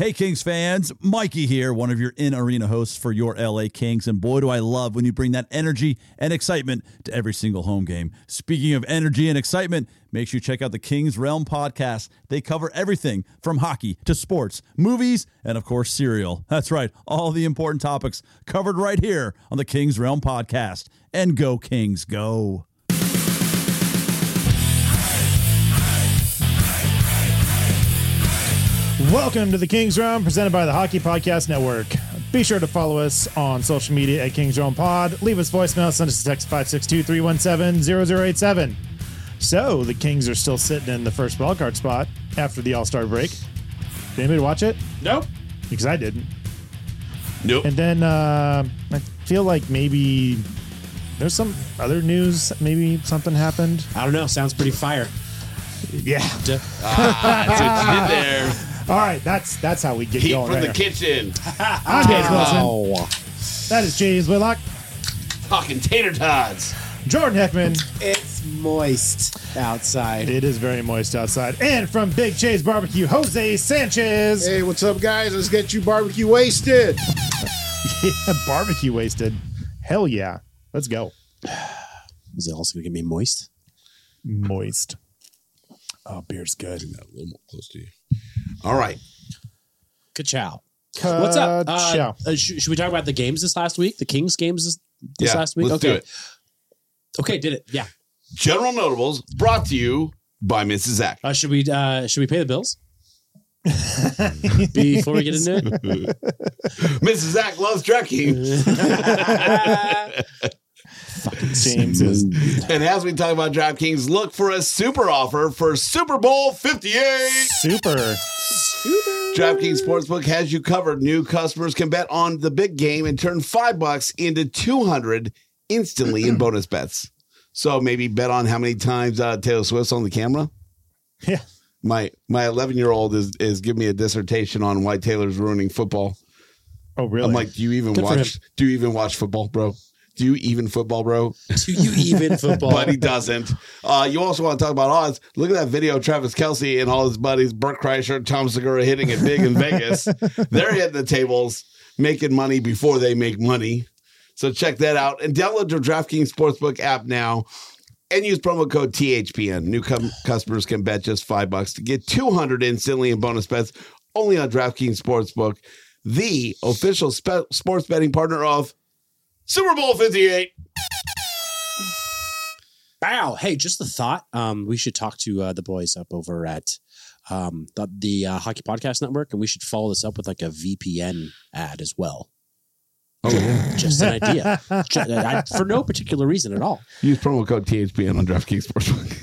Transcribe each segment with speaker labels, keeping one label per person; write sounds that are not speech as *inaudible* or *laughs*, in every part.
Speaker 1: Hey, Kings fans, Mikey here, one of your in arena hosts for your LA Kings. And boy, do I love when you bring that energy and excitement to every single home game. Speaking of energy and excitement, make sure you check out the Kings Realm podcast. They cover everything from hockey to sports, movies, and of course, cereal. That's right, all the important topics covered right here on the Kings Realm podcast. And go, Kings, go.
Speaker 2: Welcome to the Kings Round, presented by the Hockey Podcast Network. Be sure to follow us on social media at Kings Round Pod. Leave us voicemail, send us a text 562 317 0087. So the Kings are still sitting in the first wildcard spot after the All Star break. Did anybody watch it?
Speaker 3: Nope.
Speaker 2: Because I didn't.
Speaker 3: Nope.
Speaker 2: And then uh, I feel like maybe there's some other news. Maybe something happened.
Speaker 4: I don't know. Sounds pretty fire. *laughs*
Speaker 2: Yeah. Ah,
Speaker 4: D-
Speaker 3: Ah,
Speaker 4: *laughs*
Speaker 3: That's what you did
Speaker 2: *laughs*
Speaker 3: there.
Speaker 2: All right. That's that's how we get
Speaker 3: Heat
Speaker 2: going.
Speaker 3: from
Speaker 2: right
Speaker 3: the
Speaker 2: here.
Speaker 3: kitchen.
Speaker 2: *laughs* I'm James Wilson. That is James Whitlock.
Speaker 3: Talking tater tots.
Speaker 2: Jordan Heckman.
Speaker 4: It's moist outside.
Speaker 2: It is very moist outside. And from Big Chase *laughs* Barbecue, Jose Sanchez.
Speaker 5: Hey, what's up, guys? Let's get you barbecue wasted.
Speaker 2: Barbecue wasted. Hell yeah. Let's go.
Speaker 4: Is it also going to be moist?
Speaker 2: Moist. Oh, beer's good.
Speaker 3: A little more close to you. All right.
Speaker 4: Ka-chow. What's up?
Speaker 2: Ka-chow.
Speaker 4: Uh, sh- should we talk about the games this last week? The Kings games this, this
Speaker 3: Yeah,
Speaker 4: last week?
Speaker 3: let's do
Speaker 4: okay.
Speaker 3: it.
Speaker 4: Okay, did it. Yeah.
Speaker 3: General Notables brought to you by Mrs. Zach.
Speaker 4: Uh, should we uh, should we pay the bills? *laughs* Before we get into it?
Speaker 3: *laughs* Mrs. Zach
Speaker 4: *laughs*
Speaker 3: loves trekking.
Speaker 2: James is.
Speaker 3: *laughs* and as we talk about DraftKings, look for a super offer for Super Bowl 58.
Speaker 2: Super.
Speaker 3: DraftKings Sportsbook has you covered. New customers can bet on the big game and turn five bucks into 200 instantly in bonus bets. So maybe bet on how many times uh, Taylor Swift's on the camera.
Speaker 2: Yeah.
Speaker 3: My my 11 year old is is giving me a dissertation on why Taylor's ruining football.
Speaker 2: Oh, really?
Speaker 3: I'm like, do you even
Speaker 4: Good for
Speaker 3: watch?
Speaker 4: him.
Speaker 3: Do you even watch football, bro? Do you even football, bro?
Speaker 4: Do you even football?
Speaker 3: *laughs* But he doesn't. Uh, you also want to talk about odds. Look at that video of Travis Kelsey and all his buddies, Burt Kreischer, Tom Segura hitting it
Speaker 4: *laughs*
Speaker 3: big in Vegas. They're hitting the tables, making money before they make money. So check that out and download your DraftKings Sportsbook app now and use promo code THPN. New cum- customers can bet just five bucks to get 200 instantly in bonus bets only on DraftKings Sportsbook, the official spe- sports betting partner of Super Bowl 58.
Speaker 4: Wow. Hey, just the thought. Um, we should talk to uh, the boys up over at um, the, the uh, Hockey Podcast Network, and we should follow this up with like a VPN ad as well.
Speaker 3: Oh, yeah.
Speaker 4: Just an idea, Ju- I- for no particular reason at all.
Speaker 3: Use promo code THPN on DraftKings Sportsbook.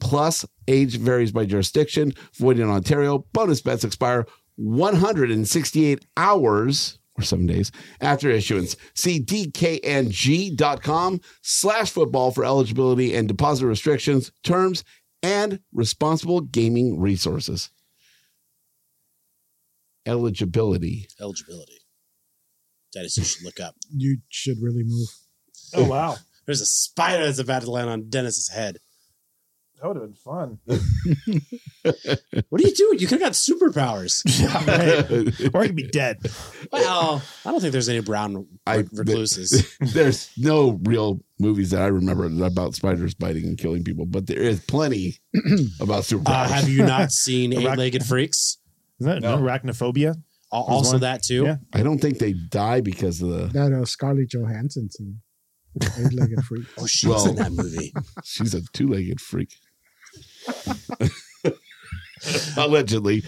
Speaker 3: plus age varies by jurisdiction. Void in Ontario. Bonus bets expire 168 hours or seven days after issuance. See dkng.com slash football for eligibility and deposit restrictions, terms, and responsible gaming resources. Eligibility.
Speaker 4: Eligibility. Dennis, you should look up.
Speaker 6: You should really move.
Speaker 2: *laughs* Oh wow,
Speaker 4: *laughs* There's a spider that's about to land on Dennis's
Speaker 3: *laughs*
Speaker 4: head.
Speaker 2: that would have been fun.
Speaker 4: What are you doing? You could have got
Speaker 2: *laughs*
Speaker 4: superpowers.
Speaker 2: Or I could be dead.
Speaker 4: well, I don't think there's any brown
Speaker 3: I-
Speaker 4: rec- recluses.
Speaker 3: *laughs* There's no real movies that I remember about spiders biting and killing people, but there is
Speaker 4: *clears throat*
Speaker 3: plenty about superpowers.
Speaker 4: Uh, have you
Speaker 3: *laughs*
Speaker 4: not
Speaker 2: *laughs*
Speaker 4: seen
Speaker 2: Arach-
Speaker 4: Eight Legged Freaks?
Speaker 2: Is that
Speaker 3: No.
Speaker 2: arachnophobia?
Speaker 4: Al- Also,
Speaker 2: one.
Speaker 4: that too.
Speaker 2: Yeah.
Speaker 3: I don't think they die because of the.
Speaker 6: That uh, Scarlett Johansson scene.
Speaker 5: *laughs*
Speaker 6: Eight-legged freak.
Speaker 4: Oh, she was
Speaker 3: Well-
Speaker 4: in that movie.
Speaker 3: *laughs* She's a two-legged freak. *laughs* Allegedly,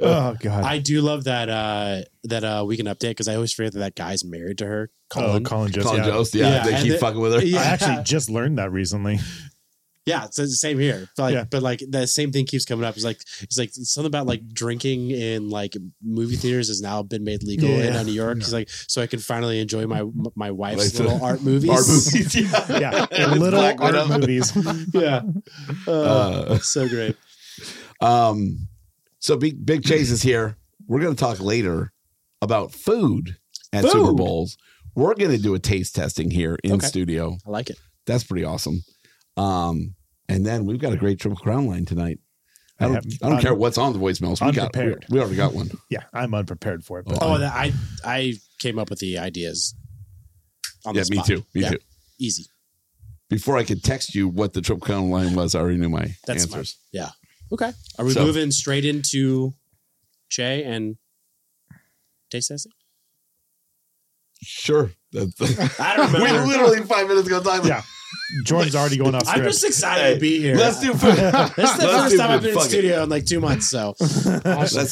Speaker 2: Oh god.
Speaker 4: I do love that uh that uh weekend update because I always forget that that guy's married to her,
Speaker 2: oh,
Speaker 4: Colin.
Speaker 2: Colin Jost.
Speaker 3: Colin
Speaker 2: yeah.
Speaker 3: Jost. Yeah,
Speaker 4: Yeah,
Speaker 3: they
Speaker 4: and
Speaker 3: keep
Speaker 4: the-
Speaker 3: fucking with her.
Speaker 2: I
Speaker 4: Yeah.
Speaker 2: actually just learned that
Speaker 4: *laughs*
Speaker 2: recently.
Speaker 4: Yeah, it's the same here. But like,
Speaker 2: Yeah.
Speaker 4: but like the same thing keeps coming up. It's like it's like something about like drinking in like movie theaters has now been made legal in
Speaker 2: Yeah.
Speaker 4: uh, New York. He's like, so I can finally enjoy my my wife's
Speaker 3: Like,
Speaker 4: little
Speaker 3: uh, *laughs*
Speaker 4: art movies.
Speaker 3: Art movies.
Speaker 2: *laughs*
Speaker 3: Yeah, *laughs*
Speaker 2: Yeah,
Speaker 3: It's
Speaker 2: little
Speaker 3: Black
Speaker 2: art
Speaker 3: Widow.
Speaker 2: movies.
Speaker 4: yeah, uh,
Speaker 3: Uh,
Speaker 4: so great.
Speaker 3: *laughs* um, so big big chase is here. We're going to talk later about food at
Speaker 4: Food.
Speaker 3: Super Bowls. We're going to do a taste testing here in
Speaker 4: Okay.
Speaker 3: studio.
Speaker 4: *laughs* I like it.
Speaker 3: That's pretty awesome. Um, and then we've got a great triple crown line tonight. I
Speaker 2: I
Speaker 3: don't,
Speaker 2: have-
Speaker 3: I don't
Speaker 4: Um,
Speaker 2: I'm-
Speaker 3: care what's on the voicemails. We got we,
Speaker 2: Unprepared.
Speaker 3: we already got one.
Speaker 2: yeah, I'm unprepared for it. But
Speaker 4: Oh, that, I I came up with the ideas. On
Speaker 3: yeah,
Speaker 4: the
Speaker 3: me
Speaker 4: spot.
Speaker 3: too. Me
Speaker 4: Yeah,
Speaker 3: too.
Speaker 4: Easy.
Speaker 3: Before I could text you what the triple crown line was, I already knew my
Speaker 4: That's
Speaker 3: answers.
Speaker 4: Yeah. Okay. Are we
Speaker 3: So-
Speaker 4: moving straight into Che and taste
Speaker 3: *laughs*
Speaker 4: testing?
Speaker 3: Sure. That's-
Speaker 4: I don't
Speaker 3: *laughs* we
Speaker 4: remember.
Speaker 3: literally five minutes ago talking.
Speaker 2: yeah, *laughs* Jordan's already going off
Speaker 4: I'm
Speaker 2: script.
Speaker 4: just excited to be here.
Speaker 3: Let's do food.
Speaker 4: This is the
Speaker 3: Let's
Speaker 4: first
Speaker 3: do
Speaker 4: time I've
Speaker 3: food.
Speaker 4: been in
Speaker 3: Fuck it.
Speaker 4: studio in like two months. So
Speaker 3: Let's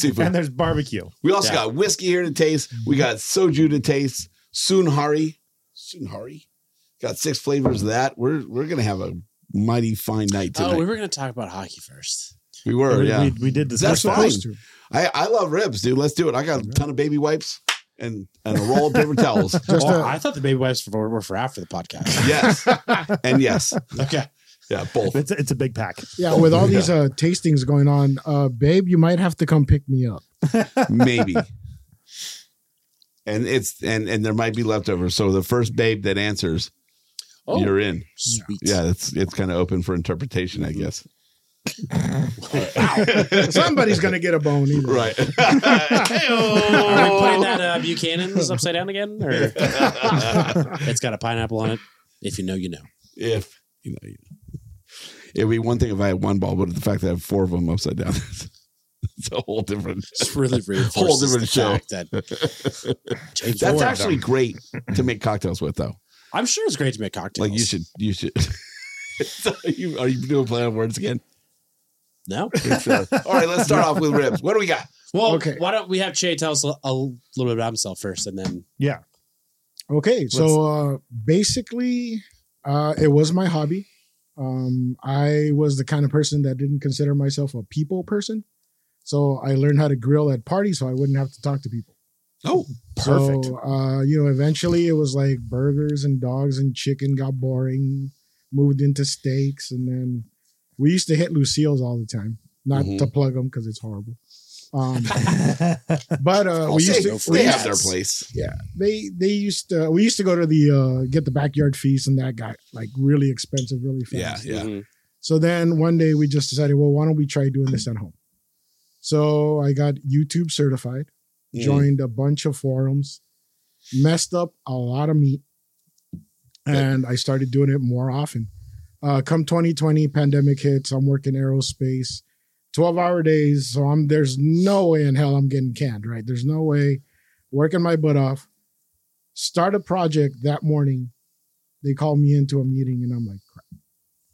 Speaker 3: do
Speaker 2: and
Speaker 3: food.
Speaker 2: there's barbecue.
Speaker 3: We also
Speaker 4: Yeah.
Speaker 3: got whiskey here to taste. We got soju to taste. Sunhari. Sunhari. Got six flavors of that. We're we're gonna have a mighty fine night tonight.
Speaker 4: oh, we were going to talk about hockey first.
Speaker 3: we were,
Speaker 2: we,
Speaker 3: yeah.
Speaker 2: we, we did this.
Speaker 3: That's
Speaker 2: first
Speaker 3: fine.
Speaker 2: time.
Speaker 6: to.
Speaker 3: I, I love ribs, dude. Let's do it. I got a ton of baby wipes and, and a roll
Speaker 2: *laughs*
Speaker 4: *laughs*
Speaker 3: of paper towels.
Speaker 6: Just
Speaker 4: Oh,
Speaker 6: a-
Speaker 4: I thought the baby wipes were, were for after the podcast.
Speaker 3: *laughs* Yes. And yes.
Speaker 4: *laughs* okay.
Speaker 3: Yeah, both.
Speaker 2: It's a, it's a big pack. *laughs*
Speaker 6: Yeah, with all these uh, tastings going on, uh, babe, you might have to come pick
Speaker 5: *laughs*
Speaker 6: me up.
Speaker 3: *laughs* Maybe. And it's and and there might be leftovers. So the first babe that answers,
Speaker 4: Oh,
Speaker 3: you're in.
Speaker 4: sweet.
Speaker 3: Yeah, it's it's kind of open for interpretation, I guess.
Speaker 6: Somebody's gonna get a bone either. *laughs*
Speaker 3: Right.
Speaker 4: Are we playing that uh, Buchanan's upside down again?
Speaker 3: *laughs*
Speaker 4: Or *laughs* it's got a pineapple on it. If you know, you know.
Speaker 3: if you know, you know. It'd be one thing if I had one ball, but the fact that I have four of them upside down, it's a whole different
Speaker 4: It's really reinforces
Speaker 3: *laughs* Whole different
Speaker 4: the
Speaker 3: show.
Speaker 4: fact that James
Speaker 3: That's
Speaker 4: Ward-
Speaker 3: actually great to make cocktails with, though.
Speaker 4: I'm sure it's great to make cocktails.
Speaker 3: Like you should, you should. *laughs* So are, you, *clears throat* are you doing play on words again? *laughs*
Speaker 4: No.
Speaker 3: All right, let's start off with ribs. What do we got?
Speaker 4: Well,
Speaker 6: Okay.
Speaker 4: why don't we have Che tell us a, a little bit about himself first, and then
Speaker 2: Yeah,
Speaker 6: Okay, so uh, basically, uh, it was my hobby. Um, I was the kind of person that didn't consider myself a people person, so I learned how to grill at parties, so I wouldn't have to talk to people.
Speaker 3: Oh,
Speaker 6: *laughs*
Speaker 2: perfect.
Speaker 6: So, uh, you know, eventually it was like burgers and dogs and chicken got boring, moved into steaks, and then we used to hit Lucille's all the time. Not
Speaker 3: Mhm.
Speaker 6: to plug them because it's horrible. Um, but uh, we used
Speaker 3: they,
Speaker 6: to
Speaker 3: they
Speaker 6: we used-
Speaker 3: have their place.
Speaker 6: they they used to we used to go to the uh, get the backyard feast, and that got like really expensive really
Speaker 3: Yeah,
Speaker 6: fast.
Speaker 3: yeah.
Speaker 2: Mm-hmm.
Speaker 4: Mhm.
Speaker 6: So then one day we just decided, well, why don't we try doing this at home? So I got YouTube certified joined a bunch of forums, messed up a lot of meat, and I started doing it more often. Uh, come 2020, pandemic hits. I'm working aerospace, 12 hour days. So I'm there's no way in hell I'm getting canned. Right? There's no way. Working my butt off. Start a project that morning. They called me into a meeting, and I'm like, crap.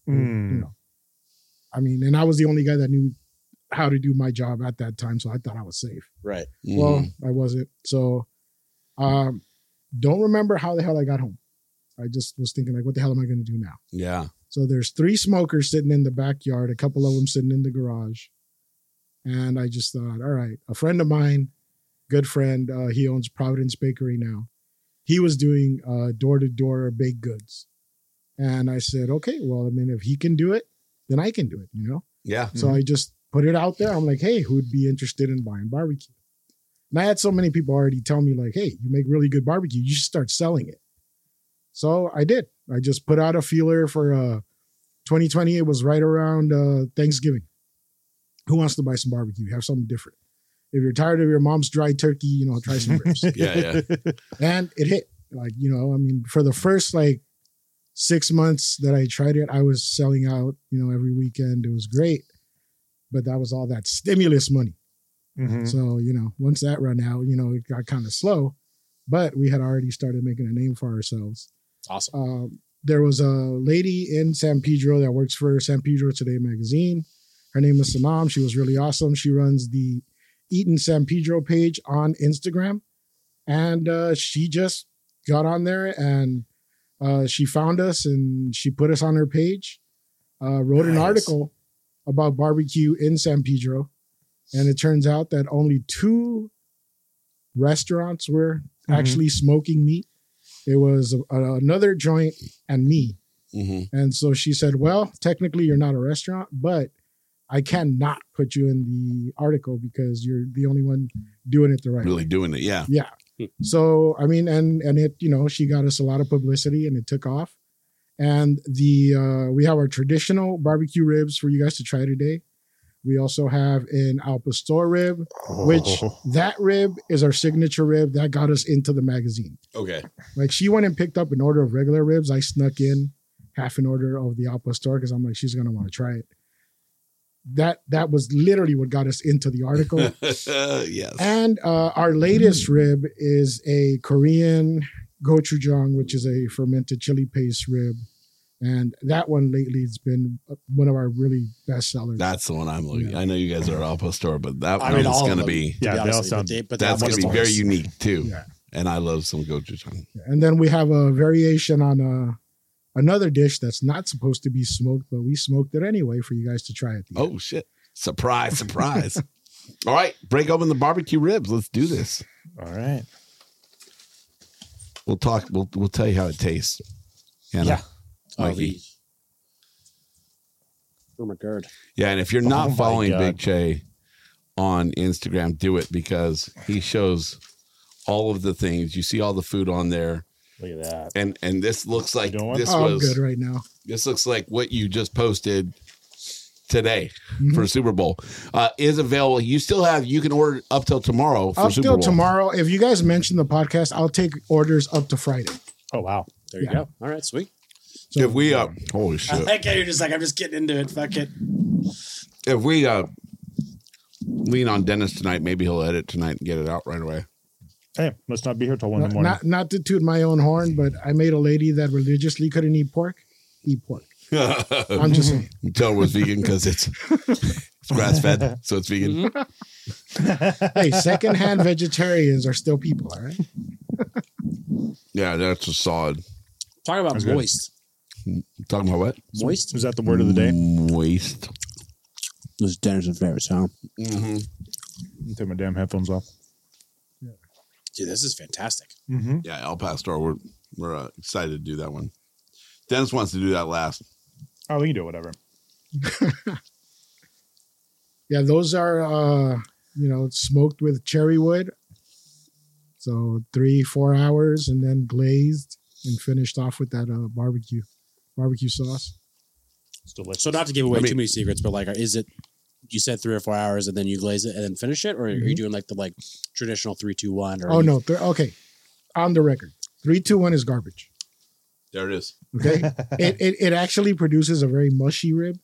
Speaker 6: You
Speaker 2: Mm.
Speaker 6: know, I mean, and I was the only guy that knew how to do my job at that time, so I thought I was safe.
Speaker 4: right.
Speaker 3: Mhm.
Speaker 6: Well, I wasn't. So um don't remember how the hell I got home. I just was thinking like what the hell am I going to do now?
Speaker 3: yeah.
Speaker 6: So there's three smokers sitting in the backyard, a couple of them sitting in the garage. And I just thought, all right, a friend of mine, good friend, uh, he owns Providence Bakery now. He was doing uh, door-to-door baked goods. And I said, okay, well, I mean, if he can do it, then I can do it, you know?
Speaker 3: Yeah.
Speaker 6: So I just put it out there. I'm like, hey, who'd be interested in buying barbecue? And I had so many people already tell me, like, hey, you make really good barbecue. You should start selling it. So I did. I just put out a feeler for uh, 2020. It was right around uh, Thanksgiving. Who wants to buy some barbecue? Have something different. If you're tired of your mom's dry turkey, you know, try some ribs.
Speaker 3: Yeah, *laughs* yeah.
Speaker 6: *laughs* and it hit. Like, you know, I mean, for the first like six months that I tried it, I was selling out, you know, every weekend. It was great. But that was all that stimulus money.
Speaker 2: Mhm.
Speaker 6: So, you know, once that ran out, you know, it got kind of slow, but we had already started making a name for ourselves.
Speaker 4: It's awesome.
Speaker 6: Um, there was a lady in San Pedro that works for San Pedro Today magazine. Her name is Sanam. She was really awesome. She runs the Eaton San Pedro page on Instagram. And uh, she just got on there and uh, she found us and she put us on her page, uh, wrote an
Speaker 4: Nice.
Speaker 6: article about barbecue in San Pedro. And it turns out that only two restaurants were
Speaker 2: Mhm.
Speaker 6: actually smoking meat. It was a, another joint and me.
Speaker 3: Mhm.
Speaker 6: And so she said, Well, technically, you're not a restaurant, but I cannot put you in the article because you're the only one doing it the right
Speaker 3: Really
Speaker 6: way.
Speaker 3: doing it. Yeah.
Speaker 6: Yeah. So, I mean, and, and it, you know, she got us a lot of publicity and it took off. And the, uh, we have our traditional barbecue ribs for you guys to try today. We also have an Al Pastor rib, which
Speaker 3: Oh.
Speaker 6: that rib is our signature rib that got us into the magazine.
Speaker 3: Okay.
Speaker 6: Like she went and picked up an order of regular ribs. I snuck in half an order of the Al Pastor because I'm like, she's gonna want to try it. That that was literally what got us into the article.
Speaker 3: *laughs* yes.
Speaker 6: and uh, our latest rib is a Korean gochujang, which is a fermented chili paste rib, and that one lately has been uh, one of our really best sellers.
Speaker 3: That's the one I'm looking.
Speaker 6: Yeah.
Speaker 3: I know you guys are Alpo store, but that
Speaker 4: I
Speaker 3: one's
Speaker 4: mean, all
Speaker 3: going
Speaker 4: going
Speaker 3: to be
Speaker 2: Yeah, they all sound-
Speaker 4: But, they, but
Speaker 3: that's
Speaker 4: that
Speaker 3: going to
Speaker 4: one's
Speaker 3: be very
Speaker 4: nice.
Speaker 3: unique too.
Speaker 6: Yeah.
Speaker 3: And I love some gochujang.
Speaker 6: And then we have a variation on a, another dish that's not supposed to be smoked, but we smoked it anyway for you guys to try it.
Speaker 3: Oh shit! Surprise! Surprise! *laughs* All right, break open the barbecue ribs. Let's do this.
Speaker 2: All right.
Speaker 3: We'll talk. We'll we'll tell you how it tastes. Anna,
Speaker 2: Yeah.
Speaker 4: Oh,
Speaker 3: Mikey.
Speaker 4: the- Oh my god.
Speaker 3: Yeah, and if you're
Speaker 2: Oh
Speaker 3: not
Speaker 2: my
Speaker 3: following
Speaker 2: God.
Speaker 3: Big Che on Instagram, do it because he shows all of the things. You see all the food on there,
Speaker 2: Look at that.
Speaker 3: and and this looks like
Speaker 2: doing one?
Speaker 3: this
Speaker 6: Oh, I'm
Speaker 3: was
Speaker 6: good right now.
Speaker 3: this looks like what you just posted today
Speaker 6: Mhm.
Speaker 3: for Super Bowl uh, is available. You still have you can order up till tomorrow for
Speaker 6: Up
Speaker 3: Super
Speaker 6: till
Speaker 3: Bowl.
Speaker 6: tomorrow. If you guys mention the podcast, I'll take orders up to Friday.
Speaker 2: Oh wow.
Speaker 4: There you
Speaker 6: Yeah.
Speaker 4: go. All right, sweet.
Speaker 6: So-
Speaker 3: if we uh, holy
Speaker 4: I
Speaker 3: shit,
Speaker 4: like how you're just like, I'm just getting into it. Fuck it.
Speaker 3: if we uh, lean on Dennis tonight, maybe he'll edit tonight and get it out right away.
Speaker 2: Hey, let's not be here till one in
Speaker 6: Not,
Speaker 2: the morning.
Speaker 6: not not to toot my own horn, but I made a lady that religiously couldn't eat pork eat pork.
Speaker 3: *laughs*
Speaker 6: I'm just saying.
Speaker 3: You tell her it was vegan
Speaker 6: *laughs*
Speaker 3: because it's it's grass fed, so it's vegan.
Speaker 4: Mm-hmm.
Speaker 6: Hey, secondhand vegetarians are still people, all right?
Speaker 3: Yeah, that's a solid.
Speaker 4: Talk about
Speaker 2: That's good.
Speaker 4: moist.
Speaker 3: Talking about what?
Speaker 4: Moist.
Speaker 2: Is that the word of the day?
Speaker 3: Moist. Mm-hmm.
Speaker 4: This is Dennis and Ferris, huh?
Speaker 2: Take my damn headphones off.
Speaker 4: Dude, this is fantastic.
Speaker 2: Mm-hmm.
Speaker 3: Yeah, El Pastor. We're we're uh, excited to do that one. Dennis wants to do that last.
Speaker 2: Oh, we can do whatever.
Speaker 6: Yeah, those are uh, you know, smoked with cherry wood. So three, four hours and then glazed and finished off with that uh, barbecue barbecue sauce.
Speaker 2: It's delicious.
Speaker 4: So not to give away
Speaker 3: I mean-
Speaker 4: too many secrets, but like, is it? You said three or four hours, and then you glaze it, and then finish it, or are you doing like the like traditional three, two, one? Or
Speaker 6: Mm-hmm. Oh no, th- okay. On the record. Three, two, one is garbage.
Speaker 3: There it is.
Speaker 6: Okay.
Speaker 4: *laughs*
Speaker 6: it, it it actually produces a very mushy rib.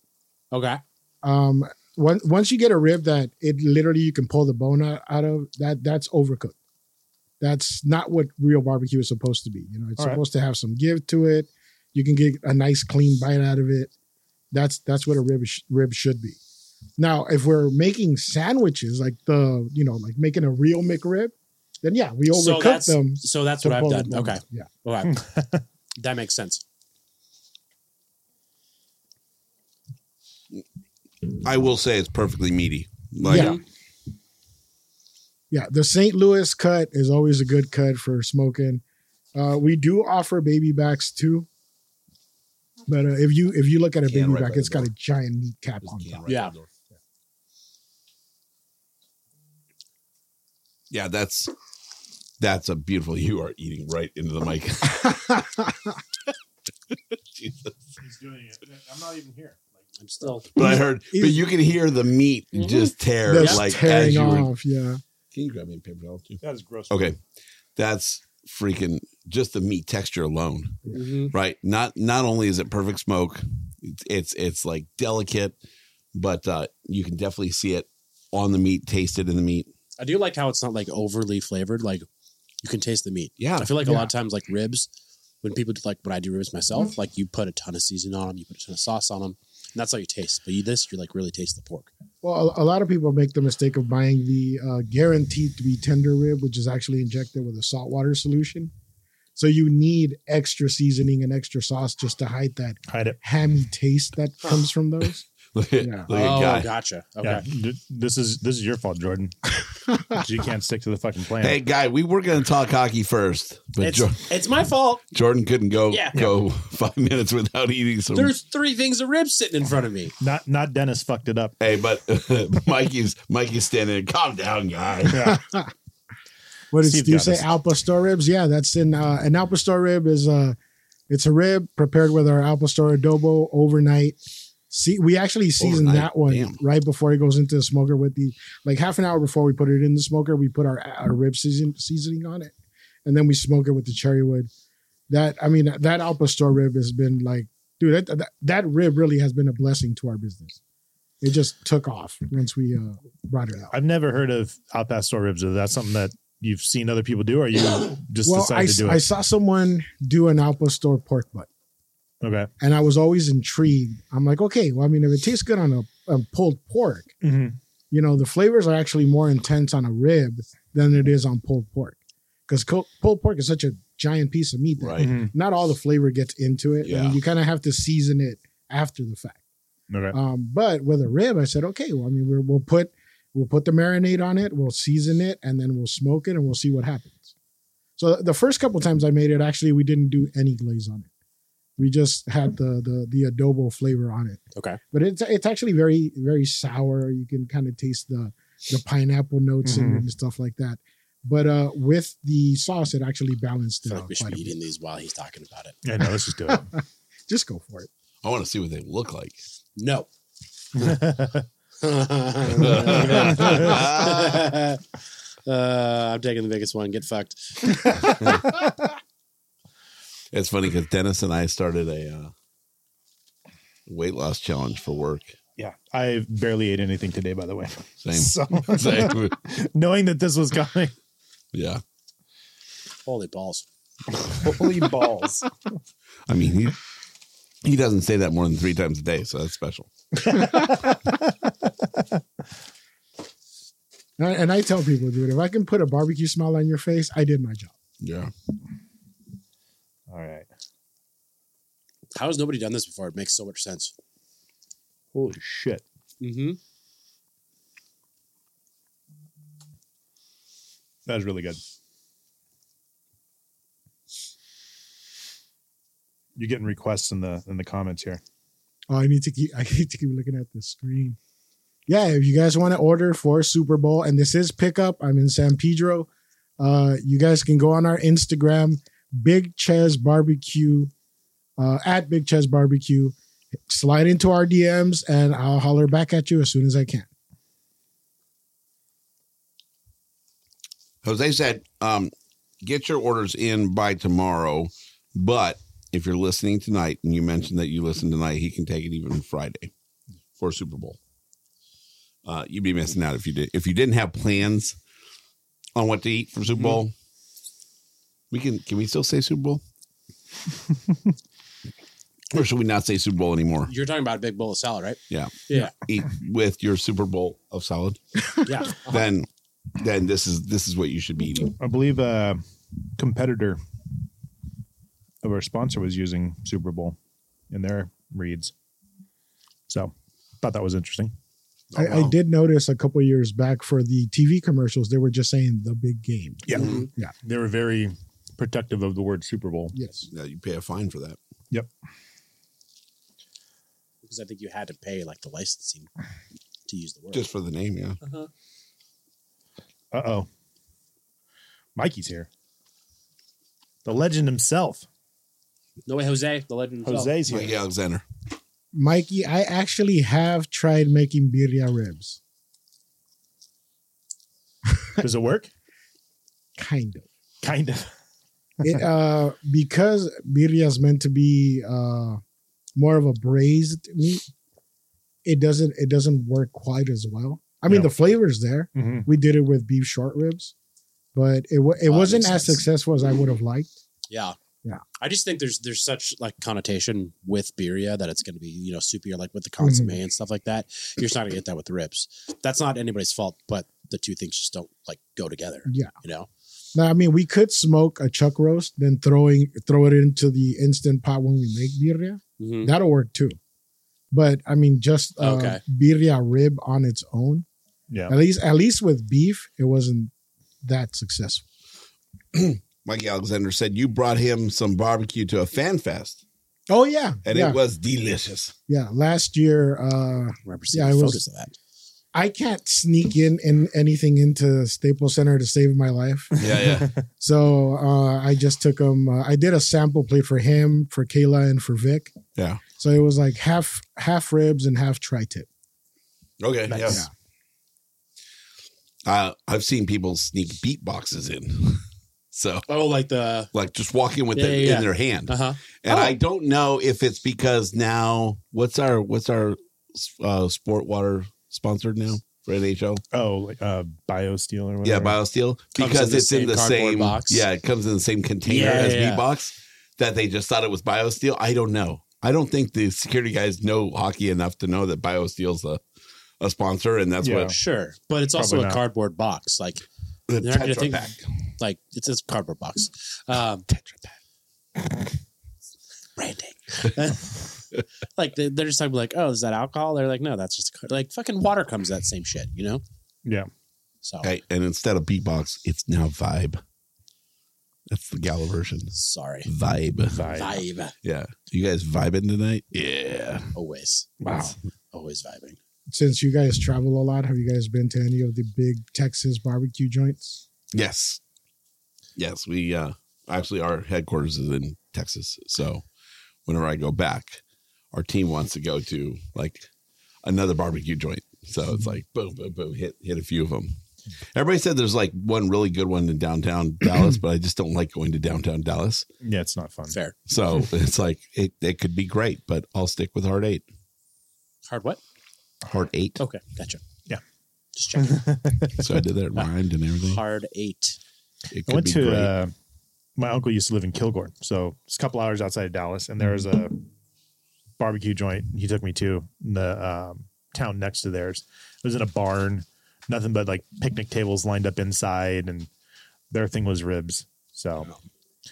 Speaker 4: Okay.
Speaker 6: Um, once once you get a rib that it literally you can pull the bone out, out of that that's overcooked. That's not what real barbecue is supposed to be. You know, it's
Speaker 2: All right.
Speaker 6: supposed to have some give to it. You can get a nice clean bite out of it. That's that's what a rib sh- rib should be. Now, if we're making sandwiches like the you know like making a real McRib, then yeah, we
Speaker 4: so
Speaker 6: overcook
Speaker 4: that's
Speaker 6: them.
Speaker 4: so that's
Speaker 6: to
Speaker 4: what I've
Speaker 6: pull the
Speaker 4: done.
Speaker 6: bone
Speaker 4: Okay.
Speaker 6: out. yeah. *laughs*
Speaker 4: Okay. that makes sense.
Speaker 3: I will say it's perfectly meaty. Like
Speaker 6: yeah. Yeah, the St. Louis cut is always a good cut for smoking. Uh, we do offer baby backs too, but uh, if you if you look at a
Speaker 3: Can
Speaker 6: baby
Speaker 3: right
Speaker 6: back,
Speaker 3: by
Speaker 6: it's
Speaker 3: the door.
Speaker 6: got a giant meat cap on
Speaker 3: Just
Speaker 6: top.
Speaker 3: can't
Speaker 4: Yeah.
Speaker 3: write Yeah, that's that's a beautiful. You are eating right into the
Speaker 6: *laughs*
Speaker 3: mic. *laughs* Jesus.
Speaker 2: He's doing it. I'm not even here.
Speaker 4: I'm still.
Speaker 3: But I heard, but you can hear the meat just tear
Speaker 6: Mm-hmm. That's
Speaker 3: like as
Speaker 6: tearing
Speaker 3: you were.
Speaker 6: off. Yeah.
Speaker 3: Can you grab me a paper towel too?
Speaker 2: That is gross.
Speaker 3: Okay, that's freaking just the meat texture alone,
Speaker 2: Mm-hmm.
Speaker 4: Mhm.
Speaker 3: right? Not not only is it perfect smoke, it's it's, it's like delicate, but uh, you can definitely see it on the meat, taste it in the meat.
Speaker 4: I do like how it's not like overly flavored. Like you can taste the meat.
Speaker 3: Yeah, Mm-hmm.
Speaker 4: I feel like a
Speaker 6: Yeah.
Speaker 4: lot of times, like ribs, when people do like when I do ribs myself, like you put a ton of seasoning on them, you put a ton of sauce on them, and that's how you taste. But you this, you like really taste the pork.
Speaker 6: Well, a, a lot of people make the mistake of buying the uh, guaranteed to be tender rib, which is actually injected with a saltwater solution. So you need extra seasoning and extra sauce just to hide that
Speaker 2: Hide it.
Speaker 6: hammy taste that comes from those.
Speaker 3: look at,
Speaker 6: Yeah.
Speaker 3: look at
Speaker 4: oh,
Speaker 3: guy.
Speaker 4: gotcha. Okay.
Speaker 2: Yeah, th- this is this is your fault,
Speaker 4: *laughs*
Speaker 2: Jordan. 'Cause *laughs* you can't stick to the fucking plan.
Speaker 3: Hey, guy, we were going to talk hockey first, but
Speaker 4: It's,
Speaker 3: jo-
Speaker 4: it's my fault.
Speaker 3: Jordan couldn't go
Speaker 4: Yeah.
Speaker 3: go *laughs* five minutes without eating some.
Speaker 4: There's three things of ribs *laughs* sitting in front of me.
Speaker 2: Not not Dennis fucked it up.
Speaker 3: hey, but *laughs* Mikey's Mikey's standing. there, Calm down, guy.
Speaker 6: What did
Speaker 2: Steve
Speaker 6: Steve
Speaker 2: got
Speaker 6: say?
Speaker 2: us.
Speaker 6: Alpa store ribs? Yeah, that's in uh, an Alpa store rib is uh it's a rib prepared with our Alpa store adobo overnight. See, we actually season
Speaker 3: Overnight,
Speaker 6: that one
Speaker 3: damn.
Speaker 6: right before it goes into the smoker with the like half an hour before we put it in the smoker, we put our, our rib season, seasoning on it, and then we smoke it with the cherry wood. That I mean, that Alpa store rib has been like, dude, that that, that rib really has been a blessing to our business. It just took off once we uh, brought it out.
Speaker 2: I've never heard of al pastor ribs. Is that something that you've seen other people do, or you just
Speaker 6: well,
Speaker 2: decided
Speaker 6: I,
Speaker 2: to do
Speaker 6: I
Speaker 2: it?
Speaker 6: saw someone do an Alpa store pork butt.
Speaker 3: *laughs*
Speaker 2: okay. *laughs*
Speaker 6: and I was always intrigued. I'm like, okay, well, I mean, if it tastes good on a, a pulled pork,
Speaker 2: Mhm.
Speaker 6: you know, the flavors are actually more intense on a rib than it is on pulled pork, because pulled pork is such a giant piece of meat that
Speaker 3: Right.
Speaker 2: Mhm.
Speaker 6: not all the flavor gets into it,
Speaker 3: Yeah.
Speaker 6: and you kind of have to season it after the fact.
Speaker 2: Okay.
Speaker 6: Um, but with a rib, I said, okay, well, I mean, we're, we'll put we'll put the marinade on it, we'll season it, and then we'll smoke it, and we'll see what happens. So the first couple times I made it, actually, we didn't do any glaze on it. We just had the the the adobo flavor on it.
Speaker 4: Okay.
Speaker 6: but it's it's actually very very sour. You can kind of taste the the pineapple notes
Speaker 4: Mm-hmm.
Speaker 6: in it
Speaker 2: Mhm.
Speaker 6: and stuff like that. But uh, with the sauce, it actually balanced it
Speaker 4: I feel
Speaker 6: out
Speaker 4: like we should
Speaker 6: quite a
Speaker 4: be
Speaker 6: bit.
Speaker 4: eating these while he's talking about it.
Speaker 2: Yeah, no, let's just do
Speaker 4: *laughs*
Speaker 2: it.
Speaker 6: Just go for it.
Speaker 3: I want to see what they look like.
Speaker 4: No.
Speaker 3: Yeah.
Speaker 4: uh, *laughs* I'm taking the biggest one. Get
Speaker 3: *laughs*
Speaker 4: fucked.
Speaker 3: It's funny because Dennis and I started a uh, weight loss challenge for work.
Speaker 2: yeah, I barely ate anything today, by the way. *laughs*
Speaker 3: Same,
Speaker 2: So *laughs*
Speaker 3: same.
Speaker 2: knowing that this was coming,
Speaker 3: Yeah,
Speaker 4: Holy balls.
Speaker 2: holy balls!
Speaker 3: I mean he he doesn't say that more than three times a day, so that's special.
Speaker 6: And I- and I tell people, dude, if I can put a barbecue smile on your face, I did my job.
Speaker 3: Yeah,
Speaker 2: All right.
Speaker 4: How has nobody done this before? It makes so much sense.
Speaker 2: *laughs* Holy shit!
Speaker 4: Mm-hmm.
Speaker 2: That was really good. You're getting requests in the in the comments here.
Speaker 6: Oh, I need to keep. *laughs* I need to keep looking at the screen. Yeah, if you guys want to order for Super Bowl, and this is pickup, I'm in San Pedro. Uh, you guys can go on our Instagram, Big Ches Barbecue, uh, at Big Ches Barbecue. Slide into our DMs, and I'll holler back at you as soon as I can.
Speaker 3: Jose said, um, get your orders in by tomorrow, but if you're listening tonight and you mentioned that you listen tonight, he can take it even Friday for Super Bowl. Uh, you'd be missing out if you did if you didn't have plans on what to eat for Super Bowl. We can can we still say Super Bowl? or should we not say Super Bowl anymore?
Speaker 4: You're talking about a big bowl of salad, right?
Speaker 3: Yeah.
Speaker 4: Yeah.
Speaker 3: Eat with your Super Bowl of salad.
Speaker 4: Yeah.
Speaker 3: *laughs* Then then this is this is what you should be eating.
Speaker 2: I believe a competitor of our sponsor was using Super Bowl in their reads. So thought that was interesting.
Speaker 3: Oh,
Speaker 6: I,
Speaker 3: wow.
Speaker 6: I did notice a couple years back for the TV commercials, they were just saying the big game.
Speaker 2: Yeah.
Speaker 3: Mm-hmm.
Speaker 4: Mhm.
Speaker 6: Yeah.
Speaker 2: They were very protective of the word Super Bowl.
Speaker 6: Yes.
Speaker 3: Yeah, you pay a fine for that.
Speaker 4: Because I think you had to pay like the licensing to use the word.
Speaker 3: Just for the name, yeah.
Speaker 2: Uh oh. Mikey's here. The legend himself.
Speaker 4: No way, Jose, the legend. himself.
Speaker 2: Jose's here.
Speaker 3: Mikey Alexander.
Speaker 6: Mikey, I actually have tried making birria ribs.
Speaker 2: *laughs* Does it work?
Speaker 6: Kind of.
Speaker 2: Kind of.
Speaker 6: *laughs* It, uh, because birria is meant to be uh, more of a braised meat, it doesn't it doesn't work quite as well. I mean,
Speaker 2: No.
Speaker 6: the flavor's there.
Speaker 2: Mm-hmm.
Speaker 6: we did it with beef short ribs, but it wa- it
Speaker 4: Oh, that
Speaker 6: wasn't
Speaker 4: makes
Speaker 6: as
Speaker 4: sense.
Speaker 6: successful as I would have liked.
Speaker 4: Yeah.
Speaker 6: Yeah.
Speaker 4: I just think there's there's such like connotation with birria that it's going to be you know soupy or like with the consomme
Speaker 6: Mm-hmm.
Speaker 4: and stuff like that. You're just not going to get that with ribs. That's not anybody's fault, but the two things just don't like go together.
Speaker 6: Yeah.
Speaker 4: You know.
Speaker 6: Now, I mean, we could smoke a chuck roast, then throwing throw it into the instant pot when we make birria. That'll work too. But I mean, just uh,
Speaker 4: Mm-hmm. Okay.
Speaker 6: birria rib on its own,
Speaker 2: Yeah.
Speaker 6: at least at least with beef, it wasn't that successful.
Speaker 3: *clears throat* Mikey Alexander said you brought him some barbecue to a fan fest,
Speaker 6: Oh yeah,
Speaker 3: and
Speaker 6: yeah,
Speaker 3: it was delicious.
Speaker 6: yeah. Last year, uh,
Speaker 4: I remember seeing
Speaker 6: Yeah, I was-
Speaker 4: photos of that.
Speaker 6: I can't sneak in, in anything into Staples Center to save my life.
Speaker 3: *laughs* Yeah, yeah.
Speaker 6: So uh, I just took him. Uh, I did a sample plate for him, for Kayla, and for Vic.
Speaker 3: Yeah.
Speaker 6: So it was like half half ribs and half tri-tip.
Speaker 3: Okay.
Speaker 2: Nice.
Speaker 3: Yes. Uh, I've seen people sneak beatboxes in. *laughs* So,
Speaker 4: Oh, like the
Speaker 3: like just walking with
Speaker 4: Yeah,
Speaker 3: it
Speaker 4: yeah,
Speaker 3: in
Speaker 4: yeah.
Speaker 3: their hand.
Speaker 4: uh huh.
Speaker 3: And
Speaker 4: Oh.
Speaker 3: I don't know if it's because now what's our what's our uh, sport water sponsored now for NHL?
Speaker 2: Oh, like, uh, BioSteel or whatever.
Speaker 3: Yeah, BioSteel
Speaker 4: Comes
Speaker 3: because
Speaker 4: in the
Speaker 3: it's in
Speaker 4: same
Speaker 3: the
Speaker 4: cardboard
Speaker 3: same
Speaker 4: box.
Speaker 3: Yeah, it comes in the same container
Speaker 4: Yeah,
Speaker 3: as
Speaker 4: yeah, yeah.
Speaker 3: Beatbox that they just thought it was BioSteel. I don't know. I don't think the security guys know hockey enough to know that BioSteel's a a sponsor and that's
Speaker 2: Yeah.
Speaker 3: what
Speaker 4: Sure, but it's also
Speaker 2: Probably
Speaker 4: a
Speaker 2: not.
Speaker 4: cardboard box. Like
Speaker 3: the
Speaker 4: They're not gonna
Speaker 3: Tetra
Speaker 4: think-
Speaker 3: Pak.
Speaker 4: like it's a cardboard box. Um,
Speaker 3: Tetra Pak.
Speaker 4: branding. *laughs* like they, they're just talking like, oh, is that alcohol? They're like, no, that's just car-" like fucking water comes that same shit, you know?
Speaker 2: Yeah.
Speaker 4: So
Speaker 3: Okay, and instead of beatbox, it's now vibe. That's the gala version.
Speaker 4: sorry,
Speaker 3: Vibe.
Speaker 2: Vibe.
Speaker 4: vibe
Speaker 3: Yeah. You guys vibing tonight? Yeah.
Speaker 4: always.
Speaker 2: Wow.
Speaker 4: always vibing.
Speaker 6: Since you guys travel a lot, have you guys been to any of the big Texas barbecue joints?
Speaker 3: Yes. Yes. We uh actually our headquarters is in Texas. So whenever I go back, our team wants to go to like another barbecue joint. So it's like boom, boom, boom, hit hit a few of them. Everybody said there's like one really good one in downtown Dallas, but I just don't like going to downtown Dallas.
Speaker 2: Yeah, it's not fun.
Speaker 4: Fair. *laughs*
Speaker 3: So it's like it, it could be great, but I'll stick with Heart Eight.
Speaker 4: Hard what?
Speaker 3: Heart Eight.
Speaker 4: Okay, gotcha.
Speaker 2: Yeah.
Speaker 4: Just checking.
Speaker 3: *laughs* So I
Speaker 2: *laughs*
Speaker 3: did that rhymed and everything.
Speaker 4: Hard eight.
Speaker 3: It
Speaker 2: I
Speaker 3: could
Speaker 2: went
Speaker 3: be
Speaker 2: to
Speaker 3: great.
Speaker 2: uh, my uncle used to live in Kilgore, so it's a couple hours outside of Dallas, and there was a barbecue joint he took me to in the um, town next to theirs. It was in a barn, nothing but like picnic tables lined up inside, and their thing was ribs. So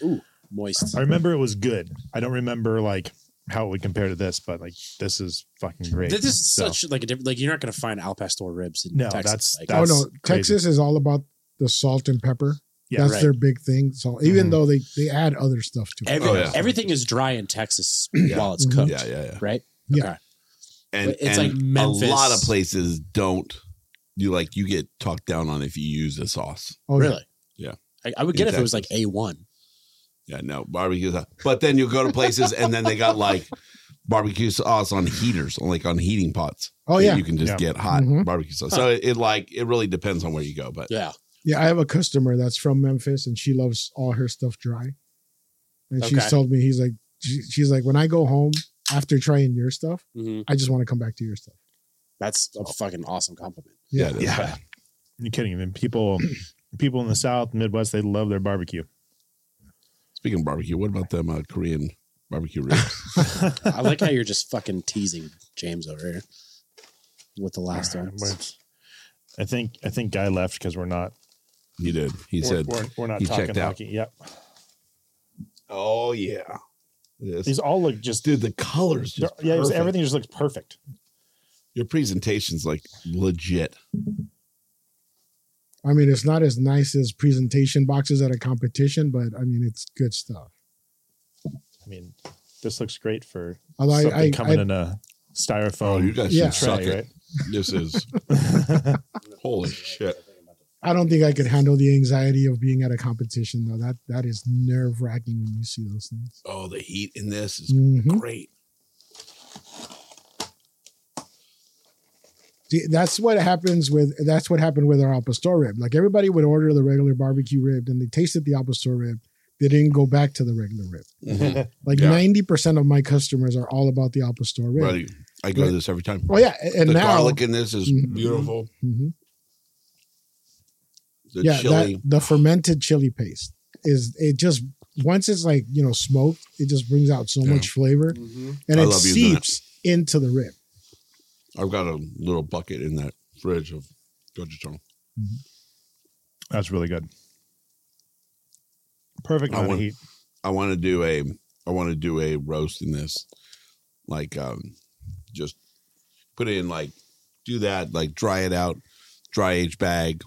Speaker 4: Ooh, moist.
Speaker 2: I remember it was good. I don't remember like how it would compare to this, but like this is fucking great.
Speaker 4: This is
Speaker 2: So,
Speaker 4: such like a different. Like you're not going to find al pastor ribs in
Speaker 2: No,
Speaker 4: Texas.
Speaker 2: that's-
Speaker 4: like,
Speaker 2: that's-
Speaker 6: oh no,
Speaker 2: crazy.
Speaker 6: Texas is all about the salt and pepper.
Speaker 2: yeah,
Speaker 6: That's
Speaker 2: right.
Speaker 6: their big thing. So even
Speaker 2: Mhm.
Speaker 6: though they they add other stuff to it,
Speaker 4: every,
Speaker 3: Oh, yeah.
Speaker 4: everything is dry in Texas
Speaker 3: Yeah.
Speaker 4: while it's
Speaker 6: Mhm.
Speaker 4: cooked.
Speaker 3: yeah, yeah, yeah.
Speaker 4: Right.
Speaker 6: Yeah.
Speaker 4: Okay.
Speaker 3: And
Speaker 4: It's
Speaker 3: and
Speaker 4: like Memphis.
Speaker 3: A lot of places don't. You like you get talked down on if you use a sauce.
Speaker 6: oh, yeah.
Speaker 4: Really?
Speaker 3: Yeah.
Speaker 4: I, I would get it if it was like A one.
Speaker 3: Yeah, no barbecue. Sauce. But then you go to places and then they got like barbecue sauce on heaters, on like on heating pots.
Speaker 6: oh
Speaker 3: that
Speaker 6: yeah,
Speaker 3: you can just
Speaker 2: Yeah.
Speaker 3: get hot
Speaker 6: Mhm.
Speaker 3: barbecue sauce. So it, it like it really depends on where you go, but
Speaker 4: Yeah.
Speaker 6: Yeah, I have a customer that's from Memphis and she loves all her stuff dry. And
Speaker 4: Okay.
Speaker 6: she's told me he's like she, she's like when I go home after trying your stuff,
Speaker 4: Mm-hmm.
Speaker 6: I just want to come back to your stuff.
Speaker 4: That's
Speaker 2: Oh.
Speaker 4: a fucking awesome compliment.
Speaker 3: yeah,
Speaker 6: Yeah.
Speaker 3: that's
Speaker 2: Yeah.
Speaker 3: bad.
Speaker 2: You're kidding me. People, *clears throat* people in the South, Midwest, they love their barbecue.
Speaker 3: Speaking of barbecue, what about them uh, Korean barbecue ribs?
Speaker 4: I like how you're just fucking teasing James over here with the last one.
Speaker 2: But I think I think guy left because we're not.
Speaker 3: he did. He
Speaker 2: we're,
Speaker 3: said,
Speaker 2: we're, we're not
Speaker 3: he
Speaker 2: talking
Speaker 3: checked out.
Speaker 2: hockey. Yep,
Speaker 3: "Oh yeah, this
Speaker 2: these all look just.
Speaker 3: dude, the colors.
Speaker 2: they're-
Speaker 3: Just
Speaker 2: yeah, it was-
Speaker 3: perfect.
Speaker 2: everything just looks perfect.
Speaker 3: Your presentation's like legit.
Speaker 6: I mean, it's not as nice as presentation boxes at a competition, but I mean, it's good stuff.
Speaker 2: I mean, this looks great for
Speaker 6: Although I,
Speaker 2: something
Speaker 6: I,
Speaker 2: coming
Speaker 6: I-
Speaker 2: in a styrofoam.
Speaker 3: Oh, you guys
Speaker 6: Yeah.
Speaker 2: *laughs*
Speaker 3: should suck
Speaker 2: tray,
Speaker 3: it.
Speaker 2: right?
Speaker 3: This is holy shit.
Speaker 6: I don't think I could handle the anxiety of being at a competition though. That that is nerve wracking when you see those things.
Speaker 3: Oh, the heat in this is
Speaker 6: Mhm.
Speaker 3: great.
Speaker 6: See, that's what happens with that's what happened with our Alpastor rib. Like everybody would order the regular barbecue rib, then they tasted the Alpastor rib. They didn't go back to the regular rib.
Speaker 3: Mhm.
Speaker 6: Like
Speaker 3: Yeah.
Speaker 6: ninety percent of my customers are all about the Alpastor rib.
Speaker 3: Right. I go to this every time.
Speaker 6: Well, yeah, a- and
Speaker 3: the
Speaker 6: now
Speaker 3: garlic in this is
Speaker 6: Mhm.
Speaker 3: beautiful.
Speaker 6: Mhm.
Speaker 3: The
Speaker 6: yeah,
Speaker 3: chili.
Speaker 6: That, the fermented chili paste is it just once it's like you know smoked, it just brings out so
Speaker 3: Yeah.
Speaker 6: much flavor, and
Speaker 3: I
Speaker 6: it
Speaker 3: love using that.
Speaker 6: seeps into the rib.
Speaker 3: I've got a little bucket in that fridge of gochujang.
Speaker 2: That's really good. Perfect
Speaker 3: I
Speaker 2: amount of
Speaker 3: want-
Speaker 2: heat.
Speaker 3: I want to do a I want to do a roast in this, like um, just put it in like do that like dry it out, dry age bag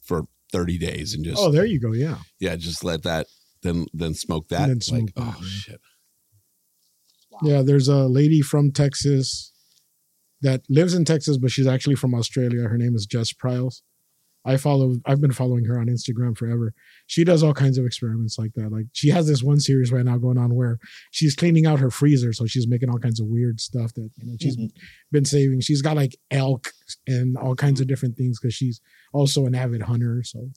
Speaker 3: for thirty days and just
Speaker 6: Oh, there you go. Yeah,
Speaker 3: yeah just let that then then smoke that
Speaker 6: And then
Speaker 3: It's
Speaker 6: smoke
Speaker 3: like
Speaker 6: that,
Speaker 3: oh
Speaker 6: yeah.
Speaker 3: shit
Speaker 6: yeah. There's a lady from Texas that lives in Texas, but she's actually from Australia. Her name is Jess Pryles. I follow. I've been following her on Instagram forever. She does all kinds of experiments like that. Like she has this one series right now going on where she's cleaning out her freezer, so she's making all kinds of weird stuff that you know she's
Speaker 3: Mm-hmm.
Speaker 6: been saving. She's got like elk and all kinds
Speaker 3: Mm-hmm.
Speaker 6: of different things because she's also an avid hunter. So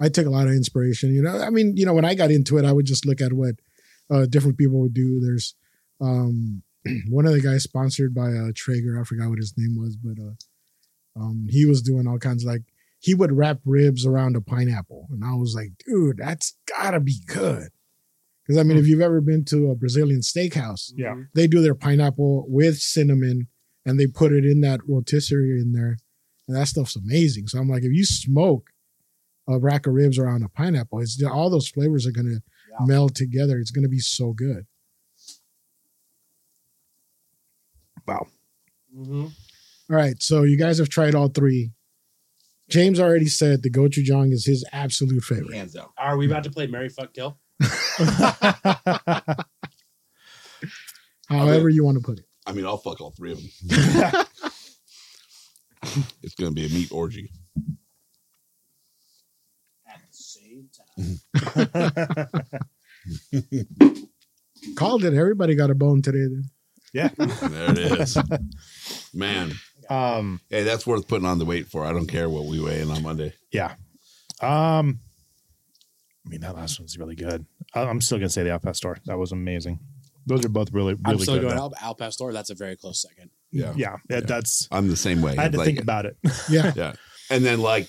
Speaker 6: I took a lot of inspiration. You know, I mean, you know, when I got into it, I would just look at what uh, different people would do. There's um, *clears throat* one of the guys sponsored by uh, Traeger. I forgot what his name was, but uh, um, he was doing all kinds of like he would wrap ribs around a pineapple, and I was like, dude, that's gotta be good. Because I mean, if you've ever been to a Brazilian steakhouse,
Speaker 2: Yeah.
Speaker 6: they do their pineapple with cinnamon and they put it in that rotisserie in there. And that stuff's amazing. So I'm like, if you smoke a rack of ribs around a pineapple, it's all those flavors are going to meld together. It's going to be so good. Wow. All right. So you guys have tried all three. James already said the gochujang is his absolute favorite.
Speaker 3: hands out
Speaker 4: Are we about to play Mary Fuck Kill?
Speaker 6: However you want to put it.
Speaker 3: I mean I'll fuck all three of them
Speaker 2: *laughs*
Speaker 3: it's gonna be a meat orgy
Speaker 4: At the same time.
Speaker 6: *laughs* Called it. Everybody got a bone today. Then.
Speaker 2: yeah.
Speaker 3: there it
Speaker 6: *laughs*
Speaker 3: is man
Speaker 2: Um,
Speaker 3: hey that's worth putting on the weight for I don't care what we weigh in on Monday
Speaker 2: yeah. Um, I mean, that last one's really good. I, I'm still going to say the Al Pastor. That was amazing. Those are both really, really
Speaker 4: I'm still
Speaker 2: good.
Speaker 4: going
Speaker 2: though.
Speaker 4: Al, Al Pastor. That's a very close second.
Speaker 3: yeah
Speaker 2: yeah, that- That's,
Speaker 3: I'm the same way
Speaker 2: I had to
Speaker 3: Like,
Speaker 2: think about it. *laughs*
Speaker 6: Yeah.
Speaker 3: Yeah. And then like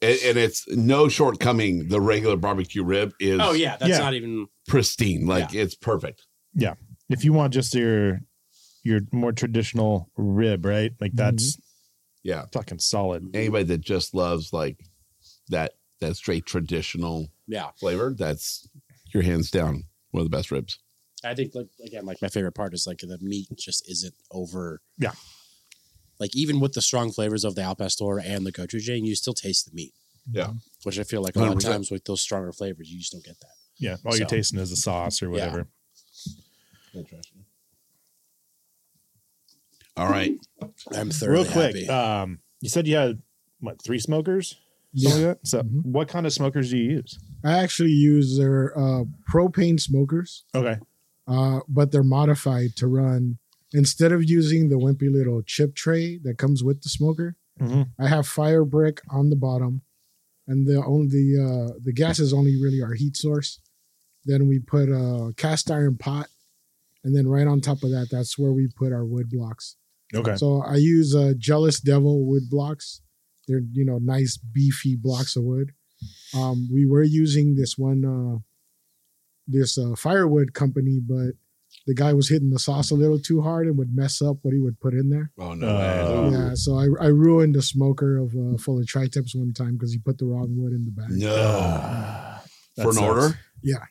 Speaker 3: and, and it's no shortcoming. The regular barbecue rib is
Speaker 4: Oh yeah, that's
Speaker 2: Yeah.
Speaker 4: not even.
Speaker 3: pristine. Like it's perfect.
Speaker 2: if you want just your, your more traditional rib, right?
Speaker 4: Mm-hmm.
Speaker 2: Like that's
Speaker 3: Yeah.
Speaker 2: fucking solid.
Speaker 3: Anybody that just loves like that that straight traditional
Speaker 4: Yeah,
Speaker 3: flavor, that's your hands down one of the best ribs.
Speaker 4: I think like again, like my favorite part is like the meat just isn't over.
Speaker 2: Yeah.
Speaker 4: like even with the strong flavors of the Al Pastor and the gochujang, you still taste the meat.
Speaker 3: Yeah.
Speaker 4: which I feel like a lot of
Speaker 3: 100%.
Speaker 4: times with those stronger flavors, you just don't get that.
Speaker 2: Yeah. All you're
Speaker 4: So-
Speaker 2: tasting is the sauce or
Speaker 4: Yeah.
Speaker 2: whatever.
Speaker 3: All right.
Speaker 4: I'm thoroughly
Speaker 2: Real quick,
Speaker 4: happy.
Speaker 2: um, you said you had what three smokers? Something like that? So,
Speaker 6: Mhm.
Speaker 4: Mm-hmm.
Speaker 2: what kind of smokers do you use?
Speaker 6: I actually use their uh, propane smokers,
Speaker 2: Okay,
Speaker 6: uh, but they're modified to run. Instead of using the wimpy little chip tray that comes with the smoker,
Speaker 2: Mhm.
Speaker 6: I have fire brick on the bottom, and the only the uh, the gas is only really our heat source. Then we put a cast iron pot, and then right on top of that, that's where we put our wood blocks.
Speaker 2: okay,
Speaker 6: So I use uh, Jealous Devil wood blocks. They're you know nice beefy blocks of wood. Um, we were using this one, uh, this uh, firewood company, but the guy was hitting the sauce a little too hard and would mess up what he would put in there.
Speaker 3: Oh no.
Speaker 2: Uh, Oh.
Speaker 6: Yeah, so I, I ruined a smoker of uh, full of tri-tips one time because he put the wrong wood in the bag.
Speaker 3: no.
Speaker 2: Ah, that
Speaker 3: For an
Speaker 2: sucks.
Speaker 3: order?
Speaker 6: Yeah.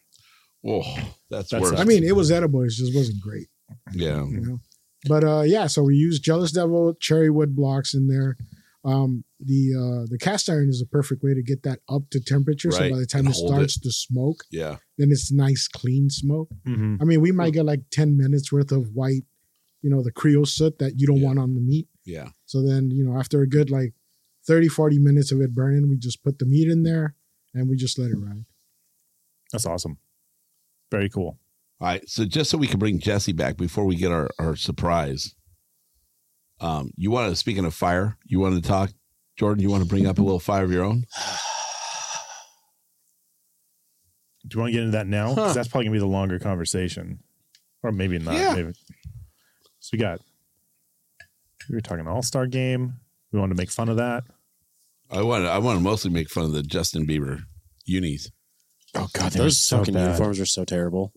Speaker 3: Oh, that's
Speaker 2: That
Speaker 3: worse.
Speaker 2: sucks.
Speaker 6: I mean, it was edible. It just wasn't great.
Speaker 3: yeah.
Speaker 6: you know. But uh, yeah, so we use Jealous Devil cherry wood blocks in there. Um, the uh, the cast iron is a perfect way to get that up to temperature. So
Speaker 3: Right,
Speaker 6: by the time
Speaker 3: and
Speaker 6: it
Speaker 3: hold
Speaker 6: starts to smoke,
Speaker 3: Yeah.
Speaker 6: then it's nice clean smoke.
Speaker 3: Mm-hmm.
Speaker 2: Mhm.
Speaker 6: I mean, we might get like ten minutes worth of white, you know, the Creole soot that you don't
Speaker 3: Yeah.
Speaker 6: want on the meat.
Speaker 3: Yeah.
Speaker 6: So then you know, after a good like 30, 40 minutes of it burning. We just put the meat in there and we just let it ride.
Speaker 2: That's awesome. Very cool.
Speaker 3: All right. So just so we can bring Jesse back before we get our, our surprise. Um, you want to speaking of fire, you want to talk, Jordan, you want to bring up a little fire of your own?
Speaker 2: Do you want to get into that now? 'Cause
Speaker 3: Huh.
Speaker 2: that's probably gonna be the longer conversation, or maybe not.
Speaker 3: Yeah.
Speaker 2: Maybe. So we got. We were talking All Star Game. We wanted to make fun of that.
Speaker 3: I want I want to mostly make fun of the Justin Bieber unis.
Speaker 4: Oh god,
Speaker 2: were
Speaker 4: those
Speaker 2: so
Speaker 4: fucking
Speaker 2: bad.
Speaker 4: uniforms are so terrible.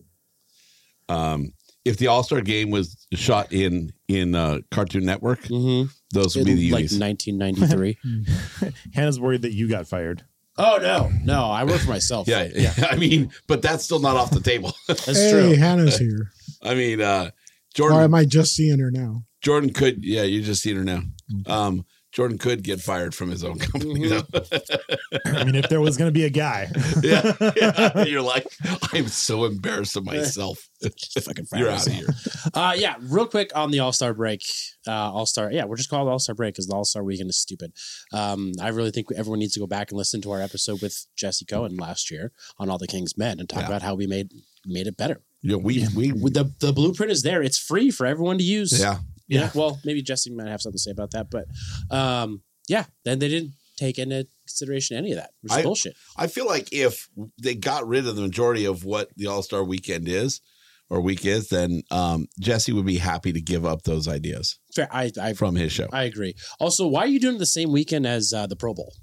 Speaker 3: Um, if the All Star game was shot in in uh, Cartoon Network,
Speaker 4: Mm-hmm.
Speaker 3: those would be the
Speaker 4: like
Speaker 3: unis.
Speaker 4: 1993.
Speaker 2: *laughs* Hannah's worried that you got fired.
Speaker 4: oh no, no, I work for myself.
Speaker 3: yeah, yeah. *laughs* I mean, but that's still not off the table. *laughs*
Speaker 4: that's
Speaker 6: hey,
Speaker 4: true.
Speaker 6: Hannah's here.
Speaker 3: I mean, uh,
Speaker 6: Or
Speaker 3: Jordan
Speaker 6: am I just seeing her now?
Speaker 3: Jordan could yeah, you just seen her now. Um, Jordan could get fired from his own company though.
Speaker 4: Mm-hmm.
Speaker 2: I mean, if there was gonna be a guy,
Speaker 3: *laughs* yeah, yeah. You're like, I'm so embarrassed
Speaker 4: *laughs*
Speaker 3: of myself.
Speaker 4: Fucking fire
Speaker 3: You're out of
Speaker 4: myself.
Speaker 3: here.
Speaker 4: *laughs* Uh, yeah, real quick on the All Star break. Uh, All Star, yeah, we're just called All Star break because the All Star weekend is stupid. Um, I really think everyone needs to go back and listen to our episode with Jesse Cohen last year on All the King's Men and talk
Speaker 3: Yeah.
Speaker 4: about how we made made it better.
Speaker 3: Yeah, we we
Speaker 4: With the the blueprint is there; it's free for everyone to use.
Speaker 3: yeah.
Speaker 4: yeah.
Speaker 3: Yeah.
Speaker 4: Well, maybe Jesse might have something to say about that, but um, yeah, then they didn't take into consideration any of that, which is
Speaker 3: I-
Speaker 4: bullshit.
Speaker 3: I feel like if they got rid of the majority of what the All Star Weekend is or week is, then um, Jesse would be happy to give up those ideas
Speaker 4: Fair, I I,
Speaker 3: from his show
Speaker 4: I agree. Also, why are you doing it the same weekend as uh, the Pro Bowl?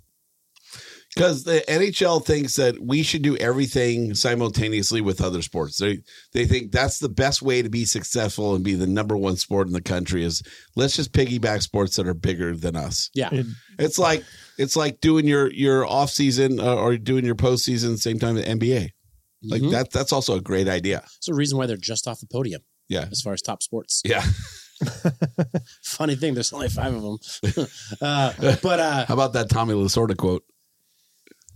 Speaker 3: because the NHL thinks that we should do everything simultaneously with other sports. They they think that's the best way to be successful and be the number one sport in the country is let's just piggyback sports that are bigger than us.
Speaker 4: Yeah,
Speaker 2: It-
Speaker 3: It's like it's like doing your your off season uh, or doing your postseason at the same time as the NBA. Like
Speaker 4: Mhm.
Speaker 3: that that's also a great idea.
Speaker 4: It's a reason why they're just off the podium
Speaker 3: Yeah.
Speaker 4: as far as top sports.
Speaker 3: Yeah.
Speaker 4: *laughs* Funny thing, there's only five of them. *laughs* uh, but uh,
Speaker 3: How about that Tommy Lasorda quote?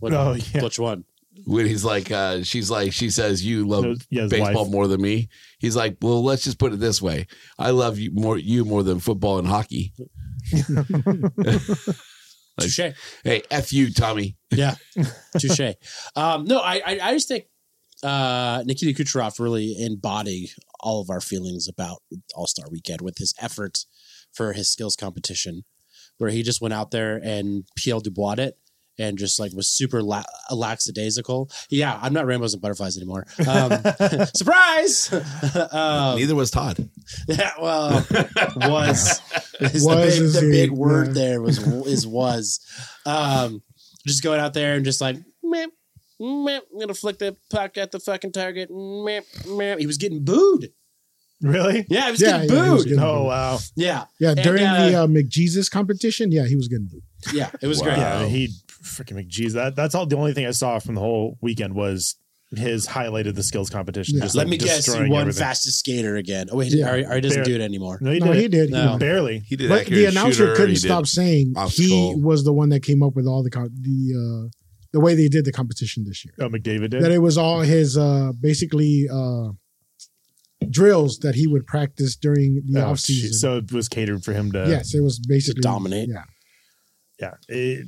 Speaker 4: what,
Speaker 2: Oh, yeah.
Speaker 4: which one?
Speaker 3: When he's like, uh, she's like, she says, "You love
Speaker 2: No, yeah, his
Speaker 3: baseball
Speaker 2: wife.
Speaker 3: more than me." He's like, "Well, let's just put it this way: I love you more, you more than football
Speaker 4: *laughs*
Speaker 3: and hockey." *laughs* Like-
Speaker 4: Touche.
Speaker 3: Hey, f you, Tommy.
Speaker 4: Yeah, touche. Um, no, I, I, I just think uh, Nikita Kucherov really embodied all of our feelings about All Star Weekend with his effort for his skills competition, where he just went out there and PL Dubois it. And just like was super la- lackadaisical. Yeah, I'm not Rambos and Butterflies anymore. Um, *laughs* surprise! *laughs* um,
Speaker 3: Neither was Todd.
Speaker 4: Yeah, well, was is the
Speaker 6: *laughs* Was
Speaker 4: big,
Speaker 6: is
Speaker 4: the
Speaker 6: the-
Speaker 4: big word
Speaker 6: yeah.
Speaker 4: there was is was, um, just going out there and just like meh, meh, I'm gonna flick the puck at the fucking target. Meh, meh. He was getting booed.
Speaker 2: really?
Speaker 4: Yeah, he was
Speaker 6: Yeah,
Speaker 4: getting
Speaker 6: yeah, he was
Speaker 4: booed.
Speaker 6: getting-
Speaker 2: Oh wow.
Speaker 4: yeah,
Speaker 6: Yeah,
Speaker 4: And,
Speaker 6: during the
Speaker 4: uh,
Speaker 6: uh, McJesus competition, yeah, he was getting booed.
Speaker 4: yeah, it was great.
Speaker 2: Yeah, he freaking McGee's. That that's all. The only thing I saw from the whole weekend was his highlight of the skills competition.
Speaker 6: Yeah.
Speaker 2: Just
Speaker 4: Let
Speaker 2: like,
Speaker 4: me guess, he
Speaker 2: destroying
Speaker 4: won
Speaker 2: everything.
Speaker 4: fastest skater again. Oh wait,
Speaker 6: Yeah.
Speaker 4: or, or he doesn't
Speaker 2: Fair.
Speaker 4: do it anymore.
Speaker 2: No, he
Speaker 6: no,
Speaker 2: did.
Speaker 6: he did.
Speaker 4: No.
Speaker 2: barely.
Speaker 3: He did.
Speaker 6: But the
Speaker 3: accurate
Speaker 6: announcer
Speaker 3: shooter,
Speaker 6: couldn't
Speaker 3: he did-
Speaker 6: stop saying he
Speaker 3: obstacle.
Speaker 6: was the one that came up with all the co- the uh, the way they did the competition this year.
Speaker 2: Oh, McDavid did.
Speaker 6: That it was all his uh, basically uh, drills that he would practice during the
Speaker 2: Oh,
Speaker 6: off season.
Speaker 2: geez. So uh, it was catered for him to.
Speaker 6: yes, it was basically
Speaker 4: dominate.
Speaker 6: Yeah,
Speaker 2: Yeah. It-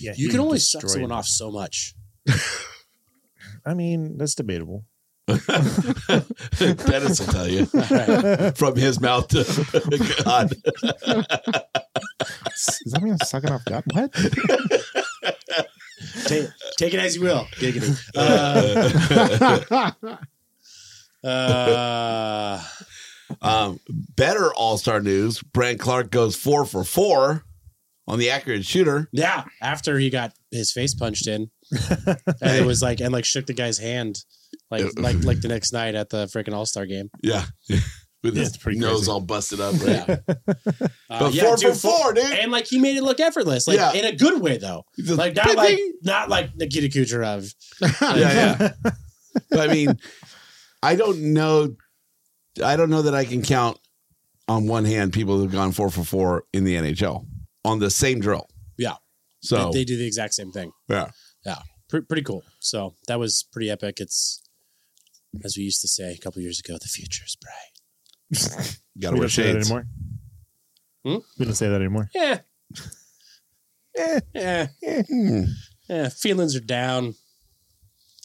Speaker 2: yeah.
Speaker 4: You
Speaker 2: he
Speaker 4: can only suck
Speaker 2: destroyed-
Speaker 4: someone off so much.
Speaker 2: I mean, that's
Speaker 4: *laughs*
Speaker 2: debatable.
Speaker 3: Dennis will tell
Speaker 2: *laughs*
Speaker 3: you
Speaker 4: All right.
Speaker 3: from his mouth to *laughs* God.
Speaker 4: *laughs*
Speaker 2: Does that mean I'm sucking off God? What?
Speaker 4: take, take it as you will.
Speaker 6: *laughs*
Speaker 4: Giggity. Uh, uh,
Speaker 3: *laughs* Um, better All Star news: Brent Clark goes four for four on the accurate shooter.
Speaker 4: Yeah, after he got his face
Speaker 6: *laughs*
Speaker 4: punched in, and it was like and like shook the guy's hand, like like like the next night at the freaking All Star game.
Speaker 3: Yeah, with
Speaker 2: Yeah,
Speaker 3: his
Speaker 2: it's pretty
Speaker 3: nose
Speaker 2: crazy.
Speaker 3: all busted up. Right? *laughs*
Speaker 4: Yeah, uh,
Speaker 3: But
Speaker 4: yeah,
Speaker 3: four
Speaker 4: dude,
Speaker 3: for four, dude.
Speaker 4: and like he made it look effortless, like
Speaker 3: Yeah.
Speaker 4: in a good way though,
Speaker 3: Just
Speaker 4: like not
Speaker 3: ping,
Speaker 4: like
Speaker 3: ping.
Speaker 4: not like Nikita Kucherov.
Speaker 3: *laughs* yeah, yeah. but I mean, I don't know. I don't know that I can count on one hand people who've gone four for four in the NHL on the same drill.
Speaker 4: Yeah.
Speaker 3: *laughs* So
Speaker 4: they, they do the exact same thing.
Speaker 3: yeah,
Speaker 4: Pre- pretty cool. So that was pretty epic. It's as we used to say a couple years ago, the future is bright.
Speaker 3: got
Speaker 2: we
Speaker 3: to wear *laughs*
Speaker 2: don't say that
Speaker 3: shades.
Speaker 2: anymore.
Speaker 4: Hmm?
Speaker 3: *laughs*
Speaker 2: We don't say that anymore.
Speaker 4: Yeah.
Speaker 3: Eh.
Speaker 4: Yeah.
Speaker 3: Hmm.
Speaker 4: yeah. Feelings are down.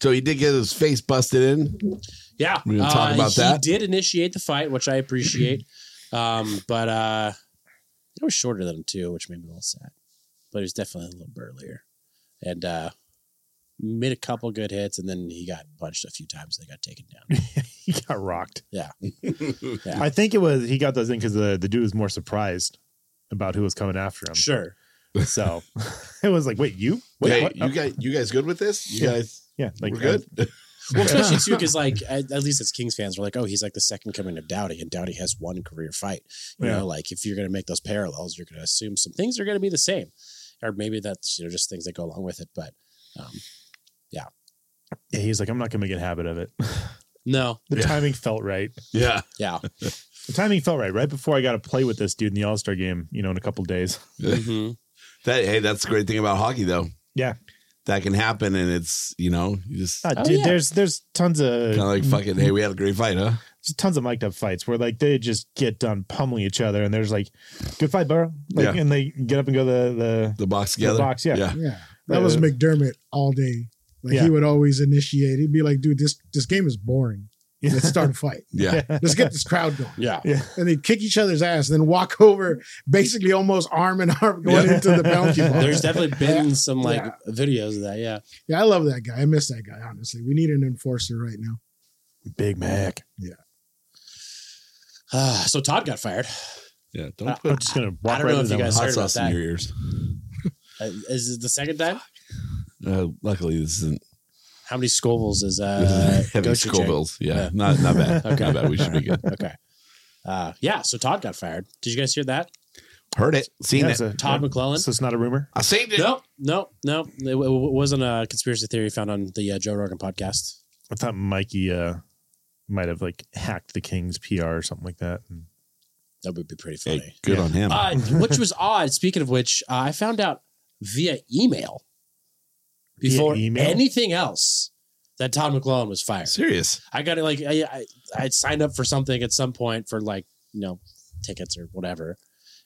Speaker 3: So he did get his face busted in.
Speaker 4: Yeah.
Speaker 3: We're gonna talk
Speaker 4: Uh,
Speaker 3: about
Speaker 4: he
Speaker 3: that.
Speaker 4: did initiate the fight, which I appreciate. um, but uh it was shorter than him too, which made me a little sad. But he was definitely a little burlier. And uh made a couple good hits and then he got punched a few times and they got taken down.
Speaker 3: *laughs*
Speaker 2: He got rocked.
Speaker 4: Yeah. Yeah.
Speaker 2: I think it was he got those in because the, the dude was more surprised about who was coming after him.
Speaker 4: sure.
Speaker 2: So *laughs* it was like, wait, you? Wait,
Speaker 3: Hey,
Speaker 2: what?
Speaker 3: you guys, you guys good with this? You
Speaker 2: Yeah.
Speaker 3: guys,
Speaker 2: yeah, like uh,
Speaker 3: we're good.
Speaker 2: *laughs*
Speaker 4: Well, especially too, because like at, at least as Kings fans, we're like, oh, he's like the second coming of Dowdy, and Dowdy has one career fight. You
Speaker 2: Yeah.
Speaker 4: know, like if you're going to make those parallels, you're going to assume some things are going to be the same, or maybe that's you know just things that go along with it. But um,
Speaker 2: Yeah, he's like, I'm not gonna make a habit of it. *laughs*
Speaker 4: no,
Speaker 2: The
Speaker 3: Yeah.
Speaker 2: timing felt right.
Speaker 3: Yeah.
Speaker 4: yeah,
Speaker 2: The timing felt right. Right before I got to play with this dude in the All Star game, you know, in a couple days.
Speaker 4: hmm
Speaker 3: *laughs* That hey, that's the great thing about hockey though.
Speaker 2: Yeah.
Speaker 3: That can happen and it's, you know, you just
Speaker 2: Ah,
Speaker 4: Oh,
Speaker 2: dude,
Speaker 4: yeah.
Speaker 2: there's there's tons of
Speaker 3: kind of like fucking, hey, we had a great fight, huh?
Speaker 2: there's tons of mic'd up fights where like they just get done pummeling each other, and there's like, good fight, bro. Like,
Speaker 3: Yeah.
Speaker 2: and they get up and go the the
Speaker 3: The box together.
Speaker 2: box, yeah.
Speaker 3: Yeah.
Speaker 6: Yeah. That was
Speaker 2: Uh,
Speaker 6: McDermott all day. Like
Speaker 2: Yeah.
Speaker 6: he would always initiate. He'd be like, dude, this this game is boring. Let's start a fight.
Speaker 3: Yeah.
Speaker 6: *laughs* Let's get this crowd going.
Speaker 4: yeah,
Speaker 2: yeah.
Speaker 6: And they'd kick each other's ass and then walk over, basically almost arm in arm going
Speaker 2: Yeah.
Speaker 6: into the
Speaker 4: *laughs*
Speaker 6: penalty box.
Speaker 4: There's definitely been some like
Speaker 6: Yeah.
Speaker 4: videos of that. Yeah,
Speaker 6: yeah, I love that guy. I miss that guy, honestly. We need an enforcer right now. *laughs*
Speaker 2: Big Mac.
Speaker 4: Ah, *sighs* so Todd got fired.
Speaker 3: Yeah.
Speaker 4: Uh,
Speaker 3: Don't
Speaker 2: I'm
Speaker 3: put
Speaker 2: just gonna
Speaker 4: I
Speaker 2: walk
Speaker 4: don't
Speaker 2: right
Speaker 4: know
Speaker 2: into
Speaker 4: if
Speaker 2: that.
Speaker 4: you guys
Speaker 2: one.
Speaker 3: hot
Speaker 4: heard about
Speaker 3: sauce in
Speaker 4: that.
Speaker 3: your ears.
Speaker 4: Uh, is it the second time?
Speaker 3: Uh, luckily this isn't
Speaker 4: How many Scovilles is
Speaker 3: this
Speaker 4: uh,
Speaker 3: isn't *laughs* heavy
Speaker 4: Gochujang?
Speaker 3: Scovilles. Yeah.
Speaker 4: Yeah.
Speaker 3: Not not
Speaker 4: *laughs*
Speaker 3: bad.
Speaker 4: Okay.
Speaker 3: Not bad. We should be good.
Speaker 4: Okay. Uh, yeah, so Todd got fired. Did you guys hear that?
Speaker 3: Heard it. Seen
Speaker 2: Yeah,
Speaker 3: it.
Speaker 2: it's a-
Speaker 4: Todd McClellan.
Speaker 2: So it's not a rumor.
Speaker 3: I seen it.
Speaker 4: No, no, no. It w- w- wasn't a conspiracy theory found on the uh, Joe Rogan podcast.
Speaker 2: I thought Mikey uh might have like hacked the Kings PR or something like that. And
Speaker 4: That would be pretty funny.
Speaker 3: Hey, good
Speaker 2: Yeah.
Speaker 3: on him. *laughs*
Speaker 4: Uh, which was odd. Speaking of which, uh, I found out via email
Speaker 2: Via
Speaker 4: before
Speaker 2: email?
Speaker 4: anything else that Todd McClellan was fired.
Speaker 3: Serious.
Speaker 4: I got it like I, I I signed up for something at some point for like you know tickets or whatever,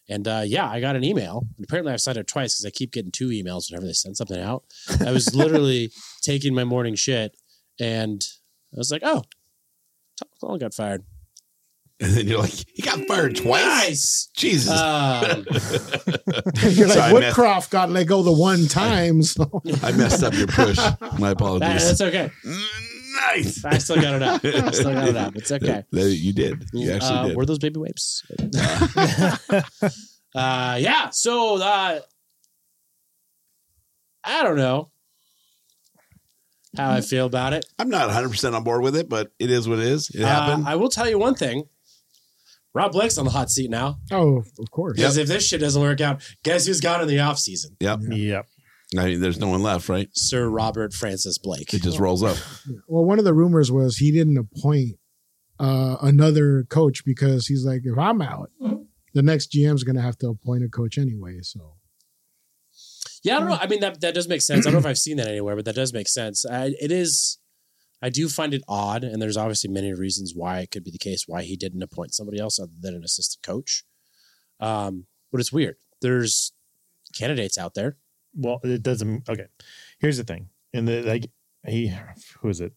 Speaker 4: and uh, yeah, I got an email. And apparently, I've signed up twice because I keep getting two emails whenever they send something out. I was literally *laughs* taking my morning shit, and I was like, oh, Tom McClellan got fired.
Speaker 3: And then you're like, he got fired
Speaker 4: Nice.
Speaker 3: twice. Jesus. *laughs*
Speaker 4: Um,
Speaker 6: You're
Speaker 3: So
Speaker 6: like
Speaker 3: I messed-
Speaker 6: Woodcroft got let go the one time. So
Speaker 3: I messed up your
Speaker 4: *laughs*
Speaker 3: push. My
Speaker 4: that-
Speaker 3: apologies.
Speaker 4: that's okay.
Speaker 3: nice.
Speaker 4: I still got it up. I still got it
Speaker 3: *laughs*
Speaker 4: up. It's okay.
Speaker 3: That- that you did. You actually
Speaker 4: Uh,
Speaker 3: did.
Speaker 4: Were those baby wipes? uh, yeah. So uh, I don't know how I feel about it.
Speaker 3: I'm not 100% on board with it, but it is what it is. It happened.
Speaker 4: Uh, I will tell you one thing. Rob Blake's on the hot seat now
Speaker 6: *laughs* Oh, of course.
Speaker 4: because if this shit doesn't work out, guess who's gone in the offseason?
Speaker 3: yep.
Speaker 2: Yep.
Speaker 3: I mean, there's no one left, right?
Speaker 4: Sir Robert Francis Blake.
Speaker 3: It just rolls up.
Speaker 6: Well, one of the rumors was he didn't appoint uh, another coach because he's like, if I'm out, the next GM's going to have to appoint a coach anyway. So
Speaker 4: Yeah, I don't know.
Speaker 2: Mm.
Speaker 4: I mean, that that does make sense. I don't know if I've seen that anywhere, but that does make sense. I, it is. I do find it odd, and there's obviously many reasons why it could be the case why he didn't appoint somebody else other than an assistant coach. Um, but it's weird. There's candidates out there.
Speaker 2: Well, it doesn't. Okay, here's the thing. And the like, he who is it?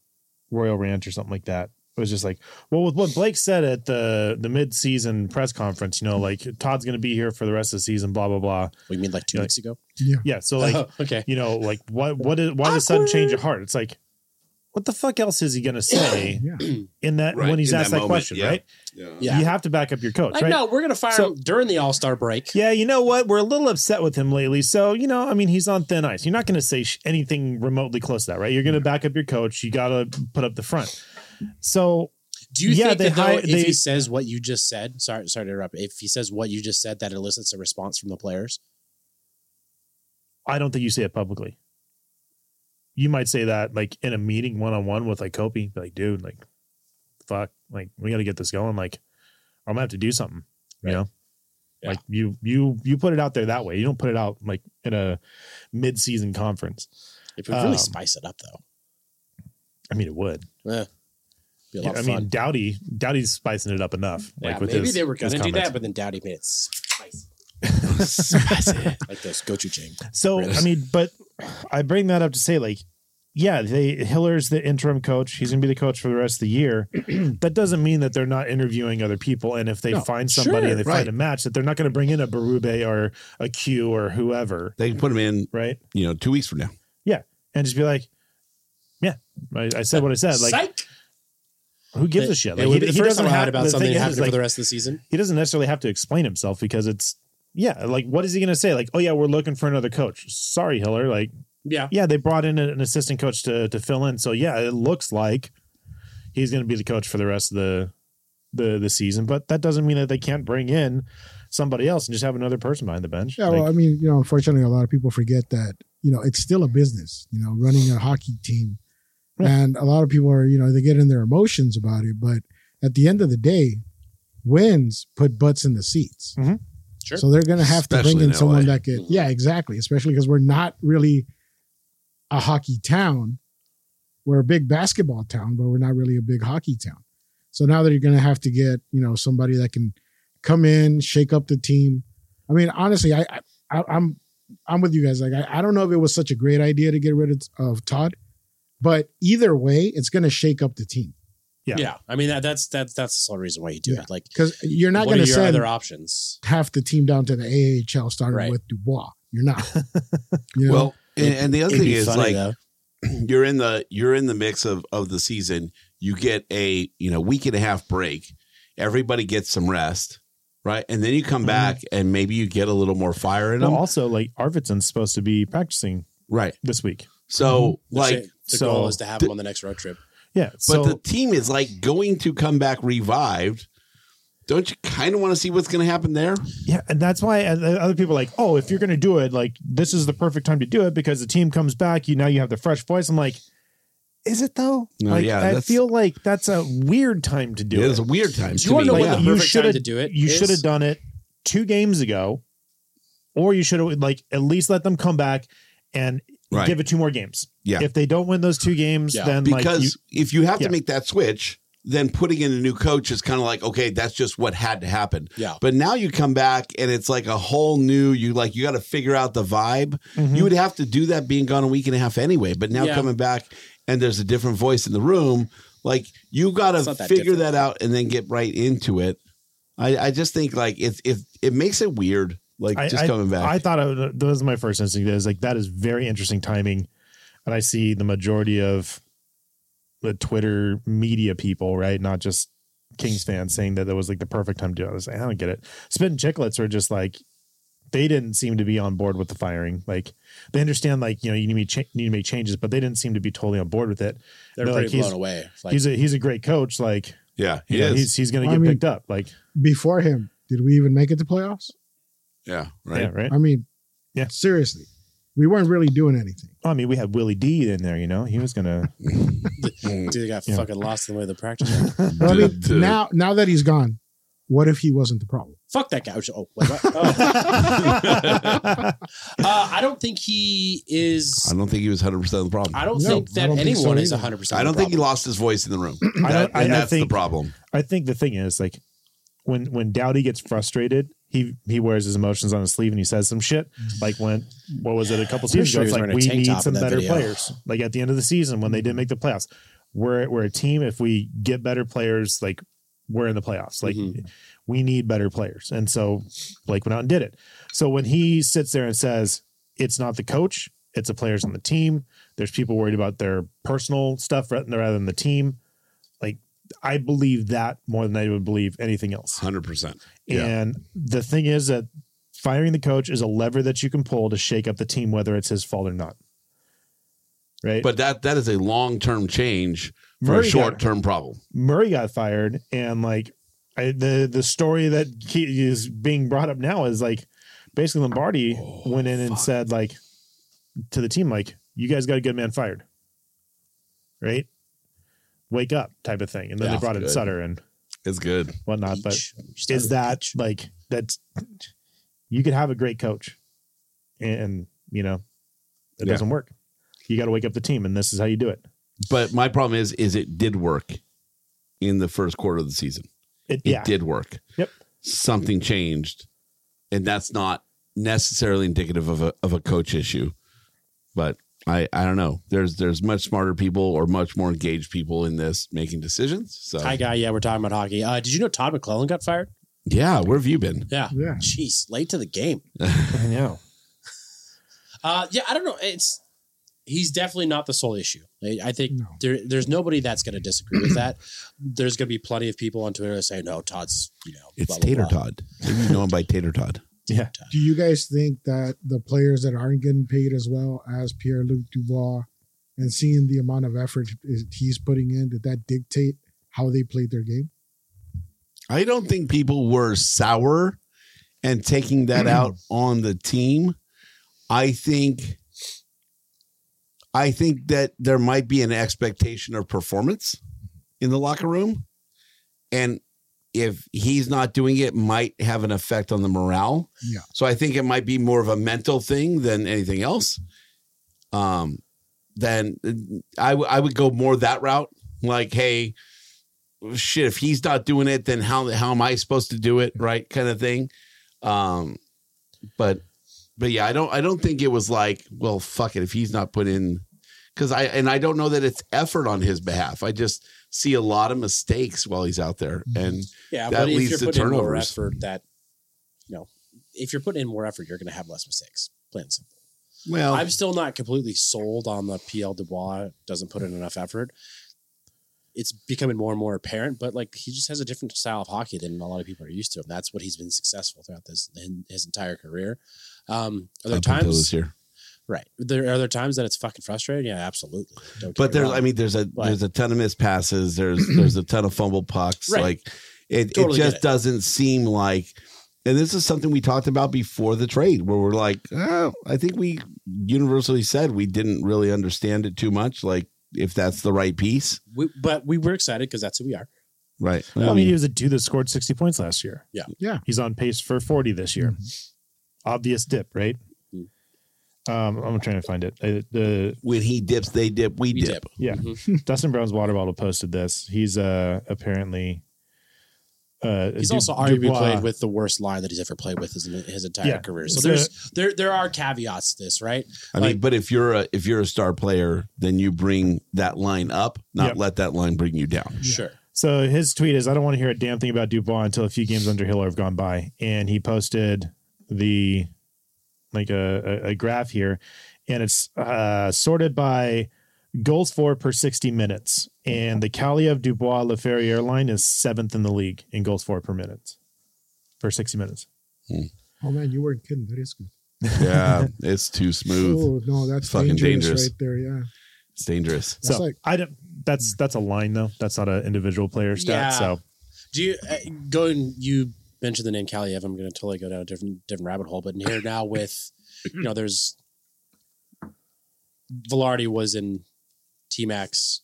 Speaker 2: Royal Ranch or something like that. It was just like, well, with what Blake said at the the mid season press conference, you know, like Todd's going to be here for the rest of the season, blah blah blah.
Speaker 4: We mean like two
Speaker 2: Yeah.
Speaker 4: weeks ago.
Speaker 2: *laughs* Yeah. So like,
Speaker 4: Oh, okay.
Speaker 2: you know, like what what is why does sudden
Speaker 4: Awkward.
Speaker 2: change of heart? It's like, what the fuck else is he
Speaker 4: *clears throat*
Speaker 2: going to say
Speaker 6: yeah,
Speaker 2: in that
Speaker 3: Right,
Speaker 2: when he's
Speaker 3: in
Speaker 2: asked
Speaker 3: that
Speaker 2: that,
Speaker 3: moment,
Speaker 2: question,
Speaker 3: yeah.
Speaker 2: right?
Speaker 4: Yeah.
Speaker 2: You have to back up your coach,
Speaker 4: Like,
Speaker 2: right?
Speaker 4: no, we're gonna fire
Speaker 2: So-
Speaker 4: him during the All Star break.
Speaker 2: Yeah, you know what? We're a little upset with him lately. So, you know, I mean, he's on thin ice. You're not going to say sh- anything remotely close to that, right? You're going to back up your coach. You got to put up the front. So,
Speaker 4: Do you
Speaker 2: Yeah,
Speaker 4: think
Speaker 2: they
Speaker 4: that though,
Speaker 2: hi-
Speaker 4: if
Speaker 2: they-
Speaker 4: he says what you just said, sorry, sorry to interrupt. If he says what you just said, that elicits a response from the players.
Speaker 2: I don't think you say it publicly. You might say that like in a meeting one on one with like Kopi, be like, dude, like, fuck, like, we got to get this going. Like, I'm going to have to do something,
Speaker 4: Right.
Speaker 2: you know?
Speaker 4: Yeah.
Speaker 2: Like you, you, you put it out there that way. You don't put it out like in a mid-season conference.
Speaker 4: It would really
Speaker 2: Um,
Speaker 4: spice it up, though.
Speaker 2: I mean, it would.
Speaker 4: Eh, be a lot
Speaker 2: Yeah, I
Speaker 4: of fun.
Speaker 2: mean, Dowdy, Dowdy's spicing it up enough.
Speaker 4: Yeah,
Speaker 2: like with
Speaker 4: maybe
Speaker 2: his,
Speaker 4: they were
Speaker 2: his
Speaker 4: going to do
Speaker 2: comments.
Speaker 4: that, but then Dowdy made it spicy. Spicy. like those gochujang.
Speaker 2: So I
Speaker 4: Ribs.
Speaker 2: mean, but I bring that up to say, like, yeah, they Hiller's the interim coach. He's gonna be the coach for the rest of the year. *clears throat* that doesn't mean that they're not interviewing other people. And if they
Speaker 6: No,
Speaker 2: find somebody
Speaker 4: sure,
Speaker 2: and they
Speaker 3: right.
Speaker 2: find a match, that they're not gonna bring in a Barube or a Q or whoever,
Speaker 3: They can put him in,
Speaker 2: right?
Speaker 3: you know, two weeks from now.
Speaker 2: And just be like, yeah, I, I said what I said. Like,
Speaker 4: Psych.
Speaker 2: who gives a
Speaker 4: It-
Speaker 2: shit?
Speaker 4: It
Speaker 2: Like,
Speaker 4: would be the first time I heard
Speaker 2: have-
Speaker 4: about
Speaker 2: the
Speaker 4: something
Speaker 2: thing
Speaker 4: that
Speaker 2: is,
Speaker 4: happened for
Speaker 2: like,
Speaker 4: the rest of the season.
Speaker 2: he doesn't necessarily have to explain himself because it's yeah like what is he going to say like oh yeah we're looking for another coach sorry hiller like
Speaker 4: Yeah.
Speaker 2: yeah they brought in an assistant coach to, to fill in so yeah it looks like he's going to be the coach for the rest of the the the season but that doesn't mean that they can't bring in somebody else and just have another person behind the bench
Speaker 6: Yeah,
Speaker 2: Like,
Speaker 6: well, I mean, you know, unfortunately, a lot of people forget that you know it's still a business. You know, running a hockey team,
Speaker 2: Yeah.
Speaker 6: and a lot of people are you know they get in their emotions about it, but at the end of the day, wins put butts in the seats.
Speaker 2: Mhm.
Speaker 4: Sure.
Speaker 6: So they're going to have to
Speaker 3: Especially
Speaker 6: bring in
Speaker 3: in
Speaker 6: someone
Speaker 3: LA.
Speaker 6: that could, yeah, exactly. Especially because we're not really a hockey town. We're a big basketball town, but we're not really a big hockey town. So now that you're going to have to get, you know, somebody that can come in, shake up the team. I mean, honestly, I, I- I I'm I'm with you guys. Like, I, I don't know if it was such a great idea to get rid of, of Todd, but either way, it's going to shake up the team
Speaker 2: Yeah.
Speaker 4: Yeah. I mean that, that's that's that's the sole reason why you do
Speaker 6: Yeah.
Speaker 4: it. Like
Speaker 6: because you're not
Speaker 4: what
Speaker 6: going
Speaker 4: are
Speaker 6: to
Speaker 4: your
Speaker 6: send
Speaker 4: other options?
Speaker 6: half the team down to the AHL starting
Speaker 4: Right.
Speaker 6: with Dubois. You're
Speaker 4: *laughs*
Speaker 6: not. You know?
Speaker 3: Well, and, and the other
Speaker 4: It'd
Speaker 3: thing
Speaker 4: be
Speaker 3: is
Speaker 4: funny,
Speaker 3: like
Speaker 4: though.
Speaker 3: *clears throat* you're in the you're in the mix of of the season. You get a you know week and a half break. Everybody gets some rest, right? And then you
Speaker 4: Mm-hmm.
Speaker 3: come back and maybe you get a little more fire in
Speaker 2: well,
Speaker 3: them,
Speaker 2: also like arvidsson's supposed to be practicing
Speaker 3: right?
Speaker 2: this week
Speaker 3: So
Speaker 4: The
Speaker 3: like,
Speaker 4: shit- the
Speaker 2: so-
Speaker 4: goal is to have them on the next road trip.
Speaker 2: yeah
Speaker 3: but
Speaker 2: so
Speaker 3: the team is like going to come back revived. Don't you kind of want to see what's going to happen there?
Speaker 2: Yeah, and that's why and the other people are like, oh, if you're going to do it, like this is the perfect time to do it because the team comes back. You now you have the fresh voice. I'm like, is it though?
Speaker 3: No,
Speaker 2: like,
Speaker 3: yeah,
Speaker 2: I
Speaker 3: that's-
Speaker 2: feel like that's a weird time to do
Speaker 3: It
Speaker 2: it.
Speaker 3: is a weird time.
Speaker 4: Do
Speaker 3: to
Speaker 4: you wanna
Speaker 3: me.
Speaker 4: know
Speaker 2: like
Speaker 4: what the
Speaker 2: you
Speaker 4: perfect time
Speaker 2: should have
Speaker 4: to do it
Speaker 2: You
Speaker 4: is?
Speaker 2: should have done it two games ago, or you should have like at least let them come back and
Speaker 3: Right.
Speaker 2: give it two more games.
Speaker 3: Yeah.
Speaker 2: If they don't win those two games,
Speaker 4: Yeah.
Speaker 2: then like you,
Speaker 3: because if you have
Speaker 2: yeah.
Speaker 3: to make that switch, then putting in a new coach is kind of like okay, that's just what had to happen.
Speaker 4: Yeah.
Speaker 3: But now you come back and it's like a whole new. You like you got to figure out the vibe.
Speaker 2: Mhm.
Speaker 3: You would have to do that being gone a week and a half anyway. But now
Speaker 4: Yeah.
Speaker 3: coming back and there's a different voice in the room. Like you got
Speaker 4: It's
Speaker 3: to
Speaker 4: not that
Speaker 3: figure
Speaker 4: different.
Speaker 3: that out and then get right into it. I, I just think like if if it makes it weird, like
Speaker 2: I-
Speaker 3: just
Speaker 2: I-
Speaker 3: coming back.
Speaker 2: I thought it, was- that was my first instinct. Is like that is very interesting timing, and I see the majority of the Twitter media people, right, not just Kings fans, saying that that was like the perfect time to do it. I was like, I don't get it. Spin chicklets are just like they didn't seem to be on board with the firing. Like they understand, like you know, you need to cha- need to make changes, but they didn't seem to be totally on board with it.
Speaker 4: They're
Speaker 2: No, like,
Speaker 4: pretty
Speaker 2: he's-
Speaker 4: blown away. Like,
Speaker 2: he's a he's a great coach. Like
Speaker 3: yeah,
Speaker 2: you know, he's he's going to
Speaker 6: I
Speaker 2: get
Speaker 6: mean-
Speaker 2: picked up. Like
Speaker 6: Before him, did we even make it to playoffs?
Speaker 3: yeah,
Speaker 2: yeah, right.
Speaker 6: I mean,
Speaker 2: Yeah.
Speaker 6: seriously, we weren't really doing anything.
Speaker 2: I mean, we had Willie D in there. You know, he was going to.
Speaker 4: *laughs* dude got
Speaker 2: Yeah.
Speaker 4: fucking lost in the way of the
Speaker 2: *laughs*
Speaker 4: practice.
Speaker 6: But I mean,
Speaker 3: Dude, dude.
Speaker 6: now now that he's gone, what if he wasn't the problem?
Speaker 4: Fuck that guy. Oh, wait,
Speaker 2: *laughs*
Speaker 4: what? Oh. uh, I don't think he is.
Speaker 3: I don't think he was hundred percent of the problem.
Speaker 4: I don't
Speaker 6: No,
Speaker 4: think
Speaker 6: I
Speaker 4: that
Speaker 6: don't think so
Speaker 4: anyone is
Speaker 6: either.
Speaker 4: 100. percent
Speaker 3: I don't think he lost his voice in the room.
Speaker 2: *clears throat* I
Speaker 3: That-
Speaker 2: don't- I-
Speaker 3: and
Speaker 2: I
Speaker 3: that's
Speaker 2: think-
Speaker 3: the problem.
Speaker 2: I think the thing is like when when Dowdy gets frustrated, he he wears his emotions on his sleeve and he says some shit. Like when what was it a couple
Speaker 4: Pretty
Speaker 2: seasons ago? It's
Speaker 4: sure he was
Speaker 2: like
Speaker 4: wearing a
Speaker 2: we
Speaker 4: tank
Speaker 2: need
Speaker 4: top in
Speaker 2: some
Speaker 4: that
Speaker 2: better
Speaker 4: video.
Speaker 2: players. Like at the end of the season when they didn't make the playoffs, we're we're a team. If we get better players, like we're in the playoffs. Like
Speaker 4: Mhm.
Speaker 2: we need better players, and so Blake went out and did it. So when he sits there and says it's not the coach, it's the players on the team. There's people worried about their personal stuff rather rather than the team. Like I believe that more than I would believe anything else.
Speaker 3: Hundred percent.
Speaker 2: And the thing is that firing the coach is a lever that you can pull to shake up the team, whether it's his fault or not. Right.
Speaker 3: But that that is a long term change for
Speaker 2: Murray
Speaker 3: a
Speaker 2: got-
Speaker 3: short term problem.
Speaker 2: Murray got fired, and like I, the the story that ke- is being brought up now is like basically Lombardi
Speaker 3: Oh,
Speaker 2: went in and said like to the team like you guys got a good man fired, right? Wake up, type of thing, and then
Speaker 4: Yeah,
Speaker 2: they brought in
Speaker 3: good.
Speaker 2: Sutter and
Speaker 3: It's good.
Speaker 2: whatnot. But is that like that's you could have a great coach and you know it
Speaker 3: Yeah.
Speaker 2: doesn't work you got to wake up the team and this is how you do it
Speaker 3: But my problem is is it did work in the first quarter of the season.
Speaker 2: it
Speaker 3: It
Speaker 2: yeah
Speaker 3: did work.
Speaker 2: Yep.
Speaker 3: Something changed. And that's not necessarily indicative of a of a coach issue, but I I don't know. There's there's much smarter people or much more engaged people in this making decisions. So
Speaker 4: Hi, guy. Yeah, we're talking about hockey. Uh, did you know Todd McClellan got fired?
Speaker 3: yeah, where have you been?
Speaker 4: Yeah.
Speaker 6: Yeah.
Speaker 4: Jeez, late to the
Speaker 3: *laughs*
Speaker 4: game.
Speaker 2: I know.
Speaker 4: *laughs* Uh, yeah, I don't know. It's he's definitely not the sole issue. I, I think
Speaker 6: No.
Speaker 4: there, there's nobody that's going to disagree with that. There's going to be plenty of people on Twitter that say, "No, Todd's you know."
Speaker 3: It's
Speaker 4: blah, blah,
Speaker 3: Tater
Speaker 4: blah."
Speaker 3: Todd. Maybe you know him by Tater Todd.
Speaker 2: Yeah.
Speaker 6: Do you guys think that the players that aren't getting paid as well as Pierre Luc Dubois and seeing the amount of effort is- he's putting in, did that dictate how they played their game?
Speaker 3: I don't think people were sour and taking that out on the team. I think I think that there might be an expectation of performance in the locker room. And if he's not doing it, might have an effect on the morale.
Speaker 6: Yeah.
Speaker 3: So I think it might be more of a mental thing than anything else. Um, then uh, I w- I would go more that route. Like, hey, shit, if he's not doing it, then how how am I supposed to do it, right? Kind of thing. Um, but but yeah, I don't I don't think it was like, well, fuck it, if he's not put in, because I and I don't know that it's effort on his behalf. I just see a lot of mistakes while he's out there, and
Speaker 4: Yeah,
Speaker 3: That
Speaker 4: but if
Speaker 3: leads
Speaker 4: you're
Speaker 3: to
Speaker 4: putting in more
Speaker 3: turnovers.
Speaker 4: effort, that you know, if you're putting in more effort, you're going to have less mistakes. Plain and simple.
Speaker 3: well,
Speaker 4: I'm still not completely sold on the PL Dubois doesn't put in enough effort. It's becoming more and more apparent, but like he just has a different style of hockey than a lot of people are used to, and that's what he's been successful throughout this in his entire career. Um, are there
Speaker 3: up until
Speaker 4: times
Speaker 3: this year.
Speaker 4: Right. There are there times that it's fucking frustrating. Yeah, absolutely. Don't get
Speaker 3: But
Speaker 4: me
Speaker 3: there's,
Speaker 4: wrong.
Speaker 3: I mean, there's a
Speaker 4: But-
Speaker 3: there's a ton of missed passes.
Speaker 4: *clears throat*
Speaker 3: There's there's a ton of fumble pucks.
Speaker 4: Right.
Speaker 3: Like it,
Speaker 4: Totally
Speaker 3: it
Speaker 4: get
Speaker 3: just
Speaker 4: it.
Speaker 3: doesn't seem like. And this is something we talked about before the trade, where we're like, oh, I think we universally said we didn't really understand it too much. Like if that's the right piece,
Speaker 4: we, but we were excited because that's who we are.
Speaker 3: right?
Speaker 2: I mean, he was a dude that scored 60 points last year.
Speaker 4: Yeah. Mm-hmm.
Speaker 6: Yeah.
Speaker 2: He's on pace for 40 this year. Obvious dip, right?
Speaker 4: Mhm.
Speaker 2: Um, I'm trying to find it. Uh, the
Speaker 3: when he dips, they dip. We,
Speaker 4: We
Speaker 3: dip.
Speaker 4: dip. Mm-hmm.
Speaker 2: yeah,
Speaker 3: *laughs*
Speaker 2: Dustin Brown's water bottle posted this. He's uh apparently uh
Speaker 4: He's
Speaker 2: Du-
Speaker 4: also arguably
Speaker 2: Dubois-
Speaker 4: played with the worst line that he's ever played with his, his entire
Speaker 2: Yeah.
Speaker 4: career. So
Speaker 2: So-
Speaker 4: there's there there are caveats to this, right?
Speaker 3: I
Speaker 4: Like-
Speaker 3: mean, but if you're a if you're a star player, then you bring that line up, not
Speaker 2: Yep.
Speaker 3: let that line bring
Speaker 4: *laughs*
Speaker 3: you down.
Speaker 4: Sure.
Speaker 2: So his tweet is, I don't want to hear a damn thing about Dubois until a few games under Hiller have gone by. And he posted the like a, a, a graph here, and it's uh, sorted by goals for per 60 minutes. And the Kaliev Dubois LeFerrier airline is seventh in the league in goals for per minute per 60 minutes.
Speaker 6: Oh man, you weren't kidding. That is good. *laughs*
Speaker 3: Yeah, it's too smooth.
Speaker 6: Oh no, that's
Speaker 3: Fucking
Speaker 6: dangerous,
Speaker 3: dangerous.
Speaker 6: right there. Yeah.
Speaker 3: It's dangerous.
Speaker 6: That's
Speaker 2: so
Speaker 6: like-
Speaker 2: I don't, that's that's a line though. That's not an individual player stat.
Speaker 4: Yeah.
Speaker 2: So
Speaker 4: Do you uh, go and you mentioned the name Kaliev? I'm going to totally go down a different different rabbit hole. But in here now with you know there's Velarde was in T Max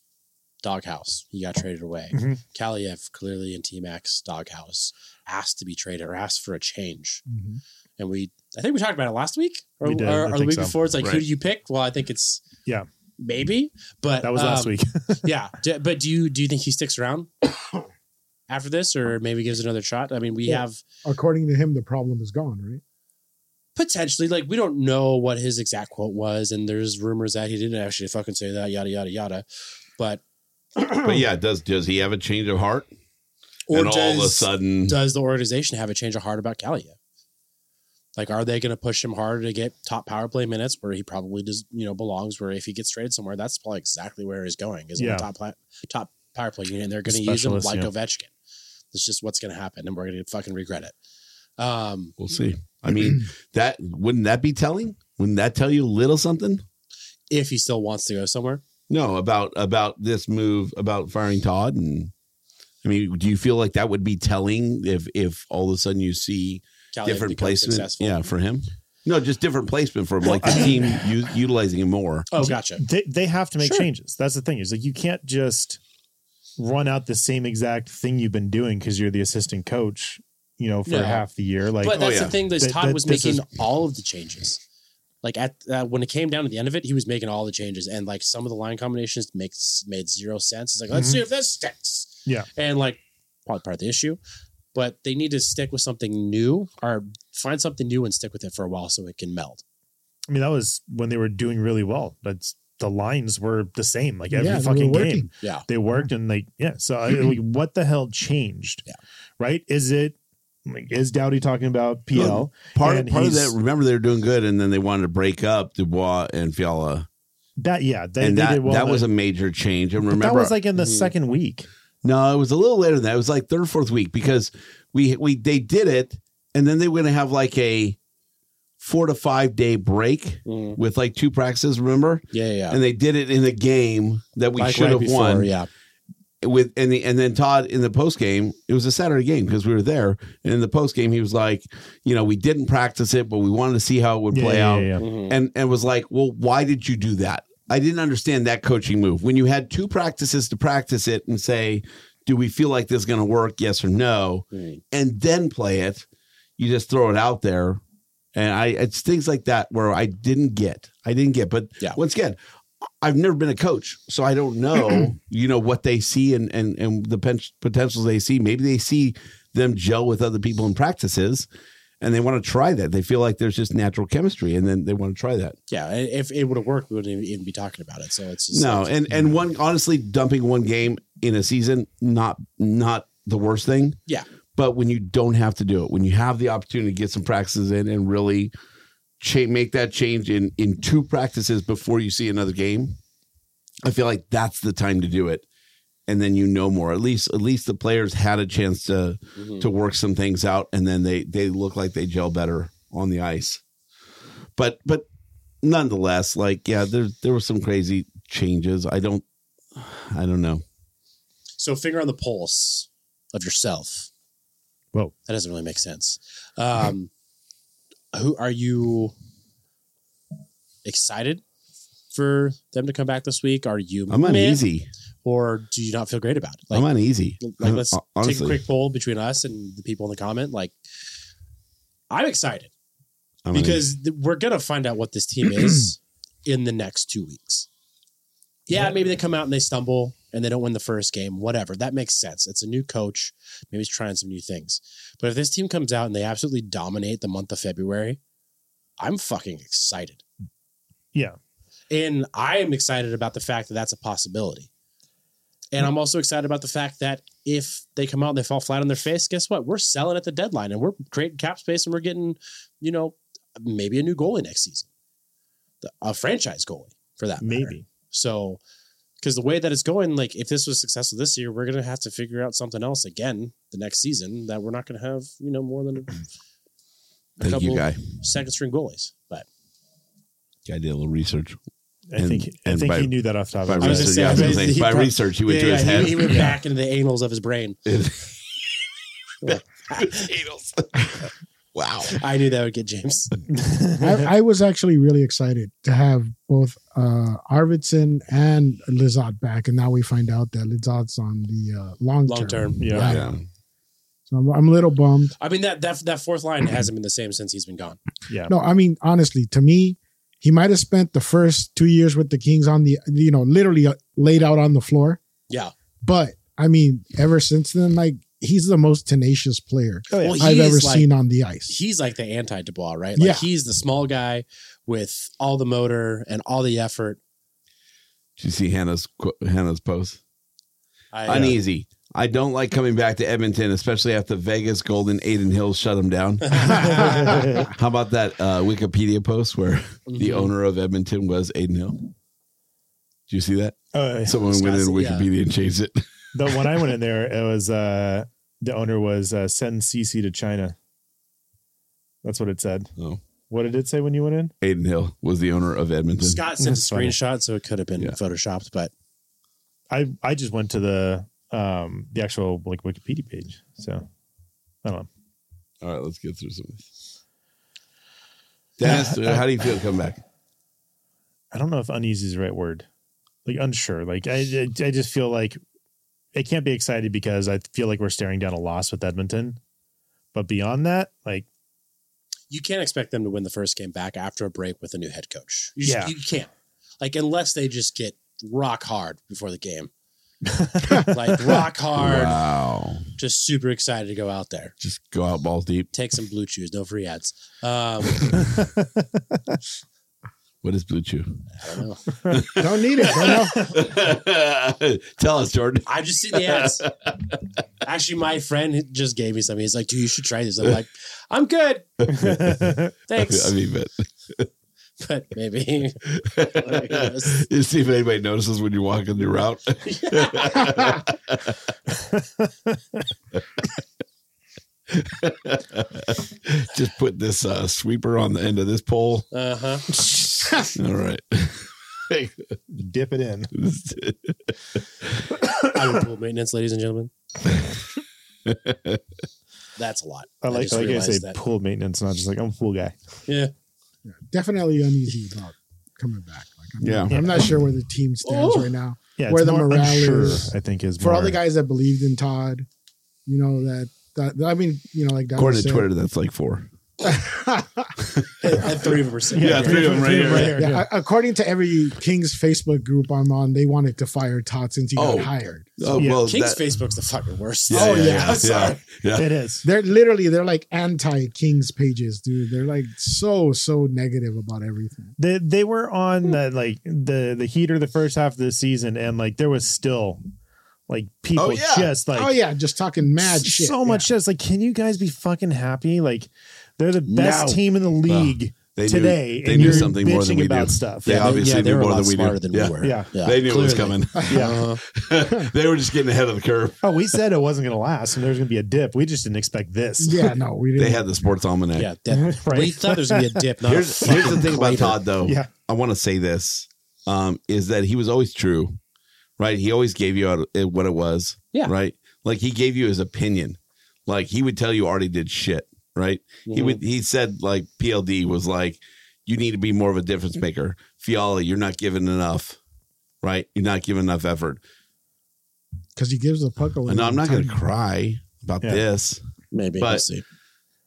Speaker 4: doghouse. He got traded away.
Speaker 2: Mhm.
Speaker 4: Kaliev clearly in T Max doghouse asked to be traded or asked for a change.
Speaker 6: Mhm.
Speaker 4: And we I think we talked about it last week or,
Speaker 2: We did,
Speaker 4: or-
Speaker 2: I
Speaker 4: or the
Speaker 2: think
Speaker 4: week
Speaker 2: so.
Speaker 4: before. It's like who
Speaker 3: Right.
Speaker 4: do you pick? Well, I think it's
Speaker 2: Yeah.
Speaker 4: maybe. But
Speaker 2: that was
Speaker 4: um,
Speaker 2: last week. *laughs*
Speaker 4: yeah, D- but do you do you think he sticks around *coughs* after this, or maybe gives it another shot? I mean, we
Speaker 6: Yeah.
Speaker 4: have
Speaker 6: According to him, the problem is gone,
Speaker 3: *laughs*
Speaker 6: right?
Speaker 4: potentially like we don't know what his exact quote was, and there's rumors that he didn't actually fucking say that, yada yada yada. But
Speaker 3: But yeah, does does he have a change of heart?
Speaker 4: or
Speaker 3: and
Speaker 4: does,
Speaker 3: all of a sudden,
Speaker 4: does the organization have a change of heart about Kalia? Like, are they going to push him harder to get top power play minutes where he probably does, you know, belongs? Where if he gets traded somewhere, that's probably exactly where he's going. Is on
Speaker 2: Yeah.
Speaker 4: the top pla- top power play unit, and they're going to use him
Speaker 2: Specialist,
Speaker 4: like
Speaker 2: yeah.
Speaker 4: Ovechkin. That's just what's going to happen, and we're going to fucking regret it. Um,
Speaker 3: we'll see. I mean, that wouldn't that be telling? Wouldn't that tell you a little something?
Speaker 4: if he still wants to go somewhere,
Speaker 3: No, about about this move about firing Todd and I mean, do you feel like that would be telling if if all of a sudden you see
Speaker 4: Kalia
Speaker 3: different
Speaker 4: becomes
Speaker 3: placement?
Speaker 4: successful.
Speaker 3: Yeah, for him. No, just different placement for him, like the team u- utilizing him more.
Speaker 4: Oh, gotcha.
Speaker 2: they they have to make
Speaker 4: Sure.
Speaker 2: changes. That's the thing. Is like you can't just run out the same exact thing you've been doing because you're the assistant coach, you know, for
Speaker 4: No.
Speaker 2: half the year. Like
Speaker 4: but that's
Speaker 3: Oh, yeah.
Speaker 4: the thing. That
Speaker 2: That-
Speaker 4: Todd
Speaker 2: that-
Speaker 4: was
Speaker 2: this
Speaker 4: making
Speaker 2: is-
Speaker 4: all of the changes. Like at uh, when it came down to the end of it, he was making all the changes, and like some of the line combinations
Speaker 3: Mm-hmm.
Speaker 4: makes made zero sense. It's like let's
Speaker 2: Mhm.
Speaker 4: see if this sticks.
Speaker 2: Yeah.
Speaker 4: and like probably part of the issue, but they need to stick with something new or find something new and stick with it for a while so it can meld.
Speaker 2: I mean, that was when they were doing really well. That's the lines were the same like every
Speaker 6: Yeah, they were
Speaker 2: fucking
Speaker 6: working.
Speaker 2: game.
Speaker 4: Yeah.
Speaker 2: They worked and like yeah. So I,
Speaker 4: Mm-hmm.
Speaker 2: like, what the hell changed?
Speaker 4: Yeah.
Speaker 2: Right? Is it like is Dowdy talking about PL?
Speaker 3: Part
Speaker 2: And
Speaker 3: part of
Speaker 2: he's-
Speaker 3: that. Remember, they were doing good, and then they wanted to break up Dubois and Fiala,
Speaker 2: That yeah, they,
Speaker 3: and
Speaker 2: they
Speaker 3: that
Speaker 2: did well.
Speaker 3: that was a
Speaker 2: there.
Speaker 3: major change. And
Speaker 2: But
Speaker 3: remember, Mm-hmm.
Speaker 2: that was like in the
Speaker 4: Mhm.
Speaker 2: second week.
Speaker 3: No, it was a little later than that. It was like third, or fourth week because we we they did it, and then they were going to have like a four to five day break with like two practices. Remember,
Speaker 4: Yeah, yeah, yeah.
Speaker 3: and they did it in a game that we
Speaker 4: Like
Speaker 3: should
Speaker 4: right
Speaker 3: have
Speaker 4: before,
Speaker 3: won.
Speaker 4: Yeah.
Speaker 3: With and the, and then Todd in the post game, it was a Saturday game because we were there. And in the post game, he was like, you know, we didn't practice it, but we wanted to see how it would play out and and was like, "Well, why did you do that?" I didn't understand that coaching move. When you had two practices to practice it and say, "Do we feel like this is going to work? Yes or no?"
Speaker 4: Mhm.
Speaker 3: and then play it, you just throw it out there. And I it's things like that where I didn't get. I didn't get, but
Speaker 4: Yeah.
Speaker 3: once again, I've never been a coach, so I don't know, you know, what they see and and and the pen- potentials they see. Maybe they see them gel with other people in practices and they want to try that. They feel like there's just natural chemistry and then they want to try that.
Speaker 4: Yeah. and If it would have worked, we wouldn't even be talking about it. So it's just mm-hmm.
Speaker 3: No,
Speaker 4: like-
Speaker 3: and and one honestly dumping one game in a season not not the worst thing.
Speaker 4: Yeah.
Speaker 3: But when you don't have to do it, when you have the opportunity to get some practices in and really cha- make that change in in two practices before you see another game, I feel like that's the time to do it. And then you know more. At least at least the players had a chance to
Speaker 4: Mhm.
Speaker 3: to work some things out and then they they look like they gel better on the ice but but nonetheless like yeah there there were some crazy changes i don't i don't know
Speaker 4: so finger on the pulse of yourself.
Speaker 2: Whoa.
Speaker 4: that doesn't really make sense. Um, who are you excited for them to come back this week? Are you
Speaker 3: i'm
Speaker 4: meh,
Speaker 3: uneasy
Speaker 4: or do you not feel great about it?
Speaker 3: i'm uneasy
Speaker 4: like let's
Speaker 3: Hon-
Speaker 4: take a
Speaker 3: honestly
Speaker 4: quick poll between us and the people in the comment. Like, I'm excited
Speaker 3: I'm uneasy.
Speaker 4: because th- we're gonna find out what this team is in the next two weeks. Yeah, maybe they come out and they stumble and they don't win the first game. Whatever, that makes sense. It's a new coach. Maybe he's trying some new things. But if this team comes out and they absolutely dominate the month of February, I'm fucking excited.
Speaker 3: *laughs*
Speaker 2: Yeah.
Speaker 4: and I am excited about the fact that that's a possibility. And I'm also excited about the fact that if they come out and they fall flat on their face, guess what? We're selling at the deadline and we're creating cap space and we're getting, you know, maybe a new goalie next season, The- a franchise goalie for that. matter.
Speaker 2: Maybe.
Speaker 4: So, because the way that it's going, like if this was successful this year, we're gonna have to figure out something else again the next season that we're not gonna have, you know, more than a,
Speaker 3: thank you guy
Speaker 4: second string goalies. But
Speaker 3: guy did a little research
Speaker 2: I
Speaker 3: And-
Speaker 2: think I
Speaker 3: and
Speaker 2: think
Speaker 3: by-
Speaker 2: he knew that off the top
Speaker 3: by,
Speaker 2: of
Speaker 4: was
Speaker 2: his head.
Speaker 4: gonna say,
Speaker 3: research, yeah, I was gonna
Speaker 4: but *laughs*
Speaker 3: say,
Speaker 4: he
Speaker 3: by
Speaker 4: prob-
Speaker 3: research he went
Speaker 4: Yeah,
Speaker 3: to his
Speaker 4: yeah,
Speaker 3: head
Speaker 4: he, he went back into the anals of his
Speaker 3: *laughs*
Speaker 4: brain.
Speaker 3: wow
Speaker 4: I knew that would get James.
Speaker 6: I, I was actually really excited to have both uh, Arvidsson and Lizard back, and now we find out that Lizard's on the uh, long
Speaker 4: Long term.
Speaker 2: Yeah.
Speaker 3: yeah
Speaker 6: So I'm, I'm a little bummed.
Speaker 4: I mean that that that fourth line hasn't been the same since he's been gone.
Speaker 2: Yeah.
Speaker 6: No, I mean honestly, to me, he might have spent the first two years with the Kings on the you know literally uh, laid out on the floor.
Speaker 4: Yeah.
Speaker 6: But I mean, ever since then, like he's the most tenacious player
Speaker 2: Oh, yeah.
Speaker 4: Well, he
Speaker 6: I've
Speaker 4: is
Speaker 6: ever
Speaker 4: like-
Speaker 6: seen on the ice.
Speaker 4: he's like the anti Dubois, right? Like
Speaker 6: Yeah.
Speaker 4: he's the small guy with all the motor and all the effort.
Speaker 3: did you see hannah's qu- hannah's post
Speaker 4: I, uh,
Speaker 3: uneasy i don't like coming back to edmonton especially after vegas golden aiden hills shut
Speaker 2: *laughs*
Speaker 3: him down How about that uh, Wikipedia post where the
Speaker 2: Mm-hmm.
Speaker 4: Mhm.
Speaker 3: owner of Edmonton was Aiden Hill? Did you see that?
Speaker 2: Uh,
Speaker 3: Someone went
Speaker 4: Discuss
Speaker 3: in
Speaker 4: it, yeah.
Speaker 3: Wikipedia and changed it. *laughs*
Speaker 2: the when I went in there, it was uh the owner was uh, send CC to China. That's what it said.
Speaker 3: Oh.
Speaker 2: What did it say when you went in?
Speaker 3: Aiden Hill was the owner of Edmonton.
Speaker 4: Scott sent a
Speaker 2: That's funny.
Speaker 4: screenshot, so it could have been
Speaker 3: Yeah.
Speaker 4: photoshopped, but
Speaker 2: I I just went to the um the actual like Wikipedia page. So I don't know.
Speaker 3: All right, let's get through some of this. Dennis, uh, how do you feel coming back?
Speaker 2: I don't know if uneasy is the right word. Like unsure. Like I I, I just feel like it can't be excited because I feel like we're staring down a loss with Edmonton. But beyond that, like
Speaker 4: you can't expect them to win the first game back after a break with a new head coach. You, just-
Speaker 2: Yeah.
Speaker 6: *laughs*
Speaker 4: you can't. Like unless they just get rock hard before the game. like rock hard,
Speaker 3: Wow.
Speaker 4: just super excited to go out there.
Speaker 3: Just go out balls deep.
Speaker 4: Take some blue chews, no free ads. Um,
Speaker 3: What is
Speaker 2: *laughs*
Speaker 3: Blue Chew?
Speaker 6: *laughs*
Speaker 4: I don't know.
Speaker 6: Don't need it. Don't know.
Speaker 3: *laughs* Tell us, Jordan.
Speaker 4: I've just seen the ads. Actually, my friend just gave me something. He's like, dude, you should try this. I'm like, I'm
Speaker 3: *laughs*
Speaker 4: good. Thanks.
Speaker 3: I mean, but *laughs*
Speaker 4: but maybe.
Speaker 3: you see if anybody notices when you're walking your route. Just put this uh, sweeper on the end of this pole.
Speaker 4: Uh huh. Uh-huh.
Speaker 3: *laughs* All right.
Speaker 2: *laughs* Dip it
Speaker 3: *laughs*
Speaker 2: in.
Speaker 4: I'm in pool maintenance, ladies and gentlemen. That's a lot.
Speaker 2: I like
Speaker 4: just
Speaker 2: I like I
Speaker 4: realized
Speaker 2: say
Speaker 4: that.
Speaker 2: pool maintenance, not just like I'm a pool guy.
Speaker 4: Yeah.
Speaker 6: Definitely uneasy about coming back. Like, I'm,
Speaker 3: Yeah.
Speaker 6: I'm not sure where the team stands
Speaker 4: Oh.
Speaker 6: right now.
Speaker 2: Yeah,
Speaker 6: Where
Speaker 2: it's
Speaker 6: the
Speaker 2: more
Speaker 6: morale
Speaker 2: unsure,
Speaker 6: is.
Speaker 2: I think is
Speaker 6: For all
Speaker 2: more-
Speaker 6: the guys that believed in Todd, you know that. That, I mean, you know, like that.
Speaker 3: According to
Speaker 6: *laughs*
Speaker 3: Twitter, that's like four.
Speaker 4: At three percent.
Speaker 3: Yeah, three of them right here.
Speaker 2: here.
Speaker 6: Yeah, a- according to every Kings Facebook group I'm on, they wanted to fire Todd since he
Speaker 3: Oh.
Speaker 6: got hired.
Speaker 3: Oh,
Speaker 2: Yeah.
Speaker 3: well,
Speaker 4: King's
Speaker 3: that-
Speaker 4: Facebook's the fucking worst.
Speaker 3: Yeah,
Speaker 4: *laughs* oh
Speaker 3: yeah,
Speaker 4: yeah,
Speaker 6: *laughs*
Speaker 3: yeah,
Speaker 4: I'm sorry.
Speaker 3: yeah.
Speaker 2: It is.
Speaker 6: They're literally they're like anti Kings pages, dude. They're like so so negative about everything.
Speaker 2: They they were
Speaker 4: Hmm.
Speaker 2: on the like the the heater the first half of the season, and like there was still like people
Speaker 3: Oh, yeah.
Speaker 2: just like
Speaker 6: oh yeah, just talking mad
Speaker 2: s-
Speaker 6: shit.
Speaker 2: so much just like can you guys be fucking happy? Like they're the best
Speaker 4: No.
Speaker 2: team in the league
Speaker 3: They knew-
Speaker 2: today,
Speaker 3: they
Speaker 2: and
Speaker 3: knew
Speaker 2: you're
Speaker 3: something more than
Speaker 2: bitching
Speaker 3: we
Speaker 2: about
Speaker 3: do.
Speaker 2: stuff.
Speaker 3: They
Speaker 2: Yeah,
Speaker 3: obviously
Speaker 4: yeah, they
Speaker 3: knew
Speaker 4: were a
Speaker 3: more
Speaker 4: lot
Speaker 3: than we
Speaker 4: smarter
Speaker 3: do.
Speaker 4: than
Speaker 3: Yeah.
Speaker 4: we were. Uh-huh.
Speaker 2: Yeah.
Speaker 3: They knew it was
Speaker 4: clearly.
Speaker 3: coming. *laughs* they were just getting ahead of the curve.
Speaker 2: Oh, we said it wasn't going to last, and there was going to be a dip. We just didn't expect this.
Speaker 6: Yeah. yeah, no, we didn't.
Speaker 3: They had the sports almanac.
Speaker 4: Yeah, that,
Speaker 2: *laughs* Right.
Speaker 4: we thought there was gonna be
Speaker 2: *laughs*
Speaker 4: a dip. Not
Speaker 3: here's,
Speaker 4: a
Speaker 3: here's the
Speaker 4: fucking
Speaker 3: thing about
Speaker 4: crater.
Speaker 3: Todd, though.
Speaker 2: Yeah.
Speaker 3: I want to say this um, is that he was always true, right? He always gave you out- uh, what it was,
Speaker 4: Yeah.
Speaker 3: right? Like he gave you his opinion. Like he would tell you already did shit, right?
Speaker 4: Mm-hmm.
Speaker 3: He would. He said like PLD was like, you need to be more of a difference maker. Fiala, you're not giving enough, right? You're not giving enough effort.
Speaker 6: because he gives the puck away.
Speaker 3: And I'm
Speaker 6: all
Speaker 3: not
Speaker 6: the
Speaker 3: going to
Speaker 6: time.
Speaker 3: cry about
Speaker 2: Yeah.
Speaker 3: this.
Speaker 4: Maybe.
Speaker 3: But-
Speaker 4: we'll see.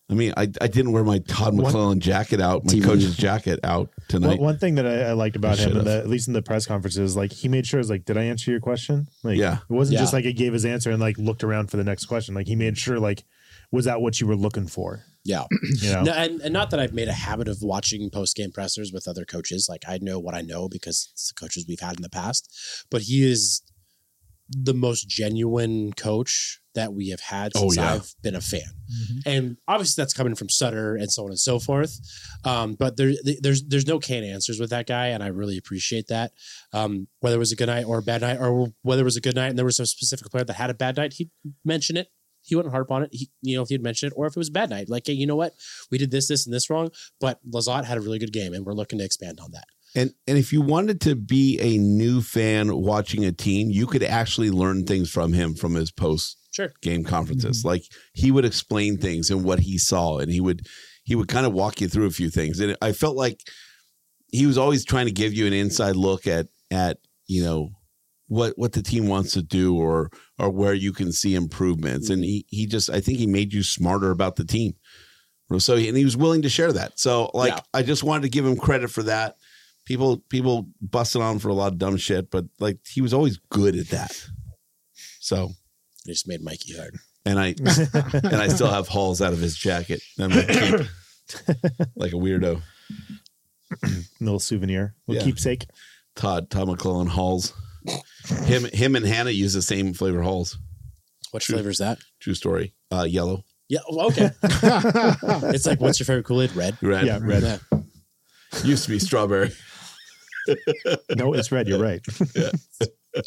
Speaker 3: I mean, I, I didn't wear my Todd
Speaker 2: What-
Speaker 3: McClellan jacket out, my
Speaker 4: TV.
Speaker 3: coach's jacket out
Speaker 2: One,
Speaker 3: tonight.
Speaker 2: one thing that I, I liked about
Speaker 3: I
Speaker 2: him, in
Speaker 3: should've.
Speaker 2: the, at least in the press conferences, like he made sure it was like, "Did I answer your question?" Like,
Speaker 3: Yeah.
Speaker 2: it wasn't just
Speaker 4: Yeah.
Speaker 2: like he gave his answer and like looked around for the next question. Like he made sure, like, was that what you were looking for?
Speaker 4: Yeah.
Speaker 2: You know,
Speaker 4: No, and, and not that I've made a habit of watching post game pressers with other coaches. Like I know what I know because it's the coaches we've had in the past. But he is the most genuine coach that we have had
Speaker 3: Oh,
Speaker 4: since
Speaker 3: yeah.
Speaker 4: I've been a fan. And obviously that's coming from Sutter and so on and so forth. Um, but there, there's there's no canned answers with that guy, and I really appreciate that. Um, whether it was a good night or a bad night, or whether it was a good night and there was a specific player that had a bad night, he'd mention it. He wouldn't harp on it. He, you know, if he'd mention it, or if it was a bad night, like, hey, you know what? we did this, this, and this wrong. But Lazat had a really good game, and we're looking to expand on that.
Speaker 3: And and if you wanted to be a new fan watching a team, you could actually learn things from him from his post
Speaker 4: Sure.
Speaker 3: game conferences. Like he would explain things and what he saw, and he would he would kind of walk you through a few things. And I felt like he was always trying to give you an inside look at at you know what what the team wants to do or or where you can see improvements. And he he just I think he made you smarter about the team. So and he was willing to share that. So like
Speaker 4: Yeah.
Speaker 3: I just wanted to give him credit for that. People people busted on for a lot of dumb shit, but like he was always good at that. So
Speaker 4: It just made Mikey hard.
Speaker 3: and I and I still have holes out of his jacket. I'm gonna keep- like a weirdo.
Speaker 2: little souvenir, little
Speaker 3: Yeah.
Speaker 2: keepsake.
Speaker 3: Todd Todd McClellan Halls. Him him and Hannah use the same flavor Halls.
Speaker 4: What
Speaker 3: True.
Speaker 4: flavor is that?
Speaker 3: True story. Uh, yellow.
Speaker 4: Yeah. well,
Speaker 2: *laughs*
Speaker 4: okay. *laughs* it's like, what's your favorite Kool Aid? Red.
Speaker 3: Red.
Speaker 2: Yeah, red.
Speaker 4: Yeah.
Speaker 3: Used to be strawberry.
Speaker 4: *laughs*
Speaker 2: *laughs* No, it's red. You're
Speaker 3: *laughs*
Speaker 2: right.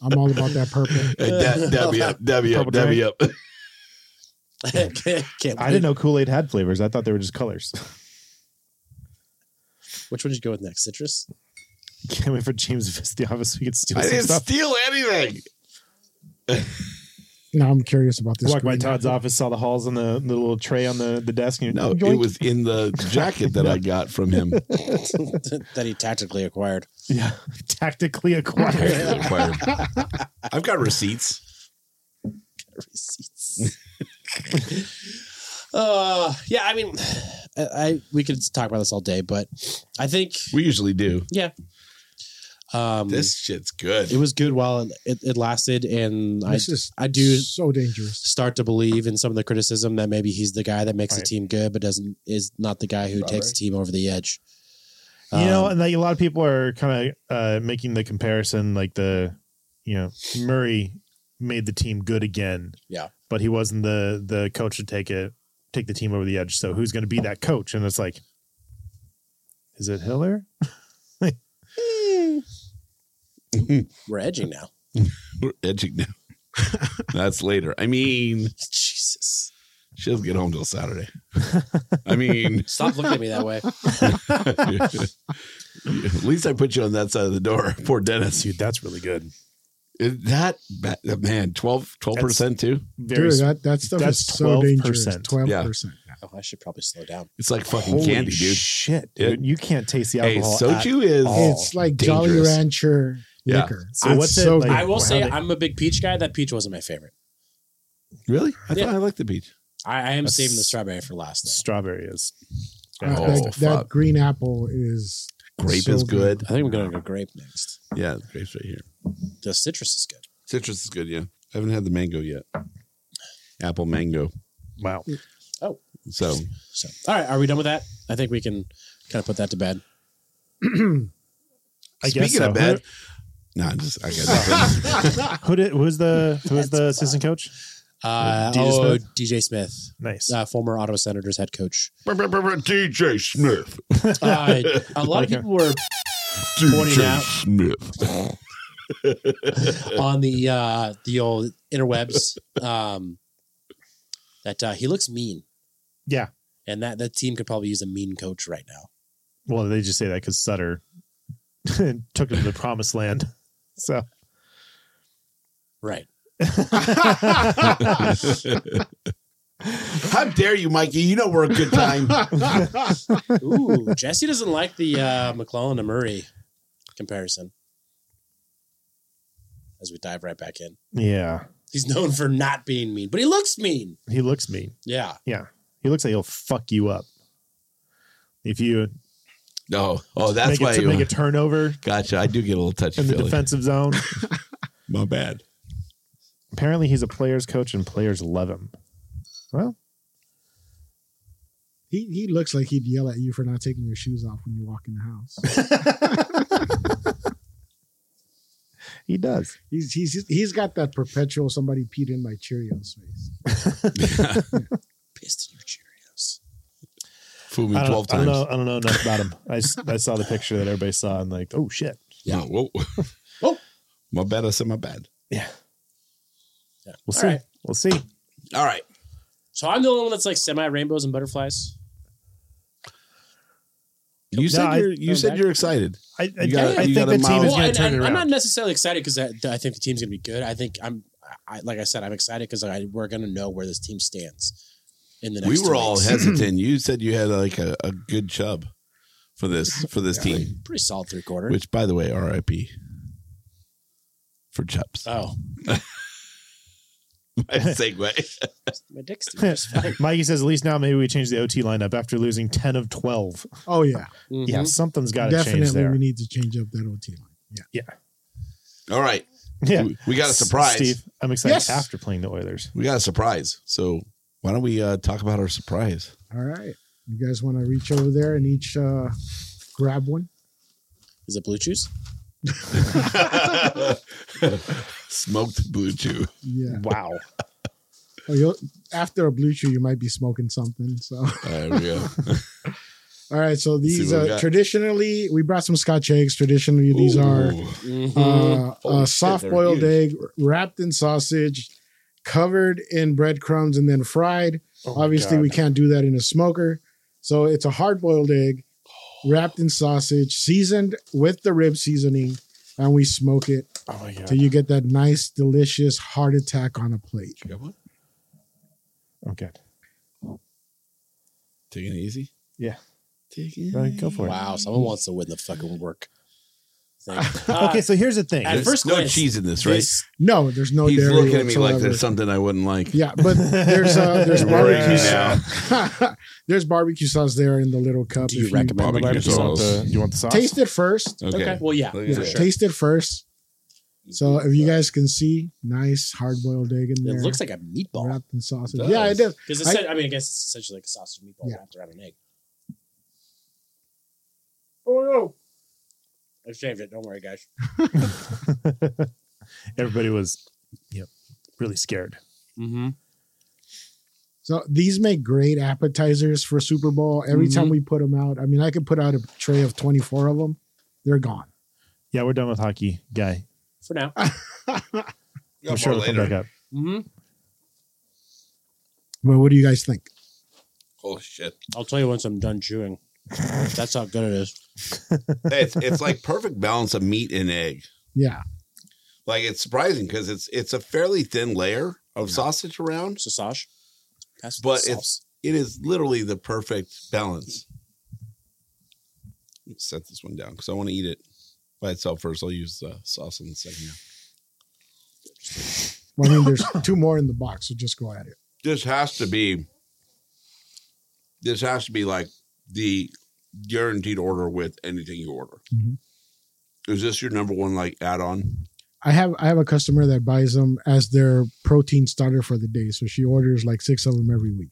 Speaker 6: I'm all about that purple.
Speaker 3: Hey, Dab
Speaker 2: *laughs*
Speaker 3: Debbie up. Debbie up.
Speaker 2: Purple
Speaker 3: Debbie up.
Speaker 4: *laughs* Can't- can't
Speaker 2: I didn't know Kool Aid had flavors. I thought they were just colors. *laughs*
Speaker 4: Which one did you go with next? Citrus.
Speaker 2: Can't wait for James to visit the office. so We could steal
Speaker 3: I
Speaker 2: some
Speaker 3: didn't
Speaker 2: stuff.
Speaker 3: steal anything.
Speaker 6: Now I'm curious about this.
Speaker 2: Walked by
Speaker 3: *laughs*
Speaker 6: green
Speaker 2: Todd's office, saw the halls on the, the little tray on the, the desk. And
Speaker 3: No,
Speaker 2: you're,
Speaker 3: it was in the jacket
Speaker 2: *laughs*
Speaker 3: that I got from
Speaker 4: *laughs*
Speaker 3: him.
Speaker 4: that he tactically acquired.
Speaker 2: yeah, tactically acquired.
Speaker 3: I've got receipts.
Speaker 4: *laughs* Receipts. uh, yeah. I mean, I, I we could talk about this all day, but I think
Speaker 3: We usually do.
Speaker 4: Yeah. Um,
Speaker 3: This shit's good.
Speaker 4: it was good while it, it, it lasted, and I
Speaker 6: This is
Speaker 4: I do
Speaker 6: so dangerous.
Speaker 4: start to believe in some of the criticism that maybe he's the guy that makes a
Speaker 2: Right.
Speaker 4: team good, but doesn't is not the guy who takes a team over the edge.
Speaker 2: you know,
Speaker 4: Um,
Speaker 2: and like a lot of people are kind of uh, making the comparison, like the, you know, Murray made the team good again.
Speaker 4: Yeah.
Speaker 2: but he wasn't the the coach to take it take the team over the edge. So who's going to be that coach? And it's like, is it Hiller?
Speaker 4: we're edging now.
Speaker 3: *laughs* We're edging now. *laughs* That's later. I mean,
Speaker 4: *laughs* Jesus,
Speaker 3: she doesn't get home
Speaker 4: *laughs*
Speaker 3: till Saturday. I mean, *laughs*
Speaker 4: stop looking at me that way.
Speaker 3: at least I put you on that side of the door. *laughs* Poor Dennis.
Speaker 2: Dude, that's really good.
Speaker 3: Is that ba- man 12 percent too?
Speaker 2: Very
Speaker 6: Dude,
Speaker 2: s-
Speaker 6: that, that stuff
Speaker 2: that's
Speaker 6: is so dangerous.
Speaker 2: 12%.
Speaker 6: 12%.
Speaker 4: Oh, I should probably slow down.
Speaker 3: It's like fucking
Speaker 2: holy
Speaker 3: candy, dude.
Speaker 2: shit, dude. you can't taste the
Speaker 3: hey,
Speaker 2: alcohol. at-
Speaker 3: soju is
Speaker 2: all.
Speaker 6: It's like Jolly
Speaker 3: Dangerous.
Speaker 6: Rancher
Speaker 3: Yeah.
Speaker 6: liquor.
Speaker 2: So
Speaker 6: It's
Speaker 2: what's
Speaker 6: so
Speaker 2: it? Like,
Speaker 6: good.
Speaker 4: I will
Speaker 2: wow.
Speaker 4: say
Speaker 2: How
Speaker 4: I'm a big peach guy. That peach wasn't my favorite.
Speaker 3: really. I
Speaker 4: Yeah.
Speaker 3: thought I liked the peach.
Speaker 4: I, I am
Speaker 2: That's-
Speaker 4: saving the strawberry for last. Though.
Speaker 2: strawberry is.
Speaker 6: Uh,
Speaker 3: Oh,
Speaker 6: that,
Speaker 3: fuck.
Speaker 6: that green apple is
Speaker 3: Grape
Speaker 6: so
Speaker 3: is good.
Speaker 4: I think I'm gonna go grape next.
Speaker 3: Yeah, grapes right here.
Speaker 4: The citrus is good.
Speaker 3: Citrus is good. Yeah, I haven't had the mango yet. Apple mango.
Speaker 2: Wow.
Speaker 4: Oh.
Speaker 3: So
Speaker 4: So, all right, are we done with that? I think we can kind of put that to
Speaker 3: *clears throat*
Speaker 4: bed.
Speaker 2: I
Speaker 3: speaking
Speaker 2: guess so.
Speaker 3: of bad, no, I'm just I
Speaker 2: *laughs*
Speaker 4: *laughs*
Speaker 3: got nothing.
Speaker 2: Who did? Who's the who's the assistant coach?
Speaker 4: Uh,
Speaker 2: DJ
Speaker 4: oh,
Speaker 2: Smith?
Speaker 4: DJ Smith,
Speaker 2: Nice.
Speaker 4: uh, former Ottawa Senators head coach.
Speaker 3: DJ Smith. *laughs*
Speaker 4: Uh, a lot of people were pointing
Speaker 3: DJ
Speaker 4: out
Speaker 3: Smith. *laughs*
Speaker 4: on the uh, the old interwebs um, that uh, he looks mean,
Speaker 2: yeah.
Speaker 4: and that that team could probably use a mean coach right now.
Speaker 2: Well, they just say that because Sutter *laughs* took him to the promised land.
Speaker 3: *laughs*
Speaker 2: So
Speaker 4: Right?
Speaker 3: How dare you, Mikey? You know we're a good time.
Speaker 2: *laughs*
Speaker 4: Ooh, Jesse doesn't like the uh, McClellan to Murray comparison. As we dive right back in,
Speaker 2: yeah,
Speaker 4: he's known for not being mean, but he looks mean.
Speaker 2: he looks mean.
Speaker 4: Yeah.
Speaker 2: He looks like he'll fuck you up if you
Speaker 3: No, oh, that's
Speaker 2: make,
Speaker 3: why.
Speaker 2: a,
Speaker 3: you,
Speaker 2: make a turnover
Speaker 3: gotcha. I do get a little touchy
Speaker 2: in the
Speaker 3: feely.
Speaker 2: defensive zone.
Speaker 3: My bad.
Speaker 2: Apparently, he's a players' coach and players love him. Well,
Speaker 6: He, he looks like he'd yell at you for not taking your shoes off when you walk in the house.
Speaker 4: *laughs*
Speaker 2: he does.
Speaker 6: He's he's he's got that perpetual somebody peed in my Cheerios face.
Speaker 4: *laughs* pissed in your Cheerios.
Speaker 3: Fool me
Speaker 2: I
Speaker 3: twelve
Speaker 2: don't, I don't know.
Speaker 3: times.
Speaker 2: I don't know enough about him. I, s- I saw the picture that everybody saw and like, oh shit.
Speaker 3: Yeah. Whoa. *laughs* Oh,
Speaker 4: Whoa.
Speaker 3: My bad. I said my bad.
Speaker 2: Yeah,
Speaker 4: Yeah.
Speaker 2: we'll
Speaker 4: All
Speaker 2: see.
Speaker 4: right.
Speaker 2: We'll see.
Speaker 3: All right.
Speaker 4: So I'm the only one that's like semi rainbows and butterflies.
Speaker 3: You said
Speaker 2: I-
Speaker 3: you're, you
Speaker 4: I'm
Speaker 3: said
Speaker 4: back.
Speaker 3: you're excited.
Speaker 2: I, I,
Speaker 3: You got-
Speaker 2: I
Speaker 3: you
Speaker 2: think
Speaker 3: got
Speaker 2: the
Speaker 3: a
Speaker 2: team
Speaker 3: mile-
Speaker 2: is
Speaker 4: Well,
Speaker 2: going
Speaker 4: and,
Speaker 2: to turn
Speaker 4: and
Speaker 2: it
Speaker 4: I'm not
Speaker 2: around.
Speaker 4: necessarily excited because I, I think the team's gonna be good. I think I'm, I, like I said, I'm excited because I we're gonna know where this team stands in the next.
Speaker 3: We
Speaker 4: two
Speaker 3: were all
Speaker 4: weeks.
Speaker 3: hesitant. You said you had like a, a good chub for this for this team,
Speaker 4: pretty solid three quarter.
Speaker 3: which by the way, R.I.P. for *laughs* chubs.
Speaker 4: oh,
Speaker 3: My segue.
Speaker 4: my dick's doing just fine.
Speaker 2: *laughs* Mikey says, at least now maybe we change the OT lineup after losing 10 of 12.
Speaker 6: Oh yeah,
Speaker 4: Mhm.
Speaker 2: Yeah, something's got to change
Speaker 6: definitely
Speaker 2: there.
Speaker 6: we need to change up that OT line. Yeah,
Speaker 3: All right.
Speaker 2: yeah.
Speaker 3: We, we got a *laughs* surprise.
Speaker 2: Steve, I'm excited
Speaker 6: Yes.
Speaker 2: after playing the Oilers.
Speaker 3: We got a surprise. So why don't we uh, talk about our surprise?
Speaker 6: all right. You guys want to reach over there and each uh, grab one?
Speaker 4: Is it blue cheese?
Speaker 3: *laughs* Smoked blue chew.
Speaker 6: Yeah.
Speaker 2: Wow.
Speaker 6: Oh, you'll, after a blue chew, you might be smoking something. So
Speaker 3: There we go.
Speaker 6: *laughs* all right. So these
Speaker 3: what we
Speaker 6: uh,
Speaker 3: got.
Speaker 6: traditionally we brought some Scotch eggs. Traditionally these are
Speaker 3: Ooh.
Speaker 2: Mm-hmm.
Speaker 6: uh,
Speaker 3: Holy
Speaker 6: a
Speaker 3: shit,
Speaker 6: soft
Speaker 3: they're
Speaker 6: boiled
Speaker 3: huge.
Speaker 6: egg wrapped in sausage, covered in breadcrumbs, and then fried.
Speaker 2: Oh
Speaker 6: Obviously, we can't do that in a smoker. So it's a hard boiled egg wrapped in sausage, seasoned with the rib seasoning, and we smoke it
Speaker 2: Oh my god.
Speaker 6: till you get that nice, delicious heart attack on a plate.
Speaker 3: You got one?
Speaker 2: Okay.
Speaker 3: Taking it easy.
Speaker 2: Yeah.
Speaker 6: *laughs*
Speaker 3: Taking
Speaker 2: Go ahead, go for it.
Speaker 4: Wow, someone wants to win the fucking work. thing.
Speaker 2: okay, so here's the thing.
Speaker 4: at
Speaker 3: There's
Speaker 4: first
Speaker 3: no
Speaker 4: glance,
Speaker 3: cheese in this, right?
Speaker 4: This-
Speaker 6: No, there's no
Speaker 3: He's
Speaker 6: dairy
Speaker 3: looking at me like
Speaker 6: whatsoever.
Speaker 3: there's something I wouldn't like.
Speaker 6: Yeah, but there's
Speaker 3: *laughs*
Speaker 6: uh, there's
Speaker 3: You're worrying
Speaker 6: barbecue
Speaker 3: me
Speaker 6: sauce. *laughs* there's barbecue sauce there in the little cup.
Speaker 4: Do you
Speaker 6: if
Speaker 4: recommend
Speaker 6: want.
Speaker 7: Barbecue
Speaker 3: Barbecue sauce.
Speaker 7: sauce. The, you want the sauce?
Speaker 6: Taste it first.
Speaker 3: Okay.
Speaker 4: okay. Well, yeah.
Speaker 3: Look at
Speaker 4: for
Speaker 3: it.
Speaker 4: sure.
Speaker 6: Taste it first. So
Speaker 3: Mm-hmm.
Speaker 6: if you guys can see, nice hard boiled egg in
Speaker 4: It
Speaker 6: there.
Speaker 4: looks like a meatball.
Speaker 6: wrapped in sausage.
Speaker 3: It
Speaker 6: yeah, it
Speaker 3: does.
Speaker 6: does.
Speaker 4: Because
Speaker 6: I-
Speaker 4: I, I mean, I guess it's essentially like a sausage meatball
Speaker 6: Yeah.
Speaker 4: wrapped around an egg.
Speaker 6: Oh no.
Speaker 4: I shaved it. Don't
Speaker 6: *laughs*
Speaker 4: worry, guys.
Speaker 2: *laughs* Everybody was yep, really scared.
Speaker 4: Mm-hmm.
Speaker 6: So these make great appetizers for Super Bowl. Every
Speaker 3: Mm-hmm.
Speaker 6: time we put them out, I mean, I could put out a tray of 24 of them. They're gone.
Speaker 2: Yeah, we're done with hockey, guy. *laughs*
Speaker 4: For
Speaker 3: *laughs*
Speaker 4: now.
Speaker 3: Yeah,
Speaker 2: I'm sure
Speaker 3: more
Speaker 2: it'll come
Speaker 3: later.
Speaker 2: back up.
Speaker 4: Mm-hmm.
Speaker 6: But what do you guys think?
Speaker 3: Holy shit!
Speaker 4: I'll tell you once I'm done chewing. That's how good it is.
Speaker 3: It's it's like perfect balance of meat and egg.
Speaker 6: Yeah.
Speaker 3: Like it's surprising because it's it's a fairly thin layer of sausage around.
Speaker 4: Sausage. That's
Speaker 3: But
Speaker 4: the
Speaker 3: it's- It is literally the perfect balance. Let's set this one down because I want to eat it by itself first. I'll use the sauce in the second. half.
Speaker 6: Well, I mean,
Speaker 4: *coughs*
Speaker 6: there's two more in the box, so just go at it.
Speaker 3: This has to be. This has to be like the guaranteed order with anything you order.
Speaker 4: Mm-hmm.
Speaker 6: Mhm.
Speaker 3: Is this your number one like add on?
Speaker 6: I have I have a customer that buys them as their protein starter for the day. So she orders like six of them every week.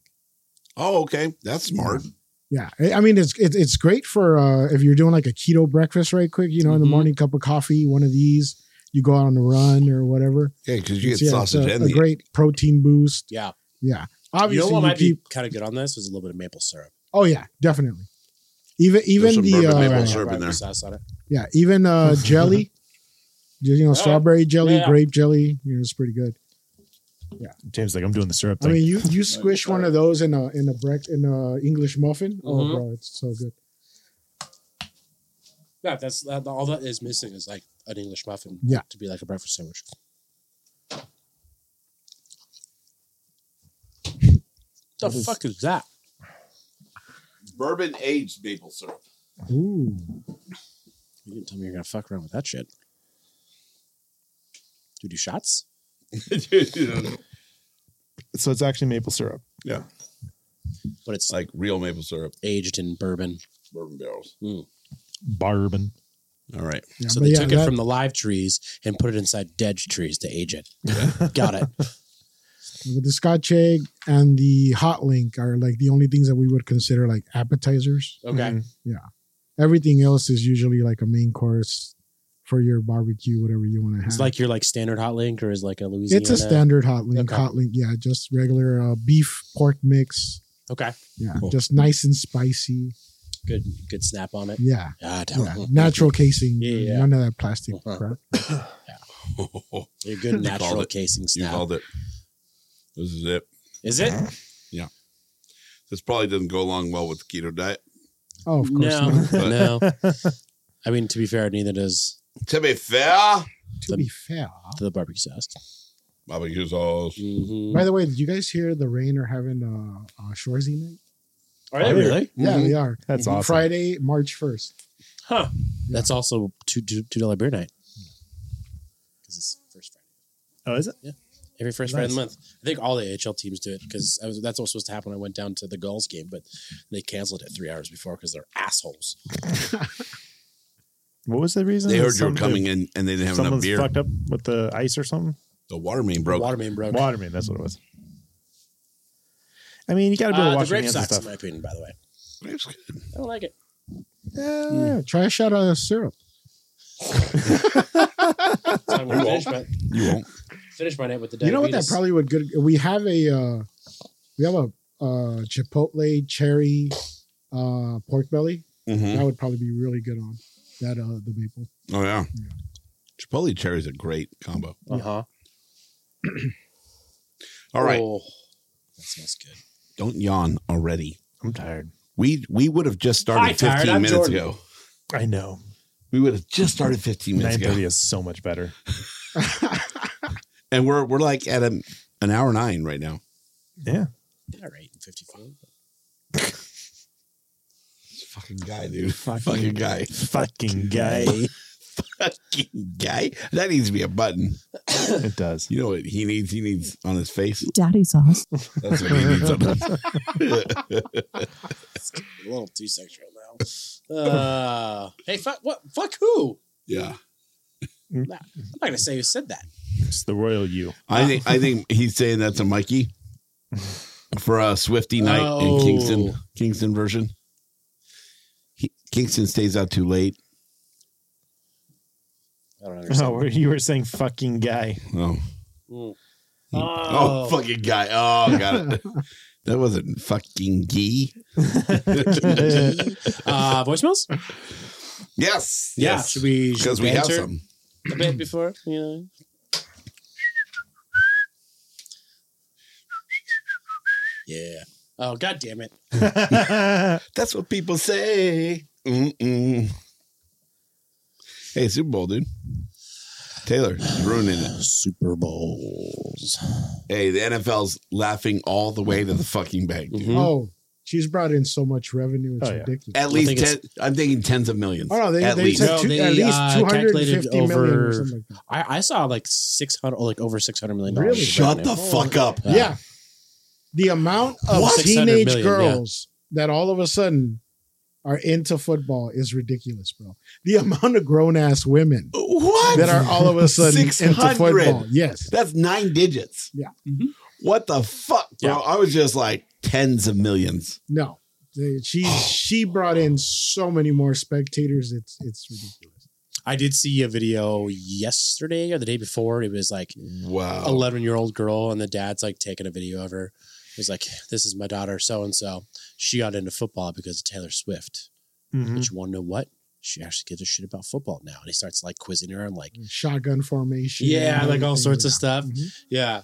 Speaker 3: Oh, okay, that's smart.
Speaker 6: Yeah, I I mean it's it's it's great for uh, if you're doing like a keto breakfast, right? Quick, you know, in the
Speaker 4: Mhm.
Speaker 6: morning, cup of coffee, one of these. You go out on the run or whatever.
Speaker 3: Okay, because you
Speaker 6: It's-
Speaker 3: get
Speaker 6: yeah, it's
Speaker 3: sausage
Speaker 6: a,
Speaker 3: and
Speaker 6: a
Speaker 3: the
Speaker 6: great protein boost.
Speaker 4: Yeah.
Speaker 6: yeah.
Speaker 4: You know
Speaker 6: Obviously,
Speaker 4: what
Speaker 6: you
Speaker 4: might
Speaker 6: keep.
Speaker 4: be kind of good on this is a little bit of maple syrup.
Speaker 6: Oh yeah, definitely. Even even
Speaker 3: some
Speaker 6: the
Speaker 3: bourbon
Speaker 6: uh,
Speaker 3: maple
Speaker 4: Right,
Speaker 3: syrup in
Speaker 4: right,
Speaker 3: there.
Speaker 4: Sauce on it.
Speaker 6: yeah even
Speaker 4: *laughs*
Speaker 6: uh, jelly, you know, strawberry jelly,
Speaker 4: Yeah.
Speaker 6: grape jelly. You know, it's pretty good.
Speaker 2: James, like I'm doing the syrup
Speaker 6: I
Speaker 2: thing.
Speaker 6: mean, you
Speaker 4: *laughs*
Speaker 6: you squish one of those in a in a break in a English muffin.
Speaker 4: Mhm.
Speaker 6: Oh, bro, it's so good.
Speaker 4: Yeah, that's that, all that is missing is like an English muffin.
Speaker 6: Yeah.
Speaker 4: To be like a breakfast sandwich. the fuck is that?
Speaker 3: bourbon aged maple syrup.
Speaker 6: Ooh,
Speaker 4: You didn't tell me you're gonna fuck around with that shit. Do you do shots?
Speaker 2: *laughs*
Speaker 3: *laughs*
Speaker 7: So it's actually maple syrup.
Speaker 4: But it's
Speaker 3: like real maple syrup,
Speaker 4: aged in bourbon. Hmm.
Speaker 3: bourbon barrels.
Speaker 2: Bourbon.
Speaker 3: All right.
Speaker 6: yeah,
Speaker 4: So
Speaker 6: but
Speaker 4: they
Speaker 6: yeah,
Speaker 4: took it
Speaker 6: that-
Speaker 4: from the live trees and put it inside dead trees to age it.
Speaker 6: *laughs*
Speaker 4: *laughs* Got it.
Speaker 6: Uh-huh. But the Scotch egg and the hot link are like the only things that we would consider like appetizers.
Speaker 4: Okay.
Speaker 7: Mhm.
Speaker 6: Everything else is usually like a main course for your barbecue, whatever you want to have.
Speaker 4: It's like your like standard hot link or is like a Louisiana.
Speaker 6: it's a standard hot link,
Speaker 4: Okay.
Speaker 6: hot link. Yeah, just regular uh, beef pork mix.
Speaker 4: Okay.
Speaker 6: Yeah,
Speaker 4: Cool.
Speaker 6: just nice and spicy.
Speaker 4: Good good snap on it.
Speaker 6: Yeah,
Speaker 4: Ah, damn.
Speaker 6: *laughs* yeah. natural casing.
Speaker 4: Yeah, yeah.
Speaker 6: None of that plastic
Speaker 4: Uh-huh.
Speaker 6: crap.
Speaker 4: *laughs* Your good natural
Speaker 3: called it.
Speaker 4: casing
Speaker 3: You
Speaker 4: snap.
Speaker 3: called it. This is it. Uh-huh.
Speaker 4: Is it?
Speaker 3: This probably doesn't go along well with the keto diet.
Speaker 6: Oh, of course.
Speaker 4: No.
Speaker 6: Not.
Speaker 3: But-
Speaker 4: *laughs* no.
Speaker 6: *laughs*
Speaker 4: I mean, to be fair, neither does
Speaker 3: To be fair,
Speaker 6: To be fair.
Speaker 4: the barbecue sauce.
Speaker 3: barbecue sauce.
Speaker 4: Mm-hmm.
Speaker 6: By the way, did you guys hear the rain are having a, a Shorzy night?
Speaker 4: Are they really?
Speaker 6: Yeah,
Speaker 3: Mm-hmm.
Speaker 6: they are. Mm-hmm.
Speaker 7: That's awesome.
Speaker 6: Friday, March 1st.
Speaker 4: Huh. That's also two two two dollar beer night. Because it's first Friday.
Speaker 2: Oh, is it?
Speaker 4: Every first Friday of the
Speaker 2: Nice.
Speaker 4: month. I think all the AHL teams do it because that's what was supposed to happen. when I went down to the Gulls game, but they canceled it three hours before because they're
Speaker 2: *laughs*
Speaker 4: assholes.
Speaker 2: What was the reason?
Speaker 3: They heard you were
Speaker 2: Something-
Speaker 3: coming in and they didn't have enough
Speaker 2: Someone's
Speaker 3: beer.
Speaker 2: fucked up with the ice or something.
Speaker 3: The water main broke.
Speaker 4: Water main broke.
Speaker 2: Water main. That's what it was. I mean, you got to be able
Speaker 4: Uh,
Speaker 2: to
Speaker 4: the
Speaker 2: wash your
Speaker 4: grape
Speaker 2: hands and
Speaker 4: socks, in
Speaker 2: stuff.
Speaker 4: my opinion, by the way. *laughs*
Speaker 3: It's good.
Speaker 4: I don't like it.
Speaker 2: Yeah,
Speaker 6: Yeah,
Speaker 3: Mm.
Speaker 6: try a shot of syrup.
Speaker 4: So I'm gonna finish my,
Speaker 3: You won't.
Speaker 4: *laughs* finish my night with the diabetes.
Speaker 6: You know what? That probably would good. We have a uh, we have a uh, chipotle cherry uh, pork belly.
Speaker 3: Mhm.
Speaker 6: That would probably be really good on that. Uh, the maple.
Speaker 3: Oh, yeah. Chipotle cherry is a great combo.
Speaker 4: Uh
Speaker 2: Uh-huh.
Speaker 4: huh.
Speaker 3: *clears throat* All right.
Speaker 4: Oh, that smells good.
Speaker 3: Don't yawn already.
Speaker 2: I'm tired.
Speaker 3: We we would have just
Speaker 4: I'm
Speaker 3: started
Speaker 4: tired.
Speaker 3: 15
Speaker 4: I'm
Speaker 3: minutes
Speaker 4: Jordan.
Speaker 3: ago.
Speaker 2: I know.
Speaker 3: We would have just started 15 minutes
Speaker 2: Nine
Speaker 3: ago.
Speaker 2: thirty is so much better.
Speaker 3: And we're we're like at a, an hour nine right now.
Speaker 2: Yeah.
Speaker 4: All right, fifty four.
Speaker 7: *laughs*
Speaker 3: Fucking guy, dude. Fucking guy.
Speaker 2: Fucking guy.
Speaker 3: *laughs* fucking guy. That needs to be a button.
Speaker 7: It does.
Speaker 3: You know what he needs? He needs on his face.
Speaker 8: Daddy sauce.
Speaker 3: That's what he needs on his *laughs*
Speaker 4: a little too sexual now. Uh, hey, fuck what? Fuck who?
Speaker 3: Yeah.
Speaker 6: Mm-hmm.
Speaker 4: I'm not gonna say who said that.
Speaker 7: *laughs* It's the royal you.
Speaker 3: I think I think he's saying that to Mikey for a Swifty night
Speaker 4: Oh.
Speaker 3: in Kingston Kingston version. He, Kingston stays out too late.
Speaker 4: I don't understand.
Speaker 7: *laughs* Oh, you were saying fucking guy.
Speaker 3: Oh,
Speaker 4: Mm.
Speaker 3: oh, fucking guy. Oh,
Speaker 6: *laughs*
Speaker 3: got it. that wasn't fucking gee.
Speaker 4: uh, voicemails?
Speaker 3: Yes,
Speaker 4: Yeah,
Speaker 3: yes,
Speaker 4: should we?
Speaker 3: because we have
Speaker 4: banter
Speaker 3: some.
Speaker 4: a
Speaker 6: *clears throat*
Speaker 4: bit before, you know.
Speaker 6: *laughs*
Speaker 4: Yeah. Oh god damn it!
Speaker 3: That's what people say. Mm-mm. Hey, Super Bowl, dude. Taylor ruining it.
Speaker 4: *sighs* Super Bowls.
Speaker 3: Hey, the NFL's laughing all the way to the fucking bank. dude.
Speaker 4: Mm-hmm.
Speaker 6: Oh, she's brought in so much revenue. It's
Speaker 7: Oh, yeah.
Speaker 6: ridiculous.
Speaker 3: Mm-hmm. At
Speaker 4: think
Speaker 3: least ten,
Speaker 4: it's-
Speaker 3: I'm thinking tens of millions.
Speaker 6: Oh no, they,
Speaker 3: at
Speaker 6: they
Speaker 3: least.
Speaker 6: said
Speaker 4: No,
Speaker 6: two,
Speaker 4: they,
Speaker 6: at least
Speaker 4: uh,
Speaker 6: two hundred and
Speaker 4: calculated
Speaker 6: fifty million
Speaker 4: over-
Speaker 6: or something like
Speaker 4: I, I saw like six hundred, like over six hundred million dollars.
Speaker 6: Really?
Speaker 4: in
Speaker 3: Shut
Speaker 4: revenue.
Speaker 3: the fuck up.
Speaker 6: that. yeah, the amount of
Speaker 4: What? 600
Speaker 6: teenage
Speaker 4: million, yeah.
Speaker 6: girls that all of a sudden are into football is ridiculous, bro. The *laughs* amount of grown ass women
Speaker 3: What?
Speaker 6: that are all of a sudden into
Speaker 3: 600.
Speaker 6: football. Yes,
Speaker 3: That's nine digits.
Speaker 6: Yeah.
Speaker 4: Mhm.
Speaker 3: What the fuck, bro?
Speaker 4: Yeah.
Speaker 3: I was just like tens of millions.
Speaker 6: no, They- she she brought in so many more spectators. It's it's ridiculous.
Speaker 4: I did see a video yesterday or the day before. It was like
Speaker 3: Wow.
Speaker 4: eleven year old girl, and the dad's like taking a video of her. He's like, "This is my daughter, so and so. She got into football because of Taylor Swift."
Speaker 7: Mm-hmm.
Speaker 4: But you want to know what? She actually gives a shit about football now, and he starts like quizzing her and like,
Speaker 7: Mm,
Speaker 6: Shotgun formation.
Speaker 4: yeah,
Speaker 6: and
Speaker 4: like all
Speaker 6: everything.
Speaker 4: sorts of stuff.
Speaker 3: Mm-hmm.
Speaker 4: Yeah,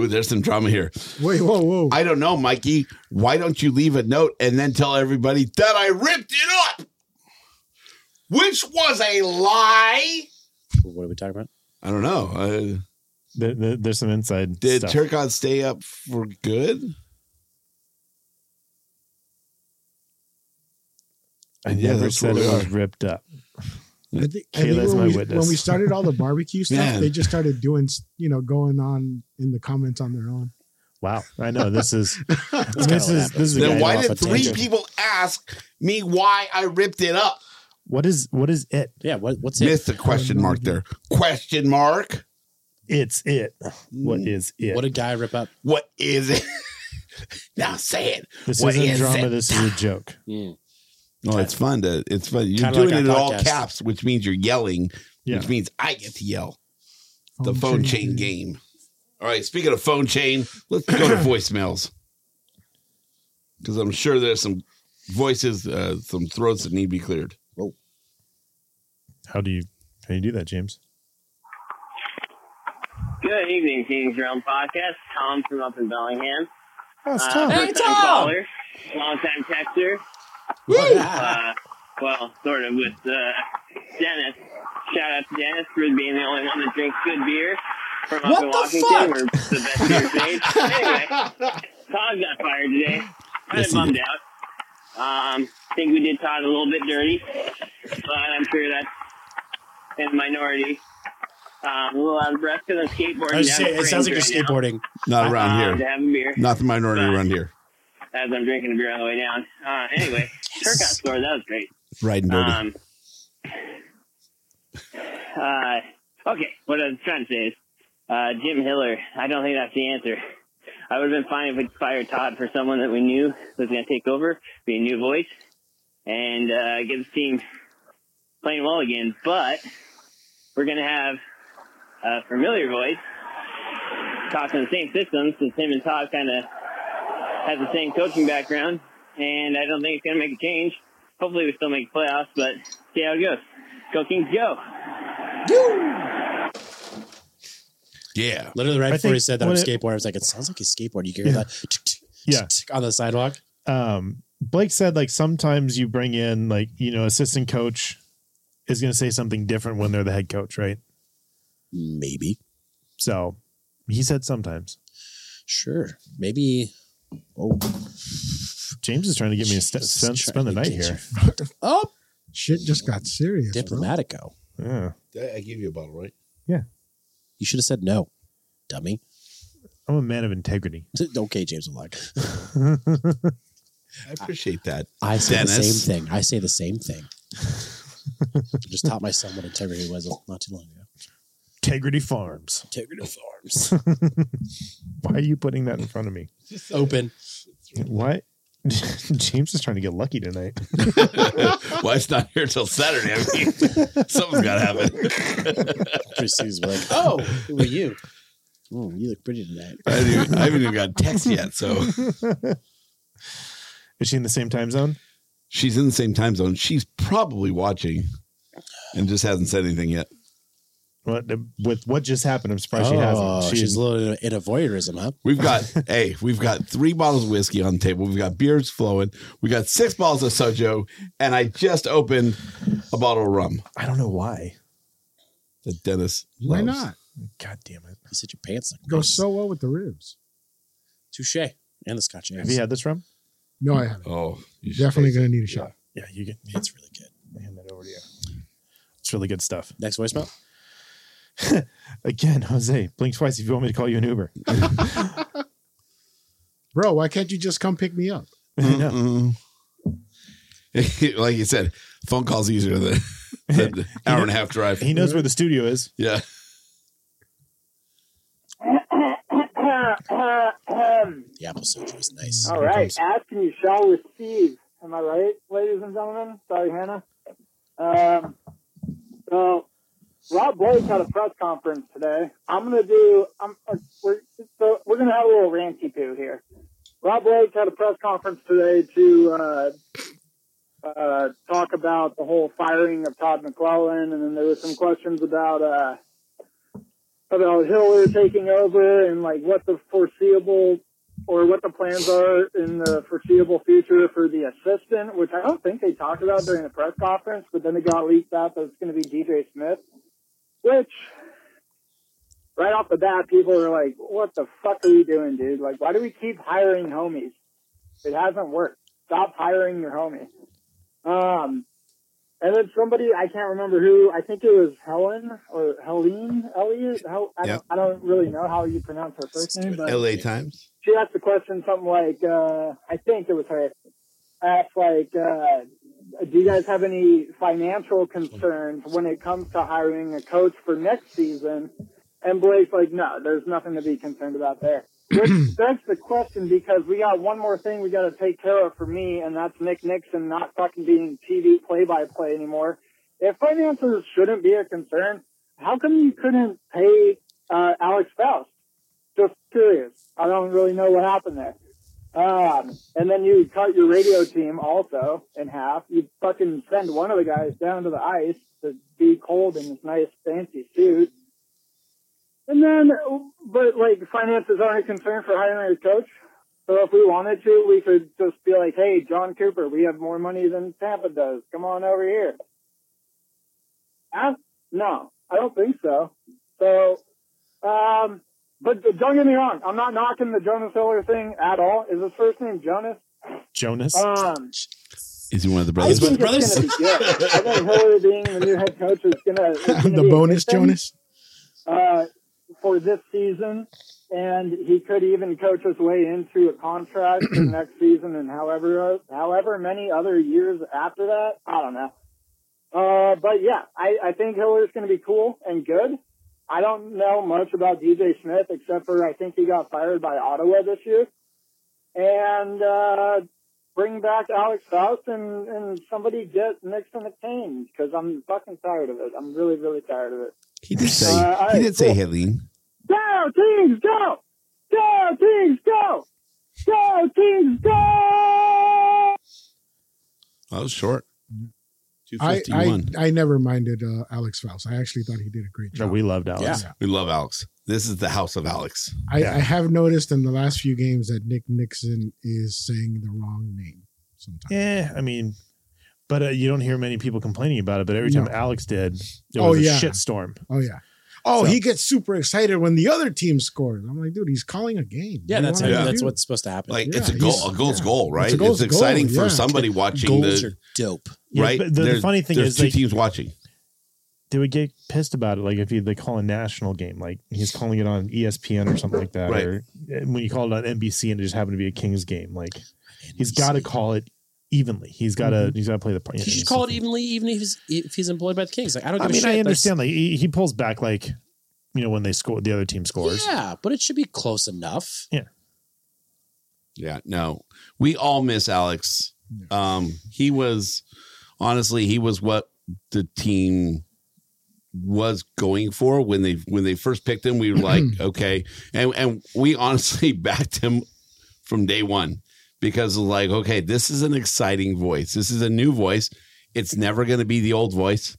Speaker 3: Ooh, there's some drama here.
Speaker 6: Wait, whoa, whoa.
Speaker 3: I don't know, Mikey. Why don't you leave a note and then tell everybody that I ripped it up? Which was a lie.
Speaker 4: what are we talking about?
Speaker 3: I don't know. Uh,
Speaker 7: There, there- there's some inside
Speaker 3: did
Speaker 7: stuff.
Speaker 3: Turcotte stay up for good?
Speaker 7: I
Speaker 3: Yeah,
Speaker 7: never
Speaker 3: that's
Speaker 7: said
Speaker 3: where
Speaker 7: it
Speaker 3: we
Speaker 7: was
Speaker 3: are.
Speaker 7: ripped up.
Speaker 6: I think, I
Speaker 7: Kayla's
Speaker 6: think when,
Speaker 7: my
Speaker 6: we,
Speaker 7: witness.
Speaker 6: when we started all the
Speaker 3: *laughs*
Speaker 6: barbecue stuff,
Speaker 3: Man.
Speaker 6: they just started doing, you know, going on in the comments on their own.
Speaker 7: Wow, I know this is
Speaker 6: *laughs*
Speaker 7: this
Speaker 4: what
Speaker 7: is this is a guy
Speaker 3: Then why
Speaker 7: off a
Speaker 3: did three
Speaker 7: tangent.
Speaker 3: people ask me why I ripped it up?
Speaker 7: What is what is it?
Speaker 4: Yeah, what, what's it?
Speaker 3: Missed the question mark there. Question mark. Mm.
Speaker 7: It's it. What is it?
Speaker 4: What did guy rip up?
Speaker 3: What is it? now say it.
Speaker 7: this
Speaker 3: what
Speaker 7: isn't
Speaker 3: is
Speaker 7: drama.
Speaker 3: it?
Speaker 7: This is a
Speaker 4: *laughs*
Speaker 7: joke.
Speaker 3: No, it's fun to it's fun. You're
Speaker 4: Kinda
Speaker 3: doing
Speaker 4: like
Speaker 3: it in
Speaker 4: our
Speaker 3: all
Speaker 4: podcast.
Speaker 3: caps, which means you're yelling,
Speaker 7: Yeah.
Speaker 3: which means I get to yell. The phone chain game. All right, speaking of phone chain, let's go
Speaker 7: *clears throat*
Speaker 3: to voicemails. Because I'm sure there's some voices, uh, some throats that need to be cleared.
Speaker 7: How do you how do you do that, James?
Speaker 9: Good evening, Kings Realm Podcast. Tom from up in Bellingham.
Speaker 7: Oh, it's
Speaker 9: Uh,
Speaker 7: Tom.
Speaker 9: first-time
Speaker 4: Tom!
Speaker 9: caller, long-time texter. Uh, well, sort of with uh, Dennis. Shout out to Dennis for being the only one that drinks good beer from up
Speaker 4: What
Speaker 9: in
Speaker 4: the
Speaker 9: Washington.
Speaker 4: fuck?
Speaker 9: We're the best beer state. anyway, Todd got fired today. Kind
Speaker 3: Yes, he
Speaker 9: of bummed
Speaker 3: did.
Speaker 9: out. Um, think we did Todd a little bit dirty, but I'm sure that's in the minority. Um, a little out of breath because I'm skateboarding.
Speaker 4: I was just
Speaker 9: down
Speaker 4: saying,
Speaker 9: to
Speaker 4: it sounds like
Speaker 9: Frames
Speaker 4: you're
Speaker 9: right now.
Speaker 4: skateboarding.
Speaker 3: Not around
Speaker 9: Uh, to
Speaker 3: here.
Speaker 9: have a beer
Speaker 3: Not the minority around here.
Speaker 9: as I'm drinking a beer on the way down. Uh,
Speaker 4: *laughs*
Speaker 9: anyway, Turcotte score. That was great.
Speaker 3: Riding dirty.
Speaker 9: Um, uh, okay, what I was trying to say is uh, Jim Hiller. I don't think that's the answer. I would have been fine if we fired Todd for someone that we knew was going to take over, be a new voice, and uh, get this team playing well again. But we're going to have a familiar voice talking the same system since him and Todd kind of have the same coaching background, and I don't think it's going to make a change. Hopefully, we still make playoffs, but see how it goes. Go Kings, go!
Speaker 3: yeah.
Speaker 4: Literally right
Speaker 7: I
Speaker 4: before he
Speaker 7: think
Speaker 4: said that I'm
Speaker 7: when it-
Speaker 4: skateboarding, I was like, it sounds like he's skateboarding. You hear
Speaker 7: Yeah.
Speaker 4: that
Speaker 7: Yeah.
Speaker 4: on the sidewalk.
Speaker 7: Um, Blake said like sometimes you bring in like you know assistant coach is going to say something different when they're the head coach, right?
Speaker 4: Maybe,
Speaker 7: So he said sometimes.
Speaker 4: sure, maybe. Oh,
Speaker 7: James is trying to get me to st-
Speaker 4: Jesus,
Speaker 7: spend,
Speaker 4: trying
Speaker 7: spend the
Speaker 4: to
Speaker 7: night
Speaker 4: get
Speaker 7: here.
Speaker 4: you- Oh,
Speaker 6: Shit just got serious. Bro.
Speaker 4: Diplomatico.
Speaker 7: Yeah.
Speaker 3: I I gave you a bottle, *laughs* right?
Speaker 4: You should have said no, dummy.
Speaker 7: I'm a man of integrity.
Speaker 4: *laughs* okay, James O'Lock.
Speaker 7: *laughs*
Speaker 2: *laughs*
Speaker 3: I appreciate that.
Speaker 4: I say the
Speaker 3: Dennis.
Speaker 4: same thing. I say the same thing. Just taught my son what integrity was not too long ago.
Speaker 7: Integrity *laughs* Farms.
Speaker 4: Integrity Farms.
Speaker 7: *laughs* Why are you putting that in front of me?
Speaker 4: Open.
Speaker 7: Why? *laughs* James is trying to get lucky tonight.
Speaker 3: Wife's not here till Saturday. I mean, *laughs* something's got to happen.
Speaker 7: *laughs*
Speaker 4: Christie's like,
Speaker 3: *laughs*
Speaker 4: oh, who are you? Oh, you look pretty tonight.
Speaker 3: I haven't, even, I haven't even got a text
Speaker 7: *laughs*
Speaker 3: yet. So
Speaker 7: Is she in the same time zone?
Speaker 3: she's in the same time zone. She's probably watching and just hasn't said anything yet.
Speaker 7: What with what just happened? I'm surprised
Speaker 3: Oh,
Speaker 7: she hasn't. Oh, She's,
Speaker 4: she's a little in a voyeurism, huh?
Speaker 3: We've
Speaker 7: *laughs*
Speaker 3: got, hey, we've got three bottles of whiskey on the table. We've got beers flowing. We got six bottles of sojo, and I just opened a bottle of rum
Speaker 7: I don't know why.
Speaker 3: that Dennis.
Speaker 6: Why
Speaker 3: loves.
Speaker 6: not?
Speaker 7: God damn it!
Speaker 4: You said your pants like
Speaker 6: Goes
Speaker 7: *laughs*
Speaker 6: so well with the ribs.
Speaker 4: touche and the Scotch
Speaker 7: Have
Speaker 4: eggs.
Speaker 7: you had this rum?
Speaker 6: No, I haven't.
Speaker 3: Oh, you should
Speaker 6: Definitely
Speaker 3: taste
Speaker 6: going to need a shot.
Speaker 7: Yeah, you get
Speaker 4: It's really good.
Speaker 7: I hand that over to you. It's really good stuff.
Speaker 4: Next voicemail.
Speaker 7: *laughs* Again, Jose, blink twice if you want me to call you an Uber. *laughs*
Speaker 6: Bro, why can't you just come pick me up?
Speaker 3: it. Mm-mm. *laughs* like you said, phone calls easier
Speaker 7: *laughs*
Speaker 3: than than hour and a half drive.
Speaker 7: He knows where the studio is.
Speaker 3: Yeah.
Speaker 4: The apple soda is nice.
Speaker 8: All right. Ask and you shall receive. Am I right, ladies and gentlemen? Sorry, Hannah. Um, so, Rob Blake had a press conference today. I'm going to do, I'm, uh, we're, so we're going to have a little ranty poo here. Rob Blake had a press conference today to uh, uh, talk about the whole firing of Todd McClellan, and then there were some questions about uh, about Hiller taking over and like what the foreseeable or what the plans are in the foreseeable future for the assistant, which I don't think they talked about during the press conference, but then it got leaked out that it's going to be DJ Smith, which right off the bat, people are like, what the fuck are you doing, dude? Like, why do we keep hiring homies? It hasn't worked. Stop hiring your homies. Um, and then somebody, I can't remember who, I think it was Helen or Helene Elliott. Hel- I,
Speaker 3: Yep.
Speaker 8: don't, I don't really know how you pronounce her first name, but
Speaker 3: LA Times.
Speaker 8: she asked the question something like, uh, I think it was her. Asked like, uh, do you guys have any financial concerns when it comes to hiring a coach for next season? And Blake's like, no, there's nothing to be concerned about there. Which begs the question because we got one more thing we got to take care of for me, and that's Nick Nixon not fucking being TV play-by-play anymore. If finances shouldn't be a concern, how come you couldn't pay uh, Alex Faust? just curious. I don't really know what happened there. Um, and then you cut your radio team also in half. You fucking send one of the guys down to the ice to be cold in his nice fancy suit. And then, but like finances aren't a concern for hiring a coach. So if we wanted to, we could just be like, hey, John Cooper, we have more money than Tampa does. Come on over here. Ask? No, I don't think so. So, um, but don't get me wrong, I'm not knocking the Jonas Hiller thing at all. Is his first name Jonas?
Speaker 7: Jonas.
Speaker 8: Um,
Speaker 3: Is he one of the
Speaker 8: I *laughs*
Speaker 3: brothers?
Speaker 8: think it's going to be good. I think Hiller being the new head coach is going
Speaker 6: *laughs*
Speaker 8: to
Speaker 6: the bonus, Jonas.
Speaker 8: uh, for this season, and he could even coach his way into a contract for next season and however however many other years after that. I don't know. Uh, but yeah, I, I think Hiller's going to be cool and good. I don't know much about DJ Smith except for I think he got fired by Ottawa this year. And uh, bring back Alex Faust and, and somebody get Nixon McCain because I'm fucking tired of it. I'm really, really tired of it.
Speaker 3: He did say,
Speaker 8: Uh, all
Speaker 3: he
Speaker 8: right,
Speaker 3: did say
Speaker 8: cool.
Speaker 3: Helene.
Speaker 8: Go Kings, go! Go Kings, go! Go Kings, go!
Speaker 3: That was short.
Speaker 6: I,
Speaker 3: 251.
Speaker 6: I I never minded uh, Alex Faust. I actually thought he did a great
Speaker 7: No,
Speaker 6: job.
Speaker 7: we loved Alex.
Speaker 6: Yeah.
Speaker 3: we love Alex. This is the house of Alex.
Speaker 6: I, I have noticed in the last few games that Nick Nixon is saying the wrong name sometimes.
Speaker 7: Yeah, I mean, but uh, you don't hear many people complaining about it. But every time
Speaker 6: No.
Speaker 7: Alex did, it
Speaker 6: Oh,
Speaker 7: was
Speaker 6: yeah.
Speaker 7: a shit storm.
Speaker 6: Oh yeah. Oh,
Speaker 7: So-
Speaker 6: he gets super excited when the other team scores. I'm like, dude, he's calling a game.
Speaker 4: Yeah,
Speaker 6: What do
Speaker 4: that's
Speaker 6: you want
Speaker 4: how,
Speaker 6: me to
Speaker 4: that's
Speaker 6: do?
Speaker 4: what's supposed to happen.
Speaker 3: Like
Speaker 6: Yeah,
Speaker 3: it's a
Speaker 6: he's-
Speaker 3: goal. A goal's
Speaker 6: yeah.
Speaker 3: goal, right?
Speaker 6: It's a
Speaker 3: It's,
Speaker 6: goal's goal,
Speaker 3: exciting for
Speaker 6: yeah.
Speaker 3: somebody watching
Speaker 4: Goals
Speaker 3: the
Speaker 4: are dope.
Speaker 7: Yeah,
Speaker 3: right.
Speaker 7: but the- the
Speaker 3: There's-
Speaker 7: funny thing
Speaker 3: there's
Speaker 7: is,
Speaker 3: two
Speaker 7: like-
Speaker 3: teams watching.
Speaker 2: they would get pissed about it. Like if you, they call a national game, like he's calling it on E ESPN or something like that,
Speaker 3: Right.
Speaker 2: or and when you call it on NBC and it just happened to be a Kings game, like he's got to call it evenly. He's got to he's got to play the part.
Speaker 4: Mm-hmm. He should call it evenly, even if he's if he's employed by the Kings. Like I don't. Give
Speaker 2: I
Speaker 4: a
Speaker 2: mean,
Speaker 4: shit.
Speaker 2: I
Speaker 4: That's-
Speaker 2: understand. Like he, he pulls back, like you know when they score, the other team scores.
Speaker 4: Yeah, but it should be close enough.
Speaker 2: Yeah.
Speaker 3: Yeah, no. We all miss Alex. Um he was honestly he was what the team was going for when they when they first picked him we were like okay and and we honestly *laughs* backed him from day 1 because like okay this is an exciting voice this is a new voice it's never going to be the old voice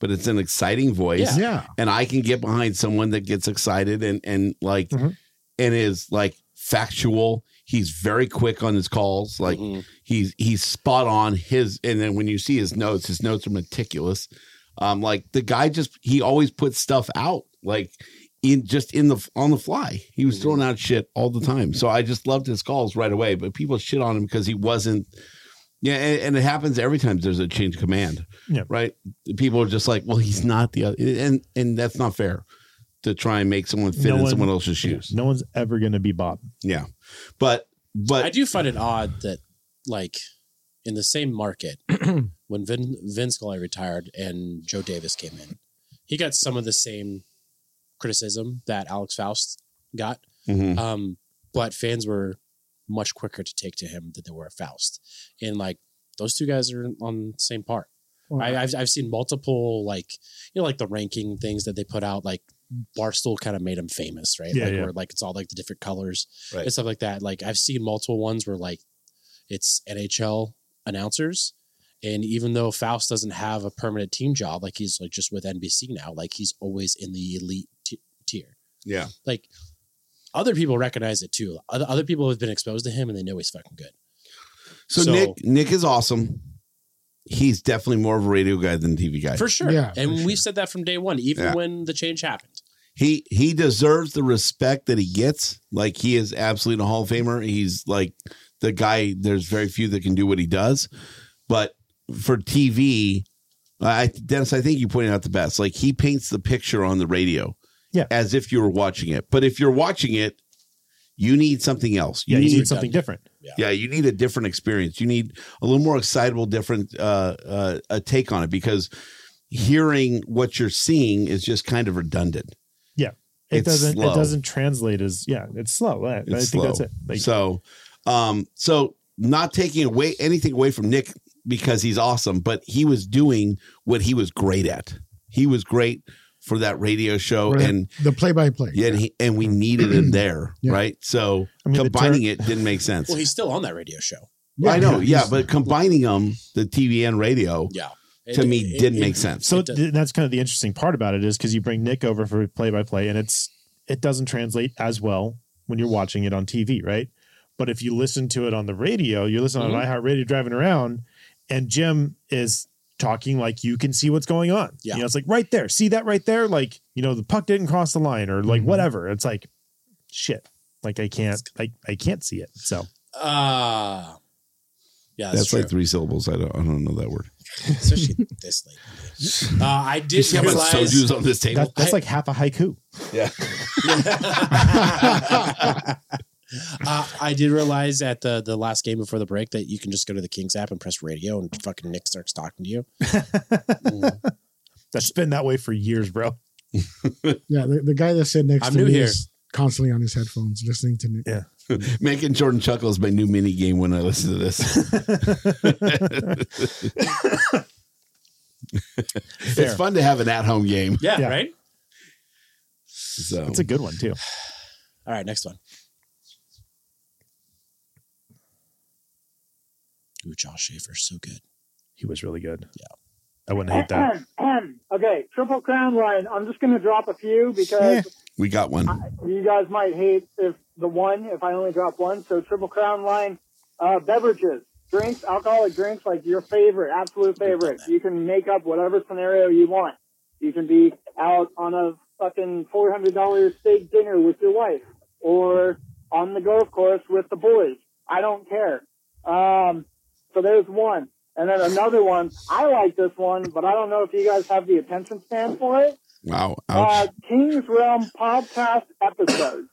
Speaker 3: but it's an exciting voice
Speaker 6: Yeah. Yeah.
Speaker 3: and I can get behind someone that gets excited and and like
Speaker 2: Mm-hmm.
Speaker 3: and is like factual. He's very quick on his calls. Like he's he's spot on his. And then when you see his notes, his notes are meticulous. Um, like the guy just he always puts stuff out like in just in the on the fly. He was throwing out shit all the time. So I just loved his calls right away. But people shit on him because he wasn't. Yeah, and, and it happens every time there's a change of command
Speaker 2: Yeah.
Speaker 3: right? People are just like, well, he's not the other, and and that's not fair to try and make someone fit
Speaker 2: No
Speaker 3: in
Speaker 2: one-
Speaker 3: someone else's shoes.
Speaker 2: No one's ever going to be
Speaker 3: *clears throat*
Speaker 2: Bob.
Speaker 3: Yeah, but but
Speaker 4: I do find it odd that, like, in the same market, *clears throat* when Vin, Vin Scully retired and Joe Davis came in, he got some of the same criticism that Alex Faust got.
Speaker 3: Mhm.
Speaker 4: Um, but fans were much quicker to take to him than they were at Faust. And, like, those two guys are on the same part. I, I've, I've seen multiple, like, you know, like the ranking things that they put out, like, Barstool kind of made him famous, right?
Speaker 2: Yeah,
Speaker 4: like,
Speaker 2: yeah.
Speaker 4: Where, like, it's all like the different colors
Speaker 3: Right.
Speaker 4: and stuff like that. Like I've seen multiple ones where like it's NHL announcers, and even though Faust doesn't have a permanent team job, like he's like just with NBC now, like he's always in the elite t- tier.
Speaker 3: yeah,
Speaker 4: Like other people recognize it too. Other, other people have been exposed to him, and they know he's fucking good.
Speaker 3: so,
Speaker 4: So-
Speaker 3: Nick Nick is awesome. He's definitely more of a radio guy than a TV guy
Speaker 4: For sure. and we've said that from day one, even
Speaker 3: Yeah.
Speaker 4: when the change happened.
Speaker 3: He he deserves the respect that he gets. Like he is absolutely a Hall of Famer. He's like the guy. There's very few that can do what he does. But for TV, I Dennis, I think you pointed out the best. Like he paints the picture on the radio,
Speaker 2: Yeah.
Speaker 3: as if you were watching it. But if you're watching it, you need something else.
Speaker 2: Yeah, you need something different.
Speaker 3: Yeah. you need a different experience. You need a little more excitable, different uh, uh, a take on it because hearing what you're seeing is just kind of redundant.
Speaker 2: Yeah, it
Speaker 3: It's
Speaker 2: doesn't.
Speaker 3: slow.
Speaker 2: It doesn't translate as yeah. It's slow. I, I think that's
Speaker 3: It's slow.
Speaker 2: it. Like,
Speaker 3: so, um, so not taking away anything away from Nick because he's awesome, but he was doing what he was great at. He was great for that radio show,
Speaker 6: Right.
Speaker 3: and
Speaker 6: the play-by-play.
Speaker 3: yeah, and, he, and we needed
Speaker 2: *clears throat*
Speaker 3: him there,
Speaker 6: Yeah.
Speaker 3: right? So
Speaker 2: I mean, the
Speaker 3: combining
Speaker 2: ter-
Speaker 3: it didn't make sense.
Speaker 4: Well, he's still on that radio show.
Speaker 3: I know, yeah,
Speaker 6: he's-
Speaker 3: but combining them, the TV and radio,
Speaker 4: Yeah.
Speaker 3: to
Speaker 4: It-
Speaker 3: me
Speaker 4: it-
Speaker 3: didn't
Speaker 4: it-
Speaker 3: make sense.
Speaker 2: so
Speaker 4: it does-
Speaker 2: th- that's kind of the interesting part about it is because you bring Nick over for play by play and it's it doesn't translate as well when you're watching it on TV, right? But if you listen to it on the radio, you're listening
Speaker 4: Mm-hmm.
Speaker 2: on iHeartRadio driving around, and Jim is talking like you can see what's going on.
Speaker 4: Yeah.
Speaker 2: You know, it's like right there, see that right there, like you know the puck didn't cross the line or
Speaker 4: Mm-hmm.
Speaker 2: like whatever. It's like shit, like I can't, I I can't see it. So
Speaker 3: Uh,
Speaker 4: Ah. yeah, that's,
Speaker 3: that's
Speaker 4: true.
Speaker 3: like three syllables. I don't, I don't know that word.
Speaker 4: Especially this late. in the day. Uh, I
Speaker 3: Do you
Speaker 4: did
Speaker 3: see how much
Speaker 4: realize.
Speaker 3: soju's on this table?
Speaker 2: that, that's like half a haiku.
Speaker 3: yeah,
Speaker 4: *laughs* Uh, I did realize at the the last game before the break that you can just go to the Kings app and press radio and fucking Nick starts talking to you.
Speaker 2: *laughs* That's been that way for years, bro.
Speaker 6: Yeah, the, the guy that said next
Speaker 4: I'm
Speaker 6: to
Speaker 4: new
Speaker 6: me
Speaker 4: here.
Speaker 6: is constantly on his headphones listening to Nick.
Speaker 2: Yeah.
Speaker 3: *laughs* making Jordan chuckle is my new mini game when I listen to this. *laughs* it's fun to have an at-home game.
Speaker 4: Yeah,
Speaker 2: Yeah.
Speaker 4: right.
Speaker 3: So
Speaker 2: That's a good one too.
Speaker 4: All right, next one. Ooh, Josh Schaefer's so good.
Speaker 2: He was really good. Yeah. I wouldn't hate that.
Speaker 8: okay, Triple Crown line. I'm just going to drop a few because
Speaker 3: we got one.
Speaker 8: you guys might hate if the one if I only drop one. So Triple Crown line, uh, beverages, drinks, alcoholic drinks, like your favorite, absolute favorite. You can make up whatever scenario you want. You can be out on a fucking four hundred dollar steak dinner with your wife, or on the golf course with the boys. I don't care. Um, so there's one. And then another one, I like this one, but I don't know if you guys have the attention span for it.
Speaker 3: Wow.
Speaker 8: Uh, King's Realm podcast episodes.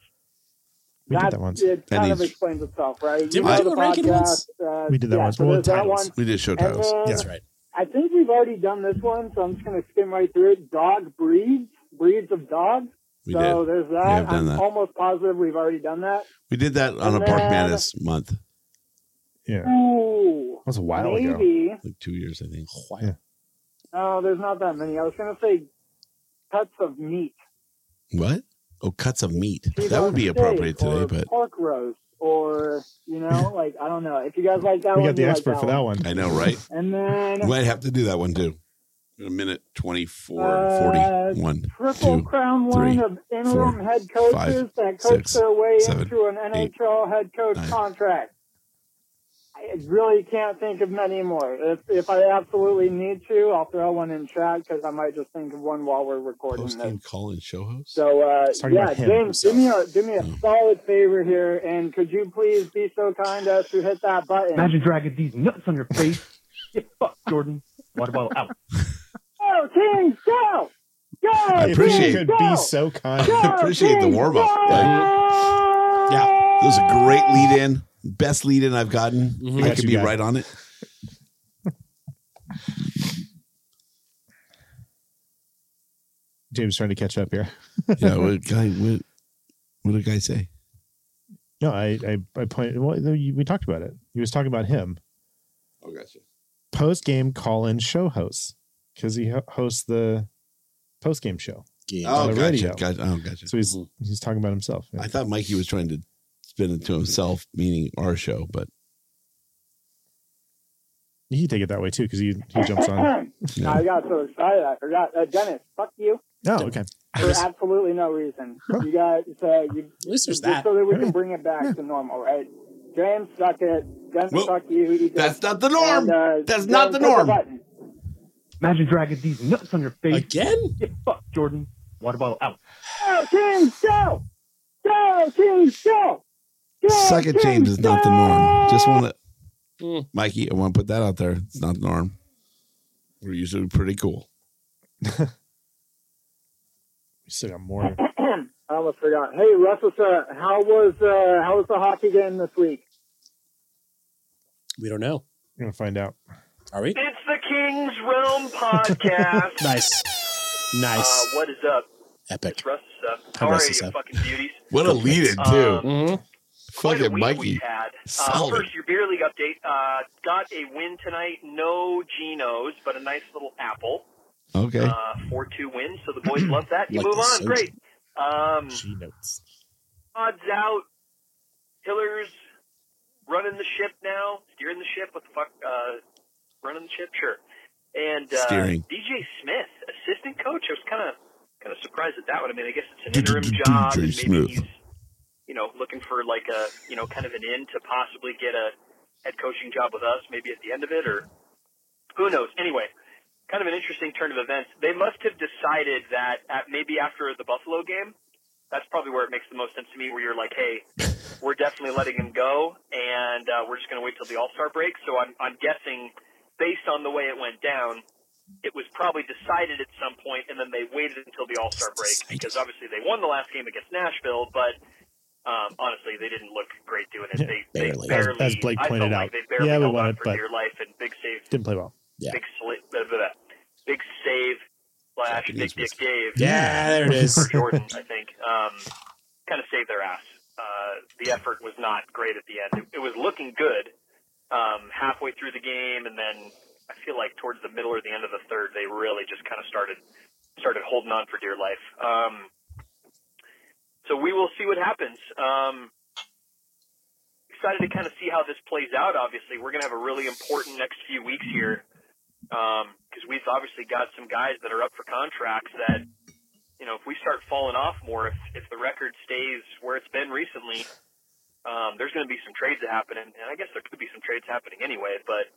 Speaker 7: We did that once.
Speaker 8: It kind
Speaker 7: That
Speaker 8: of
Speaker 7: is-
Speaker 8: explains itself, right?
Speaker 7: Did we do a ranking once?
Speaker 8: podcast, uh,
Speaker 7: We did that
Speaker 8: yeah,
Speaker 7: once.
Speaker 8: so
Speaker 7: Well,
Speaker 8: there's that
Speaker 7: titles.
Speaker 8: one.
Speaker 3: We did show
Speaker 8: And
Speaker 3: titles.
Speaker 8: then-
Speaker 3: That's right.
Speaker 8: I think we've already done this one, so I'm just going to skim right through it. Dog breeds, breeds of dogs.
Speaker 3: We
Speaker 8: so
Speaker 3: did.
Speaker 8: there's
Speaker 3: We
Speaker 8: that.
Speaker 3: have done
Speaker 8: I'm
Speaker 3: that.
Speaker 8: almost positive we've already done that.
Speaker 3: We did that on
Speaker 8: And
Speaker 3: a Park
Speaker 8: then-
Speaker 3: Madness month.
Speaker 7: Yeah.
Speaker 8: Ooh.
Speaker 7: was a
Speaker 8: maybe.
Speaker 3: Like two years, I think.
Speaker 8: No, there's not that many. I was going to say cuts of meat.
Speaker 3: What? Oh, cuts of meat.
Speaker 8: Cheese
Speaker 3: That
Speaker 8: on
Speaker 3: would be
Speaker 8: steak
Speaker 3: appropriate
Speaker 8: or
Speaker 3: today, but
Speaker 8: pork roast or you
Speaker 3: *laughs*
Speaker 8: know, like I don't know. If you guys like that
Speaker 3: We
Speaker 8: one,
Speaker 3: got the
Speaker 8: you like
Speaker 3: expert for that
Speaker 7: one.
Speaker 3: I know, right?
Speaker 8: And then
Speaker 3: Might have to do that one too. In a minute 24,
Speaker 8: Uh,
Speaker 3: 41.
Speaker 8: triple
Speaker 3: two,
Speaker 8: crown one
Speaker 3: three,
Speaker 8: of interim
Speaker 3: four,
Speaker 8: head coaches
Speaker 3: five,
Speaker 8: that coach
Speaker 3: six,
Speaker 8: their way
Speaker 3: seven,
Speaker 8: into an NHL head coach
Speaker 3: nine.
Speaker 8: contract. I really can't think of many more. If if I absolutely need to, I'll throw one in chat because I might just think of one while we're recording this.
Speaker 3: Post-game call and show host?
Speaker 8: So uh,
Speaker 3: It's talking
Speaker 8: yeah,
Speaker 3: about him Hmm.
Speaker 8: James, do me a do me a solid favor here, and could you please be so kind as to hit that button?
Speaker 10: Imagine dragging these nuts on your face.
Speaker 11: *laughs*
Speaker 10: Get fucked, Jordan. Water bottle out.
Speaker 8: Go Kings, Oh, go! Go!
Speaker 3: I appreciate-
Speaker 8: Kings,
Speaker 3: Could be
Speaker 8: *laughs* go!
Speaker 7: so kind.
Speaker 3: I appreciate the warm up.
Speaker 7: Yeah.
Speaker 3: That was a great lead in. Best lead in I've gotten.
Speaker 7: Mhm.
Speaker 3: I
Speaker 7: Got
Speaker 3: could
Speaker 7: you,
Speaker 3: be
Speaker 7: guy.
Speaker 3: right on it.
Speaker 7: James trying to catch up here. *laughs*
Speaker 3: yeah, what guy? What, what did guy say?
Speaker 7: No, I I, I point. Well, you- we talked about it. He was talking about him
Speaker 3: Oh, gotcha.
Speaker 7: post game call in show host because he ho- hosts the post game show.
Speaker 3: Oh,
Speaker 7: on the
Speaker 3: gotcha,
Speaker 7: radio.
Speaker 3: gotcha. Oh, gotcha.
Speaker 7: So he's he's talking about himself.
Speaker 3: I thought Mikey was trying to spin it to himself, meaning our show, but
Speaker 7: you can take it that way too because he he jumps
Speaker 11: *coughs*
Speaker 8: *laughs*
Speaker 7: on.
Speaker 8: I got so excited, I forgot. Uh, Dennis, fuck you
Speaker 7: Oh, okay.
Speaker 8: for absolutely no reason. You got so you at least
Speaker 4: there's that.
Speaker 8: so that we can bring it back to normal, right? James, suck it. Dennis,
Speaker 3: Well,
Speaker 8: suck you. you
Speaker 3: that's not the
Speaker 8: norm.
Speaker 3: That's not the norm.
Speaker 10: Imagine dragging these nuts on your face.
Speaker 4: Again?
Speaker 10: Get fucked, Jordan. Water bottle out.
Speaker 8: Go Kings, Oh, go! Go Kings, go! Go,
Speaker 3: suck it,
Speaker 8: Kings,
Speaker 3: James is not the norm. Just want
Speaker 4: Hmm.
Speaker 3: to, Mikey, I want to put that out there. It's not the norm. We're usually
Speaker 7: *laughs*
Speaker 3: pretty cool.
Speaker 7: We still got more.
Speaker 8: *clears throat* I almost forgot. Hey, Russell, sir, how was uh, how was the hockey game this week?
Speaker 4: We don't know.
Speaker 7: We're gonna find out.
Speaker 4: Are we?
Speaker 11: It's the King's Realm podcast.
Speaker 3: *laughs*
Speaker 4: *laughs* Nice.
Speaker 11: Uh,
Speaker 4: Nice.
Speaker 11: what is up?
Speaker 4: Epic.
Speaker 11: It's Russ up.
Speaker 4: Hi,
Speaker 11: How are
Speaker 4: Russ
Speaker 11: you,
Speaker 4: is up.
Speaker 11: fucking beauties?
Speaker 3: What a lead in, too.
Speaker 11: Um,
Speaker 4: Mm-hmm.
Speaker 11: Quite a
Speaker 3: Fucking
Speaker 11: week
Speaker 3: Mikey.
Speaker 11: We've had. Uh,
Speaker 3: Solid.
Speaker 11: first, your beer league update. Uh, got a win tonight. No Genos, but a nice little apple.
Speaker 3: Okay.
Speaker 11: Uh, Four two win. So the boys love that. You
Speaker 3: Like
Speaker 11: move
Speaker 3: the
Speaker 11: on.
Speaker 3: soda.
Speaker 11: Great. Um,
Speaker 7: G notes.
Speaker 11: odds out. Hillers running the ship now. Steering the ship. What the fuck? Uh, running the ship. Sure. And uh,
Speaker 3: Steering.
Speaker 11: DJ Smith, assistant coach. I was kind of kind of surprised at that one. I mean, I guess it's an interim job. and Maybe he's you know, looking for like a, you know, kind of an in to possibly get a head coaching job with us, maybe at the end of it, or who knows. Anyway, kind of an interesting turn of events. They must have decided that at maybe after the Buffalo game, that's probably where it makes the most sense to me, where you're like, hey, we're definitely letting him go, and uh, we're just going to wait till the All Star break. So I'm, I'm guessing, based on the way it went down, it was probably decided at some point, and then they waited until the All Star break because obviously they won the last game against Nashville, but um, honestly, they didn't look great doing it. They, they
Speaker 7: Barely.
Speaker 11: barely,
Speaker 7: As- as Blake
Speaker 11: I felt
Speaker 7: pointed out.
Speaker 11: like they barely
Speaker 7: Yeah, we
Speaker 11: held
Speaker 7: won
Speaker 11: on
Speaker 7: it,
Speaker 11: for
Speaker 7: but-
Speaker 11: dear life, and big save,
Speaker 7: Didn't play well.
Speaker 11: big sli- blah, blah, blah. big save, slash, big dick Dave.
Speaker 4: Yeah, there it is.
Speaker 11: For *laughs* Jordan, I think, um, kind of saved their ass. Uh, the effort was not great at the end. It, it was looking good um, halfway through the game, and then I feel like towards the middle or the end of the third, they really just kind of started started holding on for dear life. Um, so we will see what happens. Um, excited to kind of see how this plays out. Obviously, we're going to have a really important next few weeks here because we've obviously got some guys that are up for contracts that you know if we start falling off more, if if the record stays where it's been recently, um, there's going to be some trades that happen, and, and I guess there could be some trades happening anyway. But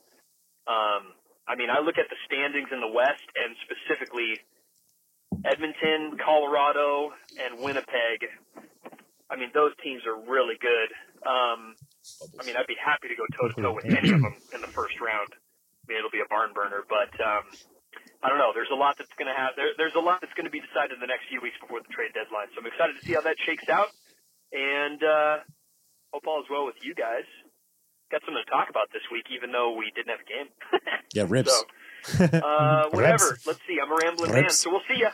Speaker 11: um, I mean, I look at the standings in the West and specifically. Edmonton, Colorado, and Winnipeg. I mean, those teams are really good. Um, I mean, I'd be happy to go toe to toe with any of them in the first round. I me it'll be a barn burner, but um, I don't know. There's a lot that's going to have there, there's a lot that's going to be decided in the next few weeks before the trade deadline. So I'm excited to see how that shakes out, and uh, hope all is well with you guys. Got something to talk about this week, even though we didn't have a game. *laughs*
Speaker 4: Yeah, rips.
Speaker 11: So,
Speaker 3: *laughs*
Speaker 7: *laughs*
Speaker 11: uh, whatever.
Speaker 4: Rips.
Speaker 11: Let's see. I'm a rambling man,
Speaker 4: Rips.
Speaker 11: so we'll see ya.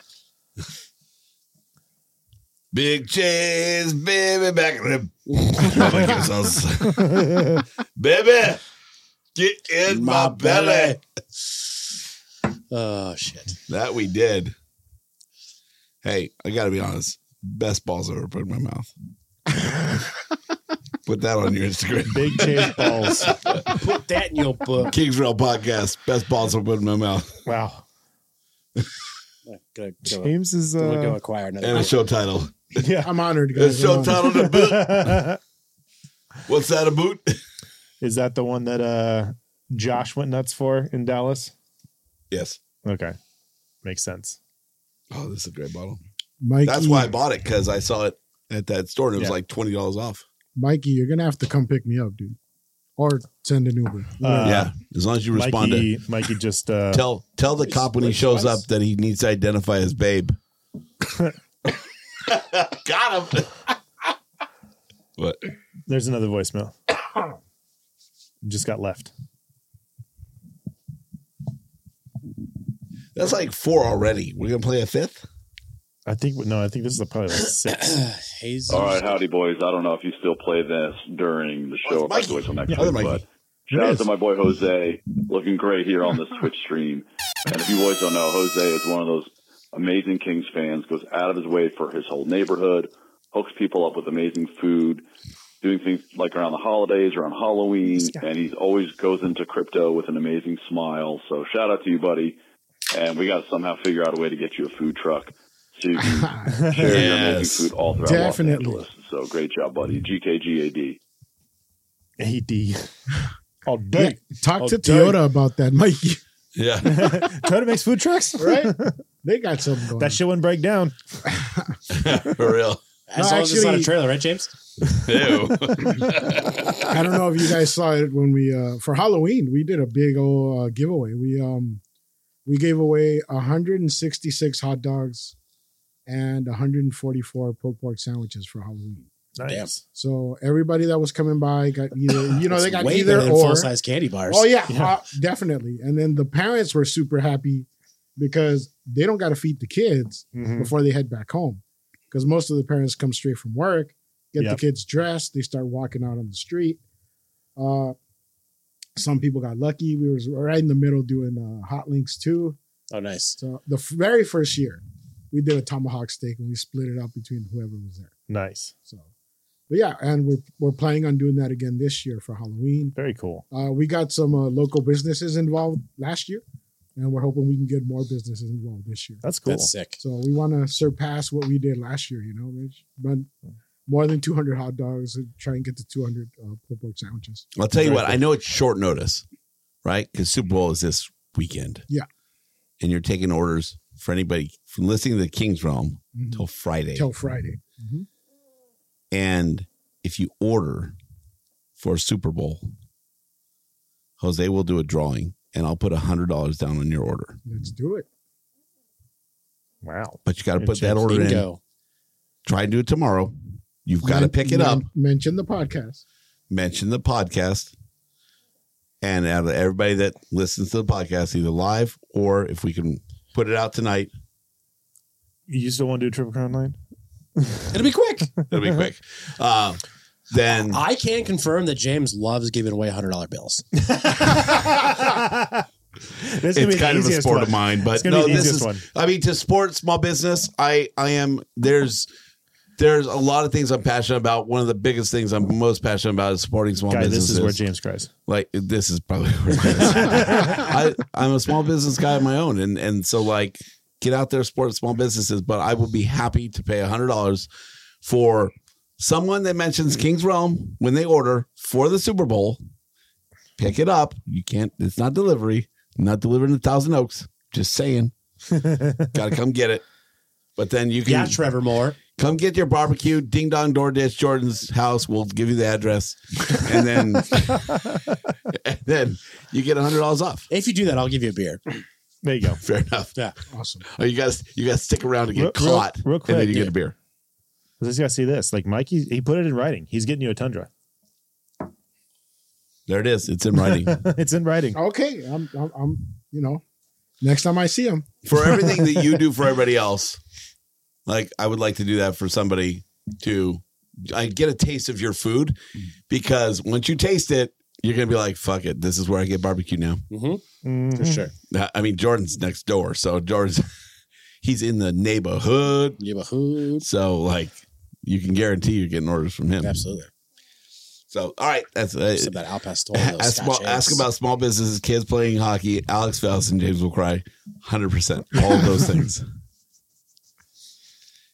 Speaker 3: Big J's baby back rib.
Speaker 11: *laughs*
Speaker 3: Oh my goodness, I was- baby, get in my, belly.
Speaker 4: Oh shit.
Speaker 3: That we did. Hey, I gotta be honest. Best balls I ever put in
Speaker 7: *laughs*
Speaker 3: my mouth. put that on your Instagram.
Speaker 7: Big J's balls.
Speaker 4: Put that in your book.
Speaker 3: Kings Rail Podcast. Best balls I put in my mouth.
Speaker 7: Wow.
Speaker 4: Gonna go-
Speaker 7: James is.
Speaker 4: I'm gonna go
Speaker 7: Uh,
Speaker 4: acquire another.
Speaker 3: And a show title.
Speaker 7: *laughs* yeah.
Speaker 6: I'm *laughs* honored, guys.
Speaker 3: It's show
Speaker 6: I'm honored.
Speaker 3: title to
Speaker 7: *laughs*
Speaker 3: boot. What's that a boot?
Speaker 7: Is that the one that uh, Josh went nuts for in Dallas?
Speaker 3: Yes.
Speaker 7: Okay. Makes sense.
Speaker 3: Oh, this is a great bottle.
Speaker 6: Mikey,
Speaker 3: That's why I bought it because I saw it at that store and it was
Speaker 7: Yeah.
Speaker 3: like twenty dollars off.
Speaker 6: Mikey, you're gonna have to come pick me up, dude, or send an Uber.
Speaker 7: Uh,
Speaker 3: yeah, as long as you respond to
Speaker 7: Mikey, Mikey just. Uh,
Speaker 3: *laughs* tell tell the cop when he shows up that he needs to identify his babe. *laughs* Got him. what?
Speaker 7: there's another voicemail. just got left.
Speaker 3: That's like four already. We're gonna play a fifth.
Speaker 7: I think, no, I think this is probably like six.
Speaker 4: Hazy.
Speaker 12: All right, howdy boys. I don't know if you still play this during the show. if I do it till next
Speaker 3: Yeah,
Speaker 12: week,
Speaker 3: other Mikey.
Speaker 12: but
Speaker 7: It
Speaker 12: shout out
Speaker 7: is.
Speaker 12: to my boy Jose, looking great here on the Twitch stream. And if you boys don't know, Jose is one of those amazing Kings fans. Goes out of his way for his whole neighborhood, hooks people up with amazing food, doing things like around the holidays or on Halloween, and he always goes into crypto with an amazing smile. So shout out to you, buddy. And we got to somehow figure out a way to get you a food truck so you can share your
Speaker 3: Yes.
Speaker 12: amazing food all throughout
Speaker 6: Definitely.
Speaker 12: Los Angeles. So great job, buddy. GKGAD.
Speaker 3: *laughs*
Speaker 7: AD. All
Speaker 6: Yeah,
Speaker 7: day.
Speaker 6: talk
Speaker 7: Oh,
Speaker 6: to
Speaker 7: dang.
Speaker 6: Toyota about that, Mikey.
Speaker 7: *laughs*
Speaker 3: Yeah.
Speaker 7: Toyota makes food trucks, *laughs*
Speaker 6: Right? they got something going.
Speaker 7: That shit wouldn't break
Speaker 6: *laughs*
Speaker 7: down.
Speaker 3: *laughs* *laughs* For real.
Speaker 4: As long as it's not a
Speaker 6: actually-
Speaker 4: trailer, right, James?
Speaker 2: *laughs*
Speaker 3: Ew.
Speaker 6: I don't know if you guys saw it when we uh, for Halloween we did a big old uh, giveaway. We um we gave away 166 hot dogs and 144 pulled pork sandwiches for Halloween.
Speaker 7: *laughs* Nice.
Speaker 6: So everybody that was coming by got either you know they
Speaker 4: It's
Speaker 6: got
Speaker 4: way
Speaker 6: either
Speaker 4: better than
Speaker 6: or
Speaker 4: full size candy bars.
Speaker 6: oh yeah,
Speaker 7: Yeah.
Speaker 6: uh, definitely. And then the parents were super happy because they don't got to feed the kids
Speaker 7: Mhm.
Speaker 6: before they head back home. Because most of the parents come straight from work, get
Speaker 7: Yep.
Speaker 6: the kids dressed, they start walking out on the street. Uh, some people got lucky. We was right in the middle doing uh, hot links too.
Speaker 4: Oh, nice.
Speaker 6: So the f- very first year, we did a tomahawk steak and we split it up between whoever was there.
Speaker 7: Nice.
Speaker 6: So, but yeah, and we're we're planning on doing that again this year for Halloween.
Speaker 7: Very cool.
Speaker 6: Uh, we got some uh, local businesses involved last year, and we're hoping we can get more businesses involved this year.
Speaker 7: That's cool.
Speaker 4: That's sick.
Speaker 6: So we want to surpass what we did last year. You know, which run more than 200 hot dogs and try and get to 200 uh, pulled pork sandwiches.
Speaker 3: I'll tell you what, I know it's short notice, right? Because Super Bowl is this weekend.
Speaker 6: Yeah.
Speaker 3: And you're taking orders for anybody from listening to the King's Realm
Speaker 6: Mm-hmm.
Speaker 3: till Friday.
Speaker 6: Till Friday. Mhm.
Speaker 3: and if you order for a Super Bowl, Jose will do a drawing and I'll put a hundred dollars down on your order.
Speaker 6: Let's do it.
Speaker 7: Wow.
Speaker 3: But you gotta put that
Speaker 7: Interesting.
Speaker 3: order in.
Speaker 4: Bingo.
Speaker 3: Try and do it tomorrow. You've got to
Speaker 6: Men-
Speaker 3: pick it
Speaker 6: men-
Speaker 3: up.
Speaker 6: Mention the
Speaker 3: *laughs*
Speaker 6: podcast.
Speaker 3: mention the podcast. And out of everybody that listens to the podcast, either live or if we can put it out tonight,
Speaker 7: You still want to do a triple crown line?
Speaker 4: It'll be quick.
Speaker 3: it'll be quick. Uh, then
Speaker 4: I can confirm that James loves giving away hundred dollar
Speaker 3: *laughs*
Speaker 4: bills.
Speaker 7: This
Speaker 3: it's kind of a sport of mine, but
Speaker 7: It's gonna
Speaker 3: no,
Speaker 7: be the
Speaker 3: this
Speaker 7: easiest
Speaker 3: is.
Speaker 7: one.
Speaker 3: I mean, to support small business, I I am there's there's a lot of things I'm passionate about. One of the biggest things I'm most passionate about is supporting small
Speaker 7: Guy,
Speaker 3: businesses.
Speaker 7: this is where James cries.
Speaker 3: like this is probably where it is. I, I'm a small business guy of my own, and and so like get out there, support small businesses. But I will be happy to pay hundred dollars for someone that mentions King's Realm when they order for the Super Bowl. Pick it up. You can't. It's not delivery. I'm not delivering to Thousand Oaks. Just saying. Got to come get it. But then you can
Speaker 4: yeah, Trevor Moore.
Speaker 3: Come get your barbecue. Ding dong door dish Jordan's house. We'll give you the address. And
Speaker 7: *laughs*
Speaker 3: then and then you get hundred dollars off.
Speaker 4: If you do that, I'll give you a beer.
Speaker 7: There you go.
Speaker 3: Fair enough.
Speaker 4: Yeah.
Speaker 6: Awesome.
Speaker 3: Oh, you guys you guys stick around to get
Speaker 7: Real- real-
Speaker 3: caught.
Speaker 7: real
Speaker 3: And then
Speaker 7: quick,
Speaker 3: you get
Speaker 7: yeah.
Speaker 3: a beer.
Speaker 7: Let's just gotta see this. Like Mikey, he put it in writing. He's getting you a tundra.
Speaker 3: There it is. It's in
Speaker 7: *laughs*
Speaker 3: writing.
Speaker 7: it's in writing.
Speaker 6: Okay, I'm, I'm, I'm, you know, next time I see him.
Speaker 3: for everything that you
Speaker 6: *laughs*
Speaker 3: do for everybody else. Like I would like to do that for somebody to I get a taste of your food because once you taste it, you're gonna be like, "Fuck it, this is where I get barbecue now."
Speaker 4: Mm-hmm.
Speaker 3: For sure. I mean, Jordan's next door, so Jordan's *laughs* he's in the neighborhood.
Speaker 4: Neighborhood.
Speaker 3: So like, you can guarantee you're getting orders from him.
Speaker 4: Absolutely.
Speaker 3: So all right, that's uh,
Speaker 4: Some of that Al
Speaker 3: *laughs*
Speaker 4: Pastor.
Speaker 3: ask, small- ask about small businesses, kids playing hockey. Alex Faust and James will cry, hundred percent. All of
Speaker 4: *laughs*
Speaker 3: those things.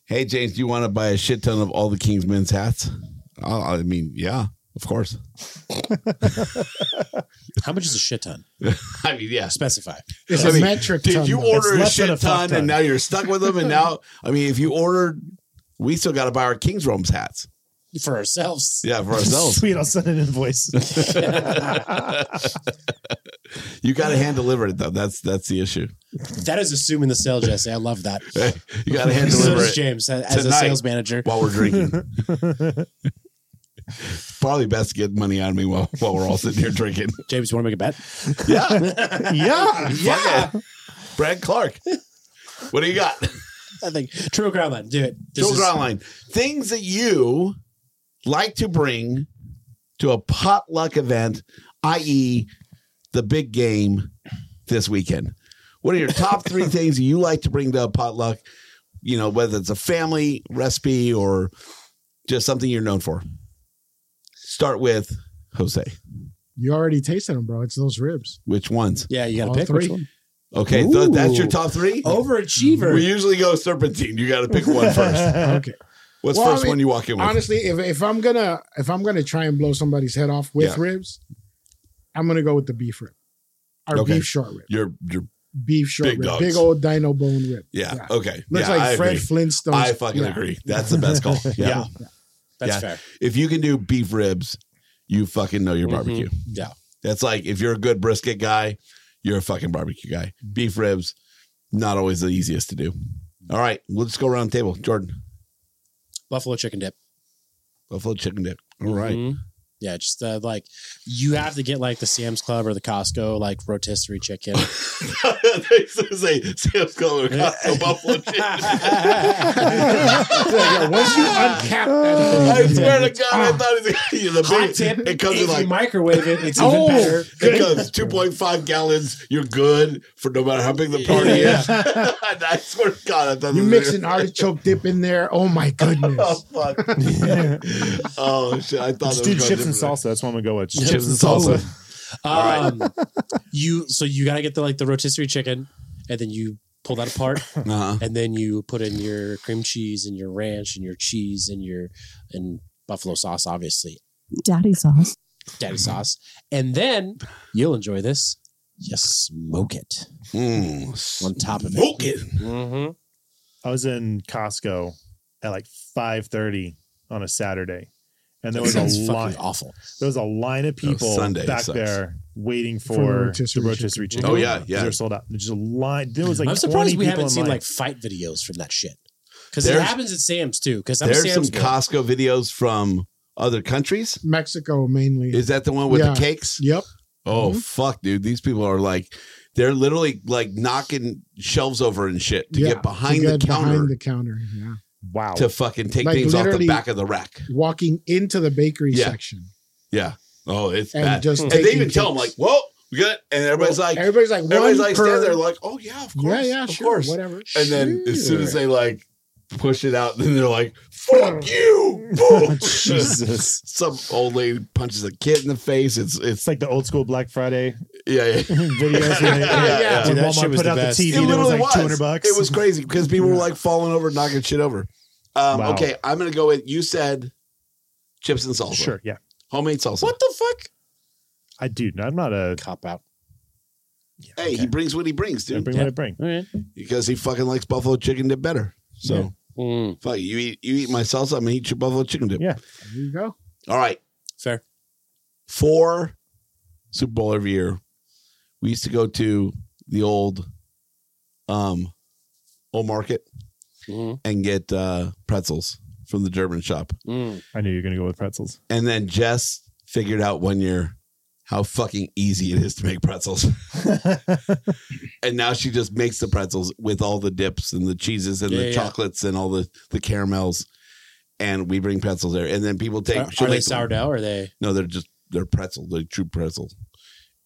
Speaker 3: Hey James, do you want to buy a shit ton of all the Kings men's hats? Oh, I mean, yeah, of course.
Speaker 4: How much is a shit ton?
Speaker 3: *laughs* I mean, yeah.
Speaker 4: Specify.
Speaker 3: It's a I mean, metric did ton, you though. order a shit ton and now you're stuck with them? And
Speaker 4: *laughs*
Speaker 3: now, I mean, if you ordered, we still got to buy our Kings Rome's hats
Speaker 4: for ourselves.
Speaker 3: Yeah,
Speaker 7: *laughs*
Speaker 3: for ourselves.
Speaker 7: Sweet, I'll send an invoice.
Speaker 3: *laughs* you got to hand deliver it though. That's that's the issue. *laughs*
Speaker 4: That is assuming the sale, Jesse. I love that.
Speaker 3: You got to hand
Speaker 4: So
Speaker 3: deliver
Speaker 4: does
Speaker 3: it,
Speaker 4: James, as a
Speaker 3: tonight
Speaker 4: sales manager.
Speaker 3: while we're drinking. Probably best to get money out of me while while we're all sitting here drinking.
Speaker 4: *laughs* James, you want to make a bet? *laughs*
Speaker 3: Yeah,
Speaker 7: yeah,
Speaker 3: yeah. Brad Clark, what do you got?
Speaker 4: I think Triple Crown Line. Do it. This
Speaker 3: Joel
Speaker 4: is-
Speaker 3: Groundline, things that you like to bring to a potluck event, i.e., the big game this weekend. What are your top
Speaker 4: *laughs*
Speaker 3: three things you like to bring to a potluck? You know, whether it's a family recipe or just something you're known for. Start with Jose.
Speaker 6: You already tasted them, bro. It's those ribs.
Speaker 3: Which ones?
Speaker 4: Yeah, you got
Speaker 6: All
Speaker 4: to pick
Speaker 6: three.
Speaker 4: which one.
Speaker 3: Okay, th- that's your
Speaker 4: Ooh.
Speaker 3: top three.
Speaker 4: Overachiever.
Speaker 3: We usually go serpentine. You got to pick one first.
Speaker 6: *laughs* okay.
Speaker 3: What's
Speaker 6: Well, I
Speaker 3: first
Speaker 6: mean,
Speaker 3: one you walk in with?
Speaker 6: Honestly, if, if I'm gonna if I'm gonna try and blow somebody's head off with
Speaker 3: Yeah.
Speaker 6: ribs, I'm gonna go with the beef rib, or
Speaker 3: Okay.
Speaker 6: beef short rib,
Speaker 3: Your your
Speaker 6: beef short
Speaker 3: Big
Speaker 6: rib,
Speaker 3: dogs.
Speaker 6: big old dino bone rib.
Speaker 3: Yeah. Okay.
Speaker 6: Looks
Speaker 3: Yeah,
Speaker 6: like
Speaker 3: I
Speaker 6: Fred
Speaker 3: agree.
Speaker 6: Flintstone's-
Speaker 3: I fucking
Speaker 6: yeah.
Speaker 3: agree. That's the best
Speaker 6: *laughs*
Speaker 3: call. Yeah.
Speaker 4: Yeah. That's
Speaker 3: Yeah.
Speaker 4: fair. Mm-hmm.
Speaker 3: If you can do beef ribs, you fucking know your barbecue.
Speaker 4: Yeah.
Speaker 3: That's like if you're a good brisket guy, you're a fucking barbecue guy. Beef ribs, not always the easiest to do. All right. We'll just go around the table. Jordan,
Speaker 4: *laughs* Buffalo chicken dip.
Speaker 3: buffalo chicken dip. All right.
Speaker 4: Mhm. Yeah, just uh, like you have to get like the Sam's Club or the Costco like rotisserie chicken.
Speaker 3: they used to say Sam's Club or Costco buffalo chicken.
Speaker 6: Yeah, once you uncap that,
Speaker 3: I swear to God, I thought it was the
Speaker 4: Hot
Speaker 3: big,
Speaker 4: tip:
Speaker 3: It comes
Speaker 4: if
Speaker 3: in like
Speaker 4: you microwave it, it's
Speaker 3: Oh,
Speaker 4: even better.
Speaker 3: It goes 2.5 gallons. You're good for no matter how big the party is. And I swear to God, I thought
Speaker 6: you
Speaker 3: this
Speaker 6: mix
Speaker 3: was-
Speaker 6: an artichoke dip in there. Oh
Speaker 3: *laughs*
Speaker 6: my goodness!
Speaker 3: Oh,
Speaker 6: *laughs*
Speaker 3: fuck. *laughs* oh, shit. I
Speaker 7: Just
Speaker 3: thought it
Speaker 7: do
Speaker 3: was going
Speaker 7: chips and
Speaker 3: different.
Speaker 7: salsa. That's what I'm gonna go with. Just
Speaker 3: Chips and salsa.
Speaker 4: Um, *laughs* you so you gotta get the like the rotisserie chicken, and then you pull that apart,
Speaker 3: Uh-huh.
Speaker 4: and then you put in your cream cheese and your ranch and your cheese and your and buffalo sauce, obviously,
Speaker 13: Daddy sauce.
Speaker 7: Mm-hmm.
Speaker 4: daddy sauce, and then you'll enjoy this. You smoke it
Speaker 3: Mm,
Speaker 4: on top of it.
Speaker 3: smoke it.
Speaker 4: Mm-hmm.
Speaker 7: I was in Costco at like 5:30 on a Saturday, and there was a
Speaker 4: sounds
Speaker 7: line.
Speaker 4: fucking awful.
Speaker 7: There was a line of people
Speaker 3: Sunday
Speaker 7: back
Speaker 3: sucks.
Speaker 7: there waiting for,
Speaker 6: the
Speaker 7: the
Speaker 6: rotisserie
Speaker 7: rotisserie,
Speaker 6: chicken.
Speaker 7: chicken.
Speaker 3: Oh, yeah,
Speaker 7: 'Cause
Speaker 3: yeah.
Speaker 7: They're sold out. There's a line. There was like
Speaker 4: I'm
Speaker 7: 20
Speaker 4: surprised we
Speaker 7: people
Speaker 4: haven't
Speaker 7: in
Speaker 4: seen
Speaker 7: line.
Speaker 4: like fight videos from that shit. Because it
Speaker 3: There's-
Speaker 4: happens at Sam's too. Because I'm a
Speaker 3: There's some
Speaker 4: Sam's. guy.
Speaker 3: Costco videos from other countries.
Speaker 6: Mexico mainly.
Speaker 3: Is that the one with
Speaker 6: Yeah.
Speaker 3: the cakes?
Speaker 6: yep.
Speaker 3: Oh, fuck, dude. These people are like, they're literally like knocking shelves over and shit to
Speaker 6: Yeah,
Speaker 3: get behind
Speaker 6: to
Speaker 3: the
Speaker 6: get
Speaker 3: counter
Speaker 6: Behind the counter. Yeah.
Speaker 7: wow.
Speaker 3: to fucking take
Speaker 6: Like,
Speaker 3: things off the
Speaker 6: literally-
Speaker 3: back of the rack.
Speaker 6: Walking into the bakery
Speaker 3: Yeah.
Speaker 6: section.
Speaker 3: Yeah. Oh, it's
Speaker 6: And
Speaker 3: bad.
Speaker 6: just
Speaker 3: and they even
Speaker 6: taking
Speaker 3: tell them like,
Speaker 6: cakes.
Speaker 3: "Whoa, we good." And everybody's like,
Speaker 6: everybody's like,
Speaker 3: everybody's
Speaker 6: one
Speaker 3: like,
Speaker 6: per-
Speaker 3: stand there, like, "Oh yeah, of course,
Speaker 6: yeah, yeah,
Speaker 3: of
Speaker 6: sure,
Speaker 3: course."
Speaker 6: whatever.
Speaker 3: And then as soon as
Speaker 6: Sure.
Speaker 3: they like push it out, *laughs* then
Speaker 6: *laughs*
Speaker 3: they're like, "Fuck you!" Boom.
Speaker 7: Jesus.
Speaker 3: Some old lady punches a kid in the face. It's it's
Speaker 7: It's like the old school Black Friday
Speaker 3: yeah. *laughs* yeah.
Speaker 7: *laughs* videos. When, they,
Speaker 3: Yeah, yeah.
Speaker 7: when
Speaker 4: Dude, that shit
Speaker 7: Walmart
Speaker 4: was
Speaker 7: put
Speaker 4: the
Speaker 7: out
Speaker 4: best.
Speaker 7: the TV,
Speaker 3: It
Speaker 7: there was
Speaker 3: literally
Speaker 7: like 200 bucks.
Speaker 3: It was crazy because people were like falling over, knocking shit over. Um,
Speaker 7: Wow.
Speaker 3: Okay, I'm gonna go with you said chips and salsa,
Speaker 7: sure. Yeah,
Speaker 3: homemade salsa.
Speaker 4: What the fuck?
Speaker 7: I dude, I'm not a.
Speaker 4: Cop out.
Speaker 3: Hey, he brings what he brings,
Speaker 7: I
Speaker 3: dude,
Speaker 7: bring what I bring.
Speaker 4: All right.
Speaker 3: because he fucking likes buffalo chicken dip better. So
Speaker 4: Mm.
Speaker 3: Fuck you eat you eat my salsa. I'm gonna eat your buffalo chicken dip.
Speaker 7: Yeah,
Speaker 6: there you go.
Speaker 3: All right.
Speaker 4: Fair.
Speaker 3: Four Super Bowl every year. We used to go to the old um old market
Speaker 4: Mm.
Speaker 3: and get uh pretzels from the German shop.
Speaker 4: Mm.
Speaker 7: I knew you were going to go with pretzels.
Speaker 3: And then Jess figured out one year how fucking easy it is to
Speaker 7: *laughs*
Speaker 3: make pretzels. and now she just makes the pretzels with all the dips and the cheeses and
Speaker 4: Yeah,
Speaker 3: the
Speaker 4: yeah.
Speaker 3: chocolates and all the, the caramels. And we bring pretzels there. And then people take
Speaker 4: Are-
Speaker 3: she'll
Speaker 4: are they
Speaker 3: make-
Speaker 4: sourdough or are they-
Speaker 3: No, they're just they're pretzel, they're true pretzel.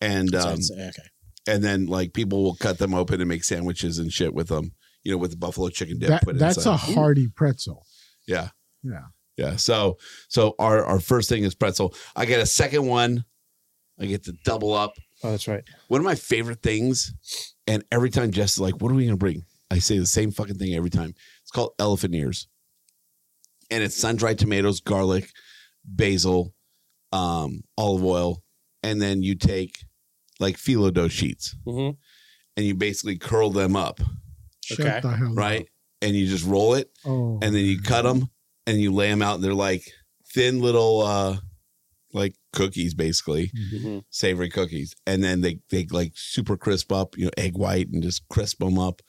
Speaker 3: And
Speaker 4: So
Speaker 3: um,
Speaker 4: it's- okay.
Speaker 3: and then like people will cut them open and make sandwiches and shit with them, you know, with the buffalo chicken dip.
Speaker 6: That,
Speaker 3: put
Speaker 6: that's a
Speaker 3: inside.
Speaker 6: hearty pretzel.
Speaker 3: Yeah.
Speaker 6: Yeah.
Speaker 3: Yeah. So so our our first thing is pretzel. I get a second one. I get to double up.
Speaker 7: Oh, that's right.
Speaker 3: One of my favorite things, and every time Jess is like, "What are we gonna bring?" I say the same fucking thing every time. It's called elephant ears, and it's sun dried tomatoes, garlic, basil, um, olive oil, and then you take like phyllo dough sheets, and you basically curl them up
Speaker 6: Shut the hell up.
Speaker 3: right? And you just roll it,
Speaker 6: Oh.
Speaker 3: and then you cut them, and you lay them out, and they're like thin little, uh like cookies, basically savory cookies. And then they they like super crisp up, you know, egg white, and just crisp them up.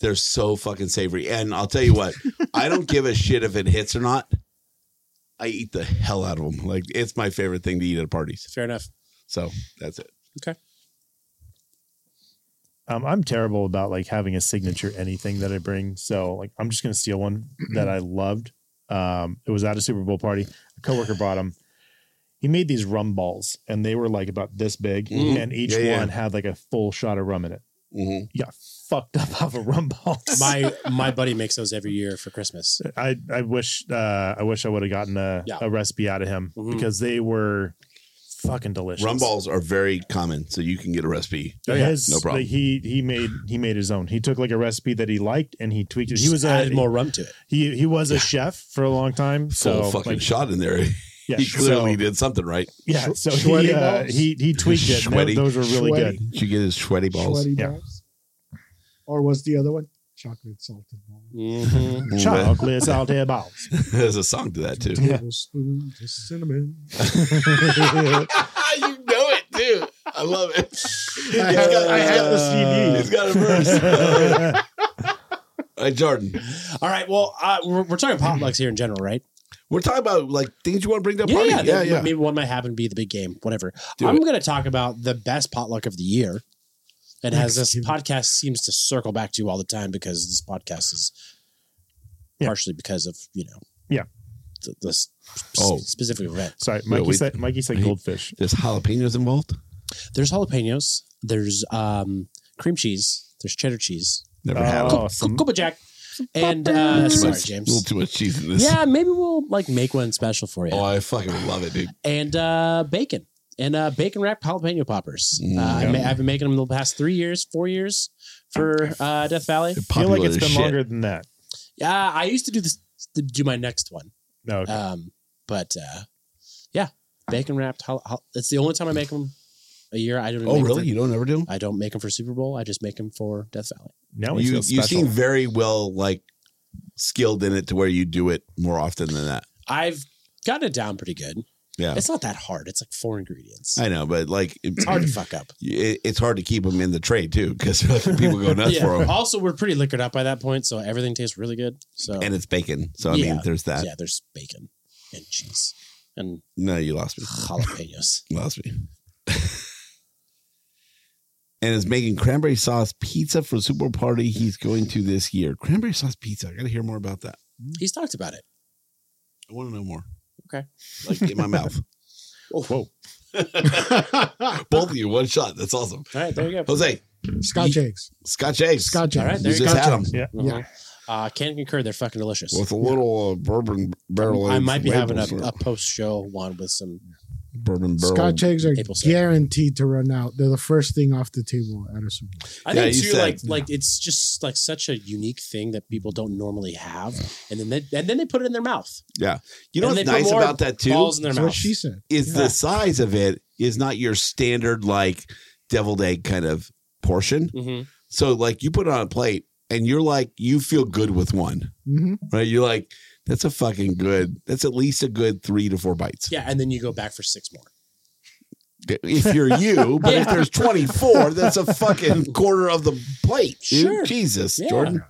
Speaker 3: They're so fucking savory. And I'll tell you what, I don't give a shit if it hits or not. I eat the hell out of them. Like it's my favorite thing to eat at parties.
Speaker 4: Fair enough.
Speaker 3: So that's it.
Speaker 4: Okay.
Speaker 7: Um, I'm terrible about like having a signature anything that I bring. So like I'm just gonna steal one that I loved. Um, it was at a Super Bowl party. A coworker brought them. He made these rum balls, and they were like about this big,
Speaker 4: Mm.
Speaker 7: and each
Speaker 4: Yeah, yeah.
Speaker 7: one had like a full shot of rum in it. Yeah, fucked up *laughs* off a rum ball.
Speaker 3: *laughs*
Speaker 4: my my buddy makes those every year for Christmas.
Speaker 7: *laughs* I I wish uh, I wish I would have gotten a,
Speaker 4: Yeah.
Speaker 7: a recipe out of him
Speaker 4: Mhm.
Speaker 7: because they were fucking delicious.
Speaker 3: Rum balls are very common, so you can get a recipe.
Speaker 4: Oh,
Speaker 7: His-
Speaker 3: Oh, no problem.
Speaker 7: like, he he made he made his own. He took like a recipe that he liked and he tweaked it. He
Speaker 4: Just
Speaker 7: was a,
Speaker 4: added more rum to it.
Speaker 7: He he was a chef for a long time.
Speaker 3: full
Speaker 7: So
Speaker 3: fucking
Speaker 7: like,
Speaker 3: shot in there. *laughs*
Speaker 7: Yeah,
Speaker 3: he clearly
Speaker 7: so-
Speaker 3: did something right.
Speaker 7: Yeah, so he, uh, he he tweaked it. and tho-
Speaker 3: Sweaty.
Speaker 7: Those were really
Speaker 6: Sweaty.
Speaker 7: good.
Speaker 3: Did you get his sweaty balls?
Speaker 6: Sweaty balls. Or what's the other one? Chocolate salted balls.
Speaker 3: Mhm.
Speaker 7: Mm. Chocolate salted
Speaker 6: *laughs*
Speaker 7: balls.
Speaker 3: *laughs* There's a song to that too.
Speaker 6: Tablespoon of cinnamon.
Speaker 7: *laughs*
Speaker 3: you *laughs* know it too. I love it.
Speaker 6: I have, I have
Speaker 3: *laughs*
Speaker 6: the CD.
Speaker 3: It's got a
Speaker 7: *laughs*
Speaker 3: verse. hey, Jordan.
Speaker 4: All right. Well, uh, we're, we're talking potlucks here in general, right?
Speaker 3: We're talking about like things you want to bring to a
Speaker 4: Yeah,
Speaker 3: party.
Speaker 4: yeah,
Speaker 3: Yeah,
Speaker 4: that-
Speaker 3: yeah.
Speaker 4: Maybe one might happen to be the big game, whatever.
Speaker 3: Do
Speaker 4: I'm
Speaker 3: it.
Speaker 4: going to talk about the best potluck of the year. And as this podcast seems to circle back to all the time because this podcast is partially because of, you know,
Speaker 7: Yeah.
Speaker 4: th- this
Speaker 3: Oh.
Speaker 4: oh. specific event.
Speaker 7: Sorry,
Speaker 3: Mikey we- said-
Speaker 7: Mikey said goldfish.
Speaker 3: There's jalapenos involved.
Speaker 4: There's jalapenos. There's um, cream cheese. There's cheddar cheese.
Speaker 3: *laughs* Never had
Speaker 4: Cou-
Speaker 7: Oh,
Speaker 3: them.
Speaker 4: cou- Couple Jack. And uh,
Speaker 3: Too
Speaker 4: sorry,
Speaker 3: much-
Speaker 4: James.
Speaker 3: A little too much cheese in this.
Speaker 4: Yeah, maybe we'll like make one special for you.
Speaker 3: Oh, I fucking love it, dude.
Speaker 4: and uh, bacon and uh, bacon wrapped jalapeno poppers. Uh, I
Speaker 3: Yeah.
Speaker 4: ma- I've been making them the past three years, four years for uh, Death Valley.
Speaker 7: I feel like
Speaker 3: Popular
Speaker 7: it's
Speaker 3: as
Speaker 7: been
Speaker 3: shit.
Speaker 7: longer than that.
Speaker 4: Yeah, I used to do this to do my next one,
Speaker 7: No, okay.
Speaker 4: um, but uh, yeah, bacon wrapped. Jal- jal- it's the only time I make them a year. I don't.
Speaker 3: Oh,
Speaker 4: make 'em
Speaker 3: really?
Speaker 4: for-
Speaker 3: You don't ever do them?
Speaker 4: I don't make them for Super Bowl. I just make them for Death Valley.
Speaker 7: now we
Speaker 3: You,
Speaker 7: feel
Speaker 3: you
Speaker 7: special.
Speaker 3: seem very well like skilled in it to where you do it more often than that.
Speaker 4: I've gotten it down pretty good.
Speaker 3: Yeah.
Speaker 4: It's not that hard. It's like four ingredients.
Speaker 3: I know, but like
Speaker 4: It's hard to fuck up.
Speaker 3: it, it's hard to keep them in the trade too because *laughs* people go
Speaker 4: *laughs*
Speaker 3: nuts for them.
Speaker 4: Also, we're pretty liquored up by that point, so everything tastes really good. So
Speaker 3: And it's bacon, so I
Speaker 4: Yeah.
Speaker 3: mean, there's that.
Speaker 4: Yeah, there's bacon and cheese and
Speaker 3: No, you lost me.
Speaker 4: jalapenos.
Speaker 3: *laughs* You lost me. and is making cranberry sauce pizza for Super Bowl party he's going to this year. Cranberry sauce pizza. I got to hear more about that.
Speaker 4: He's talked about it.
Speaker 3: I want to know more.
Speaker 4: Okay.
Speaker 3: Like in my mouth.
Speaker 4: *laughs* Oh,
Speaker 7: whoa.
Speaker 3: *laughs* Both of you, one shot. That's awesome.
Speaker 4: All right, there you go.
Speaker 3: Jose,
Speaker 6: Scotch eggs.
Speaker 3: Scotch eggs.
Speaker 6: Scotch
Speaker 4: All right,
Speaker 6: eggs.
Speaker 4: there
Speaker 3: You
Speaker 4: you go.
Speaker 3: just had them
Speaker 7: Yeah.
Speaker 6: Yeah.
Speaker 4: Uh, can't concur. They're fucking delicious.
Speaker 3: with a little uh, bourbon barrel.
Speaker 4: I
Speaker 3: aged
Speaker 4: might be having a,
Speaker 3: maple syrup.
Speaker 4: a post show one with some.
Speaker 3: bourbon barrel.
Speaker 6: Scotch eggs are
Speaker 4: Maple syrup.
Speaker 6: guaranteed to run out. They're the first thing off the table at a Super Bowl.
Speaker 4: I
Speaker 3: Yeah,
Speaker 4: think
Speaker 3: you
Speaker 4: too,
Speaker 3: said.
Speaker 4: like like it's just like such a unique thing that people don't normally have, and then they, and then they put it in their mouth.
Speaker 3: Yeah. You know
Speaker 4: And
Speaker 3: what's
Speaker 4: they put
Speaker 3: nice
Speaker 4: more
Speaker 3: about that too?
Speaker 4: balls in their
Speaker 6: That's
Speaker 4: mouth.
Speaker 6: what she said.
Speaker 3: is the size of it is not your standard like deviled egg kind of portion.
Speaker 4: Mhm.
Speaker 7: mm-hmm.
Speaker 3: So like you put it on a plate and you're like, you feel good with one,
Speaker 6: Mm-hmm.
Speaker 3: right? You're like, that's a fucking good, that's at least a good three to four bites.
Speaker 4: Yeah, and then you go back for six more.
Speaker 3: If you're
Speaker 4: *laughs*
Speaker 3: you, but if
Speaker 4: Yeah.
Speaker 3: there's 24, that's
Speaker 4: *laughs*
Speaker 3: a fucking quarter of the plate. dude.
Speaker 4: Sure.
Speaker 3: Jesus,
Speaker 4: Yeah.
Speaker 3: Jordan.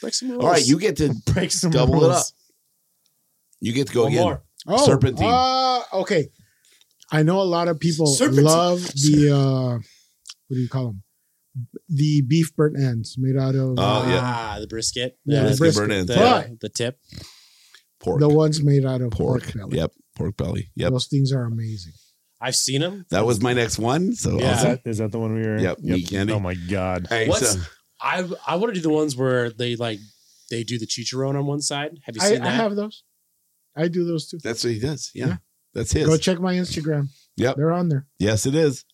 Speaker 4: Break some rules.
Speaker 3: All right, you get to
Speaker 7: break some
Speaker 3: double it up.
Speaker 7: rules.
Speaker 3: You get to go
Speaker 7: One
Speaker 3: again.
Speaker 7: more.
Speaker 6: Oh,
Speaker 3: Serpentine.
Speaker 6: Uh, okay. I know a lot of people
Speaker 3: Serpentine. *laughs*
Speaker 6: love the uh, what do you call them? The beef burnt ends made out of.
Speaker 3: Oh,
Speaker 6: uh,
Speaker 4: Ah, the brisket.
Speaker 6: Yeah, the
Speaker 4: the,
Speaker 6: brisket.
Speaker 4: The,
Speaker 6: But-
Speaker 4: the tip.
Speaker 3: pork.
Speaker 6: The ones made out of pork.
Speaker 3: pork.
Speaker 6: belly.
Speaker 3: Yep. Pork belly. Yep.
Speaker 6: Those things are amazing.
Speaker 4: I've seen them.
Speaker 3: That was my next one. So
Speaker 4: Yeah.
Speaker 7: Is
Speaker 3: awesome.
Speaker 7: that, is that the one we were?
Speaker 3: Yep. Meat candy.
Speaker 7: Oh my god.
Speaker 3: Hey,
Speaker 4: What's
Speaker 3: so-
Speaker 4: I I want to do the ones where they like they do the chicharron on one side. Have you
Speaker 6: I,
Speaker 4: seen
Speaker 6: I
Speaker 4: that?
Speaker 6: have those. I do those too.
Speaker 3: that's what he does. Yeah.
Speaker 6: Yeah.
Speaker 3: That's
Speaker 6: Go
Speaker 3: his.
Speaker 6: check my Instagram.
Speaker 3: Yep.
Speaker 6: They're on there.
Speaker 3: Yes, it is.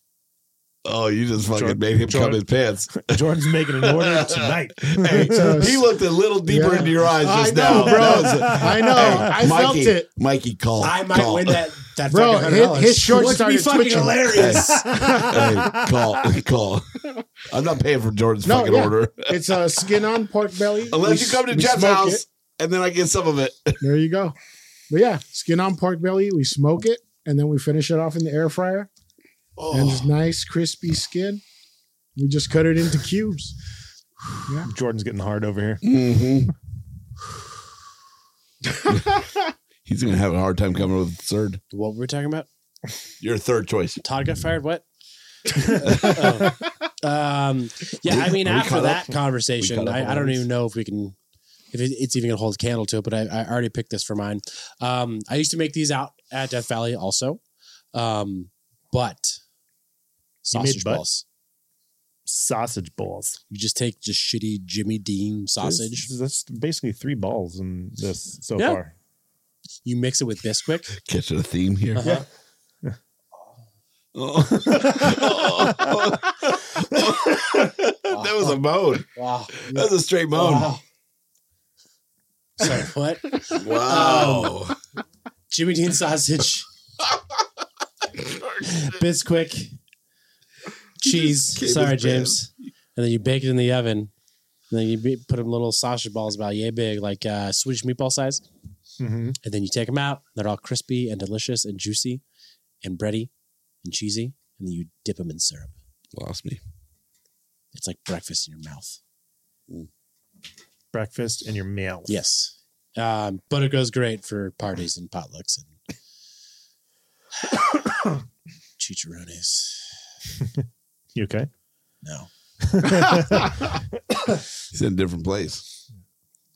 Speaker 3: Oh, you just fucking
Speaker 7: Jordan-
Speaker 3: made him
Speaker 7: Jordan-
Speaker 3: come in pants.
Speaker 7: Jordan's making an
Speaker 3: *laughs*
Speaker 7: order tonight.
Speaker 3: *laughs* Hey,
Speaker 6: So-
Speaker 3: he looked a little deeper
Speaker 6: Yeah.
Speaker 3: into your eyes
Speaker 6: I
Speaker 3: just
Speaker 6: know,
Speaker 3: now.
Speaker 6: bro.
Speaker 3: That was a-
Speaker 6: I know. I felt
Speaker 3: Mikey,
Speaker 6: it.
Speaker 3: Mikey, call.
Speaker 4: I might
Speaker 3: call.
Speaker 4: win that. That
Speaker 6: Bro,
Speaker 4: fucking
Speaker 6: his,
Speaker 4: $100.
Speaker 6: his shorts
Speaker 4: Which would be
Speaker 6: started
Speaker 4: fucking
Speaker 6: twitching.
Speaker 4: hilarious.
Speaker 3: hey, call. Call. I'm not paying for Jordan's
Speaker 6: No,
Speaker 3: fucking
Speaker 6: yeah.
Speaker 3: order.
Speaker 6: It's a skin on pork belly.
Speaker 3: *laughs* Unless
Speaker 6: We-
Speaker 3: you come to
Speaker 6: we
Speaker 3: Jeff's
Speaker 6: smoke
Speaker 3: house
Speaker 6: it.
Speaker 3: and then I get some of it.
Speaker 6: *laughs* There you go. But yeah, skin on pork belly. We smoke it and then we finish it off in the air fryer. And
Speaker 3: Oh.
Speaker 6: it's nice, crispy skin. We just cut it into cubes.
Speaker 7: Jordan's getting hard over here.
Speaker 6: Mm-hmm. *laughs*
Speaker 3: hmm He's gonna have a hard time coming up with third.
Speaker 4: what were we talking about?
Speaker 3: Your
Speaker 4: *laughs*
Speaker 3: third choice.
Speaker 4: Todd got
Speaker 6: *laughs*
Speaker 4: fired. What? Oh. Um, yeah, I mean,
Speaker 3: Are we
Speaker 4: after
Speaker 3: caught
Speaker 4: that
Speaker 3: up? We
Speaker 4: conversation,
Speaker 3: caught up
Speaker 4: I,
Speaker 3: on
Speaker 4: I don't
Speaker 3: this?
Speaker 4: even know if we can, if it, it's even gonna hold candle to it. But I, I already picked this for mine. Um, I used to make these out at Death Valley also, um, but
Speaker 7: You made
Speaker 4: sausage
Speaker 7: butt?
Speaker 4: balls.
Speaker 7: Sausage balls.
Speaker 4: You just take just shitty Jimmy Dean sausage.
Speaker 7: That's, that's basically three balls in this so
Speaker 4: Yeah.
Speaker 7: far.
Speaker 4: You mix it with Bisquick.
Speaker 3: Catching a theme here.
Speaker 4: Uh-huh. *laughs*
Speaker 3: Oh. *laughs* that was a moan.
Speaker 4: Wow.
Speaker 3: That was a straight moan.
Speaker 4: Wow. Sorry, what? Oh.
Speaker 3: Wow.
Speaker 4: Jimmy Dean
Speaker 3: *laughs*
Speaker 4: sausage, Bisquick,
Speaker 3: gave
Speaker 4: cheese. Sorry,
Speaker 3: us bread.
Speaker 4: James. And then you bake it in the oven. And then you be, put them little sausage balls about yay big, like uh, Swedish meatball size.
Speaker 7: Mm-hmm.
Speaker 4: And then you take them out. They're all crispy and delicious and juicy and bready and cheesy. And then you dip them in syrup.
Speaker 3: Lost me.
Speaker 4: It's like breakfast in your mouth.
Speaker 7: Breakfast and your meal.
Speaker 4: Yes. Um, but it goes great for parties and potlucks and chicharrones.
Speaker 7: You okay?
Speaker 4: No.
Speaker 3: He's in a different place.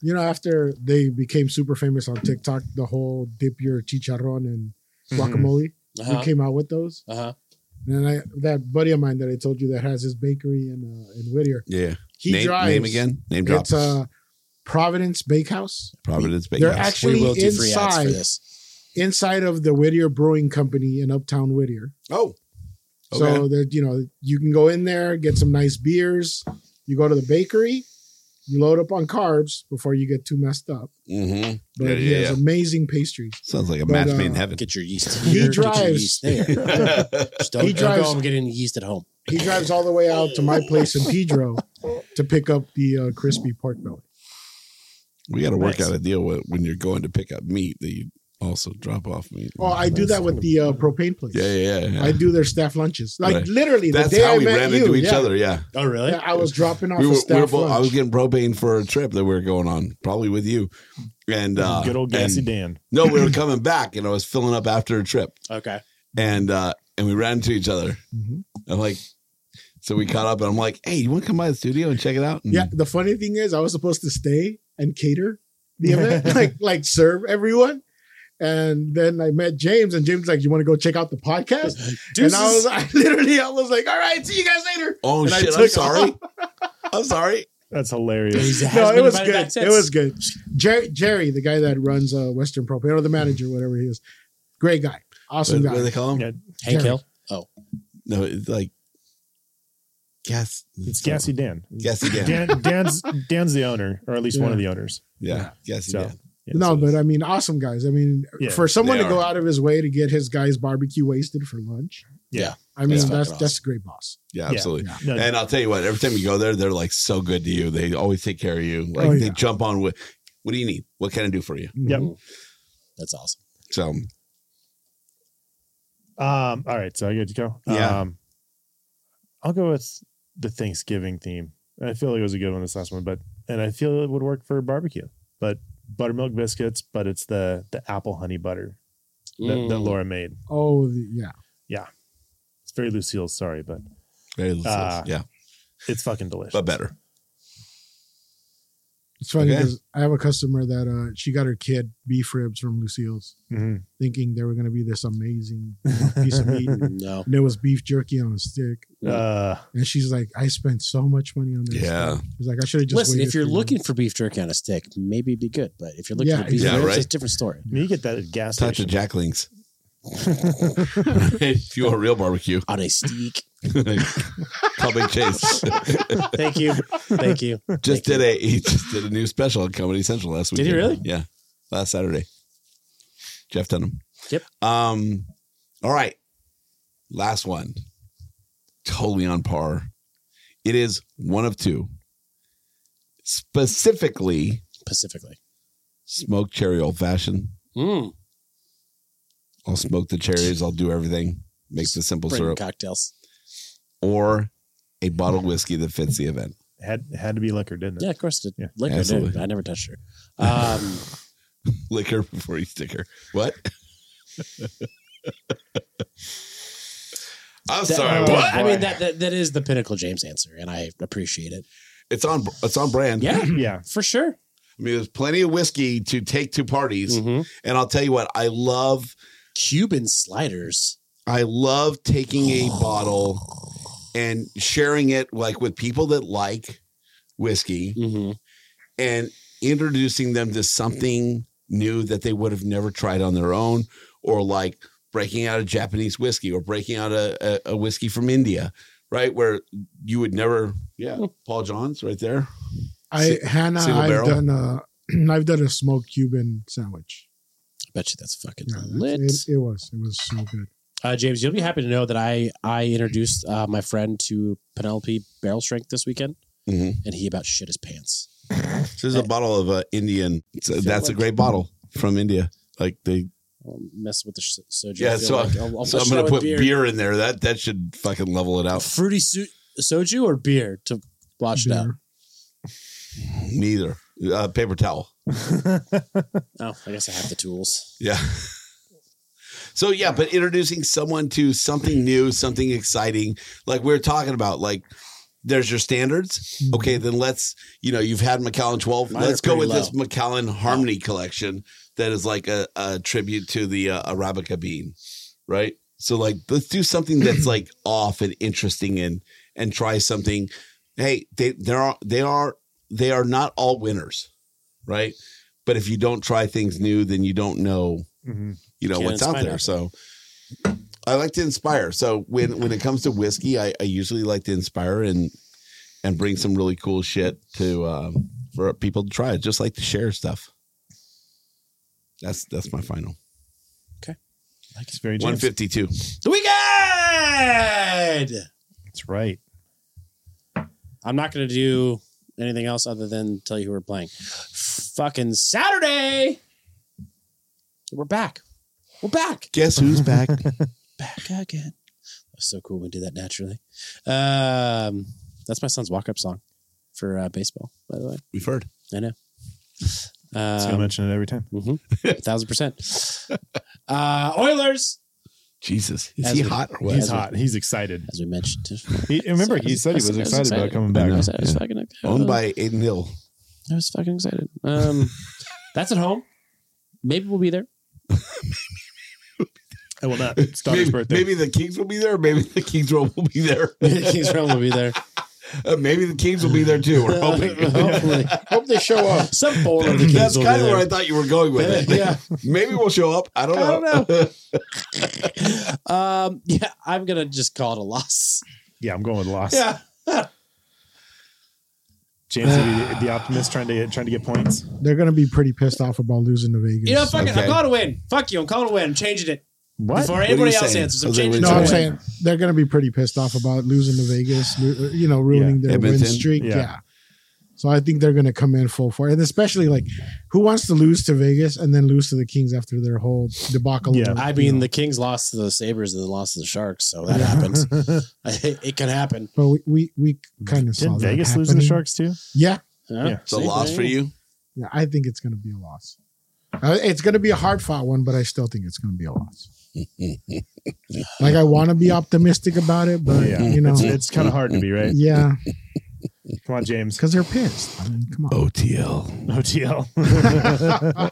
Speaker 6: You know, after they became super famous on TikTok, the whole dip your chicharron and guacamole, we
Speaker 4: Mm-hmm. Uh-huh.
Speaker 6: came out with those.
Speaker 4: Uh-huh.
Speaker 6: And then I, that buddy of mine that I told you that has his bakery in uh, in Whittier,
Speaker 3: Yeah.
Speaker 6: he
Speaker 3: name,
Speaker 6: drives.
Speaker 3: name again. Name drop.
Speaker 6: It's uh, Providence Bakehouse.
Speaker 3: Providence
Speaker 6: They're
Speaker 3: Bakehouse.
Speaker 6: actually
Speaker 4: for
Speaker 6: inside
Speaker 4: this.
Speaker 6: inside of the Whittier Brewing Company in Uptown Whittier.
Speaker 3: oh.
Speaker 6: So that you know you can go in there, get some nice beers. You go to the bakery, you load up on carbs before you get too messed up.
Speaker 3: Mm-hmm.
Speaker 6: But
Speaker 3: Yeah,
Speaker 6: he
Speaker 3: yeah,
Speaker 6: has
Speaker 3: yeah.
Speaker 6: amazing pastries.
Speaker 3: Sounds like a
Speaker 6: But,
Speaker 3: match
Speaker 6: uh,
Speaker 3: made in heaven.
Speaker 4: Get your yeast.
Speaker 6: He
Speaker 4: Here, get your
Speaker 6: drives-
Speaker 4: yeast
Speaker 6: *laughs*
Speaker 4: there. Just don't,
Speaker 6: He
Speaker 4: don't go
Speaker 6: drives-
Speaker 4: home getting yeast at home.
Speaker 6: He drives all the way out to my place in Pedro to pick up the uh, crispy pork belly.
Speaker 3: we got to work
Speaker 7: Nice.
Speaker 3: out a deal with, when you're going to pick up meat that you also drop off meat.
Speaker 6: Oh, I do that with the uh, propane place.
Speaker 3: yeah, yeah, yeah. yeah.
Speaker 6: I do their staff lunches. Like
Speaker 3: Right.
Speaker 6: literally, the
Speaker 3: That's
Speaker 6: day
Speaker 3: how
Speaker 6: I
Speaker 3: we
Speaker 6: met
Speaker 3: ran
Speaker 6: you,
Speaker 3: into each
Speaker 6: yeah.
Speaker 3: other. Yeah.
Speaker 4: Oh, really?
Speaker 6: Yeah, I was dropping off
Speaker 3: we
Speaker 6: a
Speaker 3: were, we were
Speaker 6: staff
Speaker 3: both,
Speaker 6: lunch.
Speaker 3: I was getting propane for a trip that we were going on, probably with you. And uh,
Speaker 7: Good old gassy
Speaker 3: and-
Speaker 7: Dan.
Speaker 3: No, we were coming back, and I was filling up after a trip,
Speaker 4: Okay.
Speaker 3: and uh, and we ran into each other.
Speaker 6: Mhm.
Speaker 3: I'm like, so we caught up, and I'm like, hey, you want to come by the studio and check it out? And
Speaker 6: yeah, the funny thing is, I was supposed to stay and cater *laughs* the event, like like serve everyone. And then I met James, and James was like, "You want to go check out the podcast?" And I was, *laughs* I literally, I was like, "All right, see you guys later."
Speaker 3: Oh
Speaker 6: And I
Speaker 3: shit! I'm
Speaker 6: took
Speaker 3: sorry.
Speaker 6: off.
Speaker 3: I'm sorry.
Speaker 7: *laughs* That's hilarious.
Speaker 6: *laughs* No, it was good. It was good. Jerry, Jerry, the guy that runs uh, Western Propane, or the manager, whatever he is, great guy, awesome
Speaker 3: What, what do
Speaker 6: guy.
Speaker 3: they call him?
Speaker 7: Yeah,
Speaker 6: Jerry.
Speaker 4: Hank Hill. Oh.
Speaker 3: No, it's like gas.
Speaker 7: it's gassy Dan.
Speaker 3: Gassy Dan.
Speaker 7: Dan. Dan's Dan's the owner, or at least one of the owners.
Speaker 3: Yeah, gassy.
Speaker 7: So,
Speaker 3: Dan.
Speaker 7: yeah,
Speaker 6: no,
Speaker 7: so
Speaker 6: but I mean, awesome guys. I mean,
Speaker 7: Yeah,
Speaker 6: for someone
Speaker 3: they
Speaker 6: to go
Speaker 3: are.
Speaker 6: out of his way to get his guys barbecue wasted for lunch,
Speaker 7: Yeah.
Speaker 6: I mean,
Speaker 3: Yeah.
Speaker 6: that's that's a great boss.
Speaker 3: Yeah, absolutely.
Speaker 6: Yeah. No,
Speaker 3: and I'll tell you what, every time you go there, they're like so good to you. They always take care of you. Like
Speaker 6: Oh,
Speaker 3: they
Speaker 6: yeah. Mm-hmm.
Speaker 3: jump on with, what do you need? What can I do for you? Mm-hmm.
Speaker 7: Yep.
Speaker 4: That's awesome.
Speaker 3: So
Speaker 7: Um, all right, so I get to go.
Speaker 3: Yeah.
Speaker 7: Um, I'll go with the Thanksgiving theme. I feel like it was a good one this last one, but and I feel it would work for barbecue. But buttermilk biscuits, but it's the the apple honey butter that, that
Speaker 6: Mm.
Speaker 7: Laura made.
Speaker 6: Oh, the, yeah.
Speaker 7: Yeah, it's very Lucille. Sorry, but uh,
Speaker 3: very Lucille's, yeah.
Speaker 7: it's fucking delicious.
Speaker 3: But better.
Speaker 6: It's funny
Speaker 7: Okay.
Speaker 6: because I have a customer that uh, she got her kid beef ribs from Lucille's,
Speaker 3: Mm-hmm.
Speaker 7: Mhm.
Speaker 6: thinking they were going to be this amazing
Speaker 3: *laughs*
Speaker 6: piece of meat.
Speaker 4: No.
Speaker 6: And it was beef jerky on a stick.
Speaker 7: Uh,
Speaker 6: and she's like, I spent so much money on this.
Speaker 4: Yeah.
Speaker 6: She's like, I should have just
Speaker 4: Listen,
Speaker 6: waited
Speaker 4: if you're
Speaker 6: for you."
Speaker 4: looking for beef jerky on a stick, maybe it'd be good. But if you're looking
Speaker 6: Yeah,
Speaker 4: for beef,
Speaker 3: exactly.
Speaker 4: ribs,
Speaker 3: Yeah, right.
Speaker 4: it's a different story.
Speaker 7: You get that at gas
Speaker 3: touch of jacklings. *laughs* if you want real barbecue
Speaker 4: on a
Speaker 3: *laughs*
Speaker 4: steak,
Speaker 3: call Big Chase.
Speaker 4: *laughs* Thank you. Thank you.
Speaker 3: Just did a *laughs* he just did a new special on Comedy Central last week.
Speaker 4: Did he really?
Speaker 3: Yeah, last Saturday. Jeff Dunham.
Speaker 4: Yep.
Speaker 3: Um. All right. Last one. Totally on par. It is one of two. Specifically,
Speaker 4: specifically,
Speaker 3: smoked cherry old fashioned. I'll smoke the cherries. I'll do everything. Make the simple
Speaker 4: Bring
Speaker 3: syrup
Speaker 4: cocktails.
Speaker 3: or a bottle of whiskey that fits the event.
Speaker 7: had had to be liquor, didn't it?
Speaker 4: Yeah, of course it did.
Speaker 7: Yeah.
Speaker 4: Liquor,
Speaker 3: Absolutely.
Speaker 4: dude. I never touched her. Um,
Speaker 3: *laughs* Liquor before you sticker.
Speaker 4: *laughs*
Speaker 3: What? I'm
Speaker 4: that-
Speaker 3: sorry.
Speaker 4: that-
Speaker 3: What?
Speaker 4: I mean, that, that that is the pinnacle James answer, and I appreciate it.
Speaker 3: it's on. It's on brand.
Speaker 4: Yeah,
Speaker 7: yeah,
Speaker 4: for sure.
Speaker 3: I mean, there's plenty of whiskey to take to parties, and I'll tell you what. I love
Speaker 4: Mm-hmm. Cuban sliders.
Speaker 3: I love taking
Speaker 4: *sighs*
Speaker 3: a bottle and sharing it like with people that like whiskey, and introducing them to something new that they would have never tried on their own, or like breaking out a Japanese whiskey or breaking out a, a, a whiskey from India, right? Where you would never, yeah, Paul John's right there.
Speaker 6: I
Speaker 3: Si-
Speaker 6: Hannah,
Speaker 3: single
Speaker 6: I've
Speaker 3: barrel.
Speaker 6: done a *clears throat* I've done a smoked Cuban sandwich.
Speaker 4: I bet you that's fucking
Speaker 6: Yeah,
Speaker 4: lit.
Speaker 6: that's- it, it was. It was so good.
Speaker 4: Uh, James, you'll be happy to know that I I introduced uh, my friend to Penelope Barrel Strength this weekend,
Speaker 3: Mm-hmm.
Speaker 4: and he about shit his pants.
Speaker 3: This is a bottle of uh, Indian. So that's a great bottle from India. Like they,
Speaker 4: I'll mess with the sh- soju.
Speaker 3: yeah.
Speaker 4: I feel
Speaker 3: So,
Speaker 4: like.
Speaker 3: I,
Speaker 4: I'll- I'll
Speaker 3: so I'm
Speaker 4: mess
Speaker 3: gonna
Speaker 4: with
Speaker 3: put beer. in there. That that should fucking level it out.
Speaker 4: fruity su- soju or beer to wash it out.
Speaker 3: Neither uh, paper
Speaker 4: *laughs*
Speaker 3: towel.
Speaker 4: Oh, I guess I have the tools.
Speaker 3: Yeah. So yeah, but introducing someone to something new, something exciting, like we are talking about, like there's your standards. Okay, then let's you know you've had McAllen 12.
Speaker 4: Mm-hmm. Mine are
Speaker 3: let's go
Speaker 4: pretty
Speaker 3: with this McAllen Harmony collection that is like a, a tribute to the uh, Arabica bean, right? So like let's do something that's like off and interesting and and try something. Hey, they there are they are they are not all winners, right? But if you don't try things new, then you don't know you know
Speaker 4: Can't
Speaker 3: what's out
Speaker 4: inspire
Speaker 3: there.
Speaker 4: nothing.
Speaker 3: So I like to inspire. So when when it comes to whiskey, I, I usually like to inspire and and bring some really cool shit to um, for people to try. I just like to share stuff. That's that's my final
Speaker 7: It's very
Speaker 3: one
Speaker 7: James.
Speaker 3: fifty two.
Speaker 4: The weekend.
Speaker 7: That's right.
Speaker 4: I'm not going to do anything else other than tell you who we're playing. Fucking Saturday. We're back. We're back.
Speaker 3: Guess who's
Speaker 4: *laughs*
Speaker 3: back?
Speaker 4: Back again. That's so cool. We do that naturally. Um, that's my son's walk-up song for uh, baseball. By the way,
Speaker 3: we've heard.
Speaker 4: I know.
Speaker 7: It's
Speaker 4: Um,
Speaker 7: gonna mention it every time.
Speaker 3: Mm-hmm.
Speaker 4: A *laughs* thousand percent. Uh, Oilers.
Speaker 3: Jesus, is
Speaker 4: As
Speaker 3: he
Speaker 4: we-
Speaker 3: hot or what?
Speaker 7: He's
Speaker 4: As we-
Speaker 7: hot. He's excited.
Speaker 4: As we mentioned,
Speaker 7: He, remember, he said he was excited about coming back.
Speaker 4: I was, I was fucking
Speaker 3: Owned by Aiden Hill.
Speaker 4: I was fucking excited. Um, *laughs* that's at home. Maybe we'll be there.
Speaker 7: I will not.
Speaker 3: Maybe,
Speaker 7: Starter's birthday.
Speaker 3: maybe the Kings will be there. Maybe the Kings will be there.
Speaker 4: *laughs* Maybe the Kings will be there.
Speaker 3: *laughs* Uh, maybe the Kings will be there too.
Speaker 4: *laughs*
Speaker 3: We're hoping.
Speaker 4: Hopefully,
Speaker 5: Hope they show up.
Speaker 4: *laughs* some form of the Kings.
Speaker 3: That's
Speaker 4: will be
Speaker 3: kind of
Speaker 4: there.
Speaker 3: where I thought you were going with it.
Speaker 4: *laughs* Yeah.
Speaker 3: Maybe we'll show up. I don't
Speaker 4: I
Speaker 3: know.
Speaker 4: don't
Speaker 3: *laughs*
Speaker 4: know. *laughs* um, yeah, I'm gonna just call it a loss.
Speaker 7: Yeah, I'm going with loss.
Speaker 4: Yeah.
Speaker 7: *laughs* James, will be the, the optimist trying to get trying to get points.
Speaker 6: They're gonna be pretty pissed off about losing to Vegas.
Speaker 4: You know, fuck it.
Speaker 3: Okay.
Speaker 4: I'm calling a win. Fuck you. I'm calling a win. I'm changing it.
Speaker 7: What?
Speaker 4: Before
Speaker 7: What are
Speaker 4: anybody
Speaker 7: you
Speaker 4: else
Speaker 7: saying?
Speaker 4: answers, I'm
Speaker 7: Jose,
Speaker 4: changing
Speaker 7: what
Speaker 6: No,
Speaker 7: are you
Speaker 6: I'm
Speaker 7: saying?
Speaker 6: saying they're going to be pretty pissed off about losing to Vegas, lo- uh, you know, ruining
Speaker 3: Yeah.
Speaker 6: their win
Speaker 3: Edmonton?
Speaker 6: streak.
Speaker 3: Yeah.
Speaker 6: Yeah. So I think they're going to come in full for And especially like who wants to lose to Vegas and then lose to the Kings after their whole debacle?
Speaker 4: Yeah,
Speaker 6: over,
Speaker 4: I
Speaker 6: you
Speaker 4: mean
Speaker 6: know?
Speaker 4: the Kings lost to the Sabers and then lost to the Sharks,
Speaker 7: *laughs*
Speaker 4: so that happens. *laughs* it, it can happen.
Speaker 6: but we, we, we kind of saw
Speaker 4: Didn't
Speaker 6: that
Speaker 4: Vegas lose to the
Speaker 6: happening.
Speaker 4: Sharks too?
Speaker 6: Yeah.
Speaker 4: Yeah. Yeah. So See, loss there for you go.
Speaker 6: Yeah. I think it's going to be a loss. Uh, It's going to be a hard fought one, but I still think it's going to be a loss. Like I want to be optimistic about it, but
Speaker 7: Yeah.
Speaker 6: you know,
Speaker 7: It's- it's kinda hard to be, right?
Speaker 6: Yeah,
Speaker 7: Come on, James.
Speaker 6: because they're pissed. I mean, come
Speaker 7: *laughs*
Speaker 6: on.
Speaker 7: OTL.
Speaker 6: *laughs*
Speaker 7: OTL.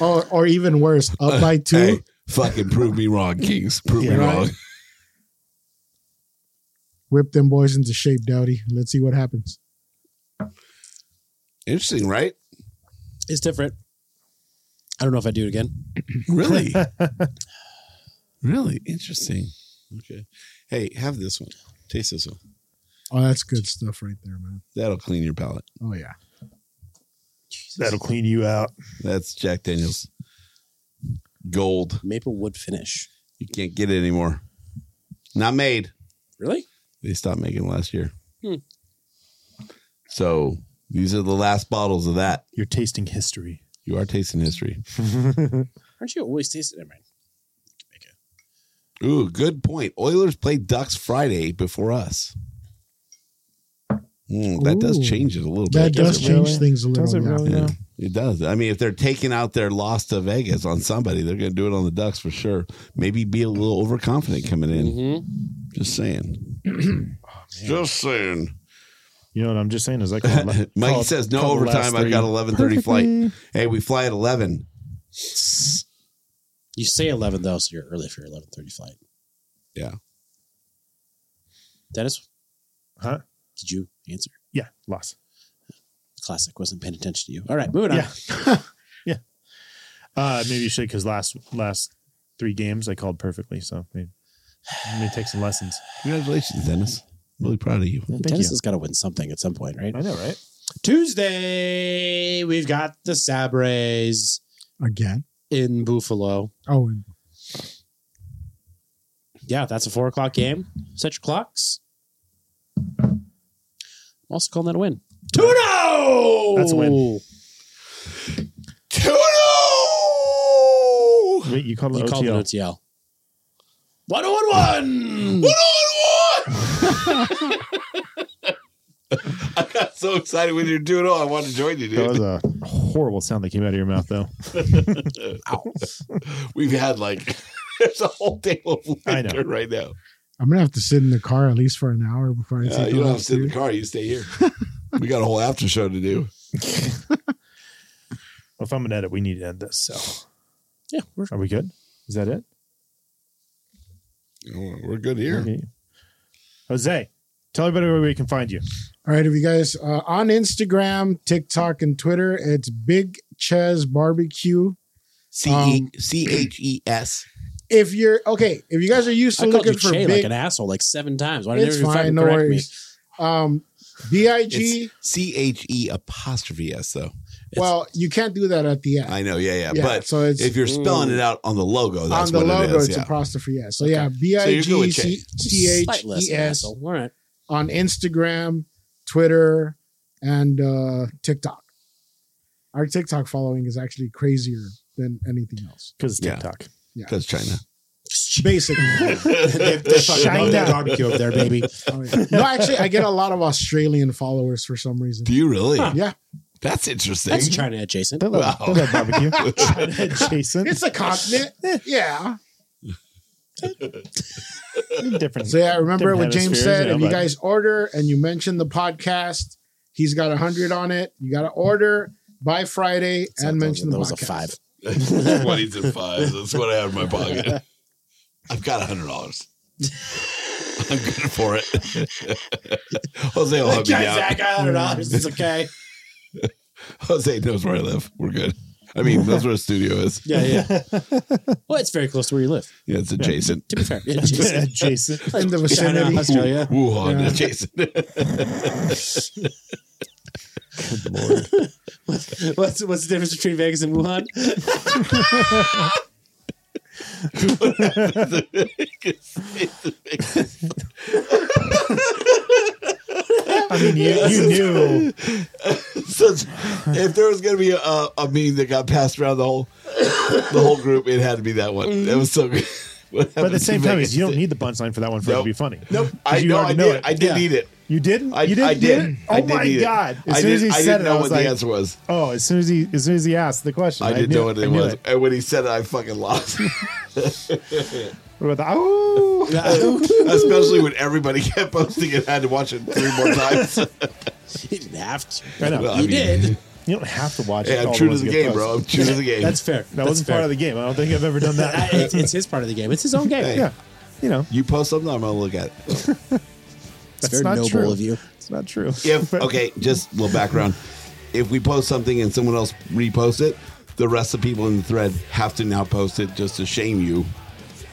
Speaker 6: or, or even worse, up by two.
Speaker 3: Hey, fucking prove me wrong, Kings. Prove
Speaker 6: Yeah.
Speaker 3: me
Speaker 6: Right.
Speaker 3: wrong.
Speaker 6: Whip them boys into shape, Dowdy. Let's see what happens.
Speaker 3: Interesting, right?
Speaker 4: It's different. I don't know if I do it again.
Speaker 3: *clears throat* Really? really interesting. Okay. Hey, have this one. Taste this one.
Speaker 6: Oh, that's good stuff right there, man.
Speaker 3: That'll clean your palate.
Speaker 6: Oh yeah.
Speaker 7: That'll clean you out.
Speaker 3: That's Jack Daniels. Gold.
Speaker 4: Maple wood finish.
Speaker 3: You can't get it anymore. Not made.
Speaker 4: *laughs*
Speaker 7: *laughs*
Speaker 4: Really?
Speaker 3: They stopped making it last year.
Speaker 4: Hmm.
Speaker 3: So these are the last bottles of that.
Speaker 7: You're tasting history.
Speaker 3: You are tasting history. *laughs*
Speaker 4: Aren't you always tasting it, man?
Speaker 3: Ooh, good point. Oilers played Ducks Friday before us. Mm, that does
Speaker 6: Ooh.
Speaker 3: change it a little
Speaker 6: That
Speaker 3: bit.
Speaker 6: does change things a little.
Speaker 7: Does it
Speaker 6: yeah.
Speaker 7: really?
Speaker 3: Yeah, it does. I mean, if they're taking out their loss to Vegas on somebody, they're going to do it on the Ducks for sure. Maybe be a little overconfident coming in.
Speaker 7: Mm-hmm.
Speaker 3: Just saying. Just saying.
Speaker 7: You know what I'm just saying is I
Speaker 3: *laughs*
Speaker 7: call it-
Speaker 3: Mike
Speaker 7: call it-
Speaker 3: says no
Speaker 7: call the last
Speaker 3: overtime. I've
Speaker 7: three.
Speaker 3: got eleven thirty
Speaker 7: Perfectly.
Speaker 3: flight. Hey, we fly at eleven.
Speaker 4: You say eleven though, so you're early for your eleven thirty flight.
Speaker 3: Yeah.
Speaker 4: Dennis,
Speaker 7: Huh?
Speaker 4: did you answer?
Speaker 7: Yeah, loss.
Speaker 4: Classic. Wasn't paying attention to you. All right, moving on.
Speaker 7: Yeah. yeah. Uh, maybe you should because last last three games I called perfectly, so maybe, maybe take some lessons.
Speaker 3: Congratulations, Dennis. Really proud of *laughs* you.
Speaker 7: Thank
Speaker 4: Dennis
Speaker 7: you.
Speaker 4: has got to win something at some point, right?
Speaker 7: I know, right?
Speaker 4: *laughs* Tuesday, we've got the Sabres
Speaker 6: Again.
Speaker 4: in Buffalo.
Speaker 6: Oh, and
Speaker 4: Yeah, that's a four o'clock game. Set your clocks. I'm also calling that a win. 2 0!
Speaker 7: That's a win.
Speaker 3: Two
Speaker 7: Wait, you called it
Speaker 4: You called it
Speaker 7: OTL.
Speaker 4: OTL. 101!
Speaker 3: I got so excited when you're doing all I wanted to join you,
Speaker 7: That was
Speaker 3: dude.
Speaker 7: a horrible sound that came out of your mouth, though.
Speaker 3: *laughs* We've had like *laughs* there's a whole table of
Speaker 7: I know.
Speaker 3: liquor right now.
Speaker 6: I'm gonna have to sit in the car at least for an hour before I
Speaker 3: Yeah,
Speaker 6: take
Speaker 3: you
Speaker 6: the
Speaker 3: don't have to
Speaker 6: last
Speaker 3: sit in
Speaker 6: two.
Speaker 3: the car, you
Speaker 6: *laughs*
Speaker 3: stay here. we got a whole after show to do.
Speaker 7: Well, if I'm gonna edit, we need to end this. So,
Speaker 4: Yeah, we're
Speaker 7: are we good? Is that it?
Speaker 3: We're good here.
Speaker 7: Okay. Jose, tell everybody where we can find you.
Speaker 6: All right, if you guys uh, on Instagram, TikTok, and Twitter, it's Big Ches Barbecue. Um,
Speaker 3: C E C H E S.
Speaker 6: If you're okay, if you guys are used to
Speaker 4: I called
Speaker 6: looking
Speaker 4: you
Speaker 6: for
Speaker 4: Che
Speaker 6: big,
Speaker 4: like an asshole like seven times. Why didn't
Speaker 6: it's
Speaker 4: you fucking
Speaker 6: fine, no
Speaker 4: correct me?
Speaker 6: worries. Um, B I G.
Speaker 3: It's C H E apostrophe S though.
Speaker 6: Well, you can't do that at the end.
Speaker 3: I know, yeah, yeah.
Speaker 6: Yeah,
Speaker 3: but
Speaker 6: so it's- Mm.
Speaker 3: if you're spelling it out on the logo, Oh,
Speaker 6: on
Speaker 3: that's
Speaker 6: the
Speaker 3: what
Speaker 6: logo,
Speaker 3: it is.
Speaker 6: it's
Speaker 3: yeah.
Speaker 6: apostrophe S. So yeah, B
Speaker 3: So
Speaker 6: I
Speaker 3: you're good
Speaker 6: G
Speaker 3: with Che.
Speaker 6: C C H
Speaker 4: Slight less
Speaker 6: E
Speaker 4: than
Speaker 6: S
Speaker 4: asshole. All right.
Speaker 6: on Instagram, Twitter, and uh, TikTok. Our TikTok following is actually crazier than anything else.
Speaker 7: Because it's
Speaker 3: Yeah.
Speaker 7: TikTok.
Speaker 6: *laughs*
Speaker 3: Because China.
Speaker 6: Basically,
Speaker 4: *laughs* they, they fucking love that
Speaker 6: China.
Speaker 4: barbecue up there,
Speaker 3: *laughs*
Speaker 4: baby.
Speaker 6: Oh, yeah. no, actually, I get a lot of Australian followers for some reason.
Speaker 3: Do you really?
Speaker 6: Yeah,
Speaker 3: That's interesting.
Speaker 4: That's China adjacent.
Speaker 7: They love,
Speaker 3: Wow.
Speaker 7: they love
Speaker 6: *laughs*
Speaker 7: barbecue. Jason,
Speaker 6: it's
Speaker 7: *laughs*
Speaker 6: a continent.
Speaker 3: *laughs*
Speaker 6: Yeah.
Speaker 7: *laughs* different.
Speaker 6: So yeah, I remember
Speaker 7: different
Speaker 6: what James
Speaker 7: hemispheres,
Speaker 6: said.
Speaker 7: you know,
Speaker 6: if you
Speaker 7: but-
Speaker 6: guys order and you mention the podcast, he's got a hundred on it. You got to order by Friday and mention the
Speaker 4: that was a
Speaker 6: podcast.
Speaker 4: five.
Speaker 3: Twenties and fives. That's what I have in my pocket. I've got a hundred dollars. *laughs* I'm good for it. *laughs* Jose will help me
Speaker 4: Okay,
Speaker 3: out.
Speaker 4: Zach, I don't know.
Speaker 3: *laughs*
Speaker 4: It's okay.
Speaker 3: Jose knows where I live. We're good. I mean, that's where the studio is.
Speaker 4: Yeah, yeah. *laughs* Well, it's very close to where you live.
Speaker 3: Yeah, it's adjacent.
Speaker 4: To
Speaker 6: *laughs*
Speaker 4: be
Speaker 3: *laughs*
Speaker 4: fair, adjacent.
Speaker 7: Jason.
Speaker 6: in the
Speaker 4: *laughs* China,
Speaker 6: vicinity.
Speaker 4: Australia.
Speaker 3: Wuhan,
Speaker 6: Yeah.
Speaker 3: adjacent.
Speaker 7: Good
Speaker 3: *laughs*
Speaker 7: lord.
Speaker 4: What's what's the difference between Vegas and Wuhan?
Speaker 3: I
Speaker 6: mean, you- you knew.
Speaker 3: if there was going to be a, a meme that got passed around the whole the whole group, it had to be that one. That was so good. *laughs* What
Speaker 2: But at the
Speaker 3: happened
Speaker 2: same
Speaker 3: to
Speaker 2: time,
Speaker 3: Vegas?
Speaker 2: you don't need the punchline for that one for it to be funny.
Speaker 3: Nope.
Speaker 2: 'Cause
Speaker 3: I
Speaker 2: you
Speaker 3: know. I
Speaker 2: already
Speaker 3: did. I did
Speaker 2: Yeah.
Speaker 3: need it.
Speaker 2: You didn't?
Speaker 3: I,
Speaker 2: you didn't
Speaker 3: I
Speaker 2: get
Speaker 3: did.
Speaker 2: it? Oh
Speaker 3: I did
Speaker 2: my
Speaker 3: need it.
Speaker 2: god! As
Speaker 3: I
Speaker 2: soon as
Speaker 3: did-
Speaker 2: he
Speaker 3: I
Speaker 2: said
Speaker 3: didn't
Speaker 2: it,
Speaker 3: know
Speaker 2: I
Speaker 3: what
Speaker 2: was
Speaker 3: the
Speaker 2: like,
Speaker 3: answer was.
Speaker 2: Oh, as soon as he as soon as he asked the question,
Speaker 3: I
Speaker 2: I
Speaker 3: didn't
Speaker 2: knew
Speaker 3: know what it
Speaker 2: knew
Speaker 3: was. And when he said it, I fucking
Speaker 2: *laughs*
Speaker 3: lost.
Speaker 2: What about the
Speaker 3: *laughs*
Speaker 2: oh?
Speaker 3: Especially when everybody *laughs* kept posting it, I had to watch it three more
Speaker 2: *laughs*
Speaker 3: times.
Speaker 4: you didn't have to.
Speaker 2: I know.
Speaker 3: Well, I You mean- did.
Speaker 2: You don't have to watch
Speaker 3: Hey,
Speaker 2: it.
Speaker 3: I'm
Speaker 2: all
Speaker 3: true to
Speaker 2: ones
Speaker 3: the
Speaker 2: that
Speaker 3: game,
Speaker 2: get
Speaker 3: bro.
Speaker 2: posted.
Speaker 3: I'm true to the game.
Speaker 4: That's fair.
Speaker 2: That wasn't part of the game. I don't think I've ever done that.
Speaker 4: *laughs* it's, it's his part of the game. It's his own game.
Speaker 3: Hey.
Speaker 4: Yeah.
Speaker 2: You know,
Speaker 3: you post something, I'm gonna look
Speaker 2: *laughs*
Speaker 3: at it.
Speaker 4: It's very noble
Speaker 2: true.
Speaker 4: of you.
Speaker 2: It's not true.
Speaker 3: If okay, just a little background. If we post something and someone else reposts it, the rest of the people in the thread have to now post it just to shame you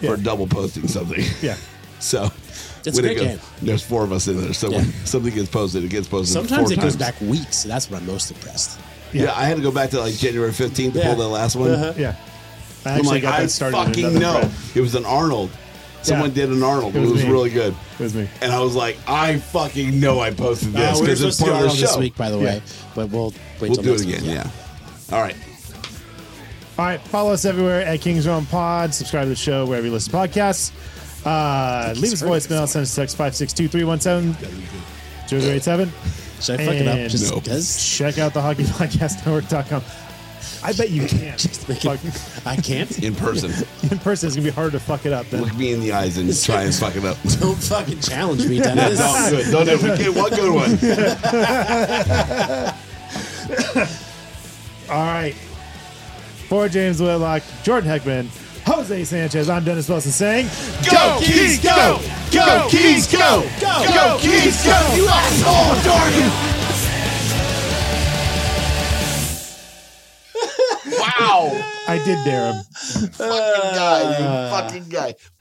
Speaker 3: for double posting something.
Speaker 2: Yeah.
Speaker 3: *laughs* So
Speaker 4: It's
Speaker 3: when
Speaker 4: a
Speaker 3: it
Speaker 4: great
Speaker 3: goes-
Speaker 4: game.
Speaker 3: There's four of us in there, so when something gets posted, it gets posted.
Speaker 4: Sometimes
Speaker 3: four
Speaker 4: it goes back
Speaker 3: times.
Speaker 4: weeks. So that's what I'm most impressed.
Speaker 3: Yeah. I had to go back to like January 15th to
Speaker 4: Yeah.
Speaker 3: pull the last one.
Speaker 4: Uh-huh.
Speaker 2: Yeah. I
Speaker 3: I'm
Speaker 2: actually
Speaker 3: like,
Speaker 2: got
Speaker 3: I
Speaker 2: that started in
Speaker 3: fucking
Speaker 2: another
Speaker 3: know.
Speaker 2: thread.
Speaker 3: It was an Arnold. Someone
Speaker 2: Yeah.
Speaker 3: did an Arnold. It
Speaker 2: It
Speaker 3: was,
Speaker 2: was me.
Speaker 3: really good.
Speaker 2: It was me.
Speaker 3: And I was like, I fucking know I
Speaker 4: Uh,
Speaker 3: posted this
Speaker 4: we were
Speaker 3: because it's
Speaker 4: supposed to do
Speaker 3: part of the
Speaker 4: Arnold
Speaker 3: show.
Speaker 4: this week, by the way, but we'll wait
Speaker 3: we'll
Speaker 4: till
Speaker 3: do it
Speaker 4: next
Speaker 3: again.
Speaker 4: week.
Speaker 3: Yeah. All
Speaker 4: *laughs*
Speaker 3: right.
Speaker 2: All right, follow us everywhere at Kings Realm Pod. Subscribe to the show wherever you listen to podcasts. Uh, leave us a voicemail. Send us a text 562-317-0087.
Speaker 4: Should I fuck it up
Speaker 2: And
Speaker 4: just because?
Speaker 2: Check out the *laughs* hockeypodcastnetwork.com. I bet you can't. Fuck.
Speaker 4: I can't. *laughs*
Speaker 3: In person.
Speaker 2: In person, it's going to be harder to fuck it up. Than,
Speaker 3: Look me in the eyes and try and fuck it up.
Speaker 4: *laughs* Don't fucking challenge me,
Speaker 3: *laughs* Yeah,
Speaker 4: Dennis.
Speaker 3: don't do it. Don't do it. We get one good
Speaker 4: *laughs*
Speaker 3: one.
Speaker 2: *laughs* All right. For James Whitlock, Jordan Heckman, Jose Sanchez, I'm Dennis Wilson saying,
Speaker 3: Go, Keys, go! Go, Keys, go!
Speaker 2: Go!
Speaker 3: Go, Keys, go! You asshole, Jordan! Wow!
Speaker 2: I did dare him.
Speaker 6: *laughs*
Speaker 4: *laughs* Ah.
Speaker 3: Fucking guy, you fucking guy.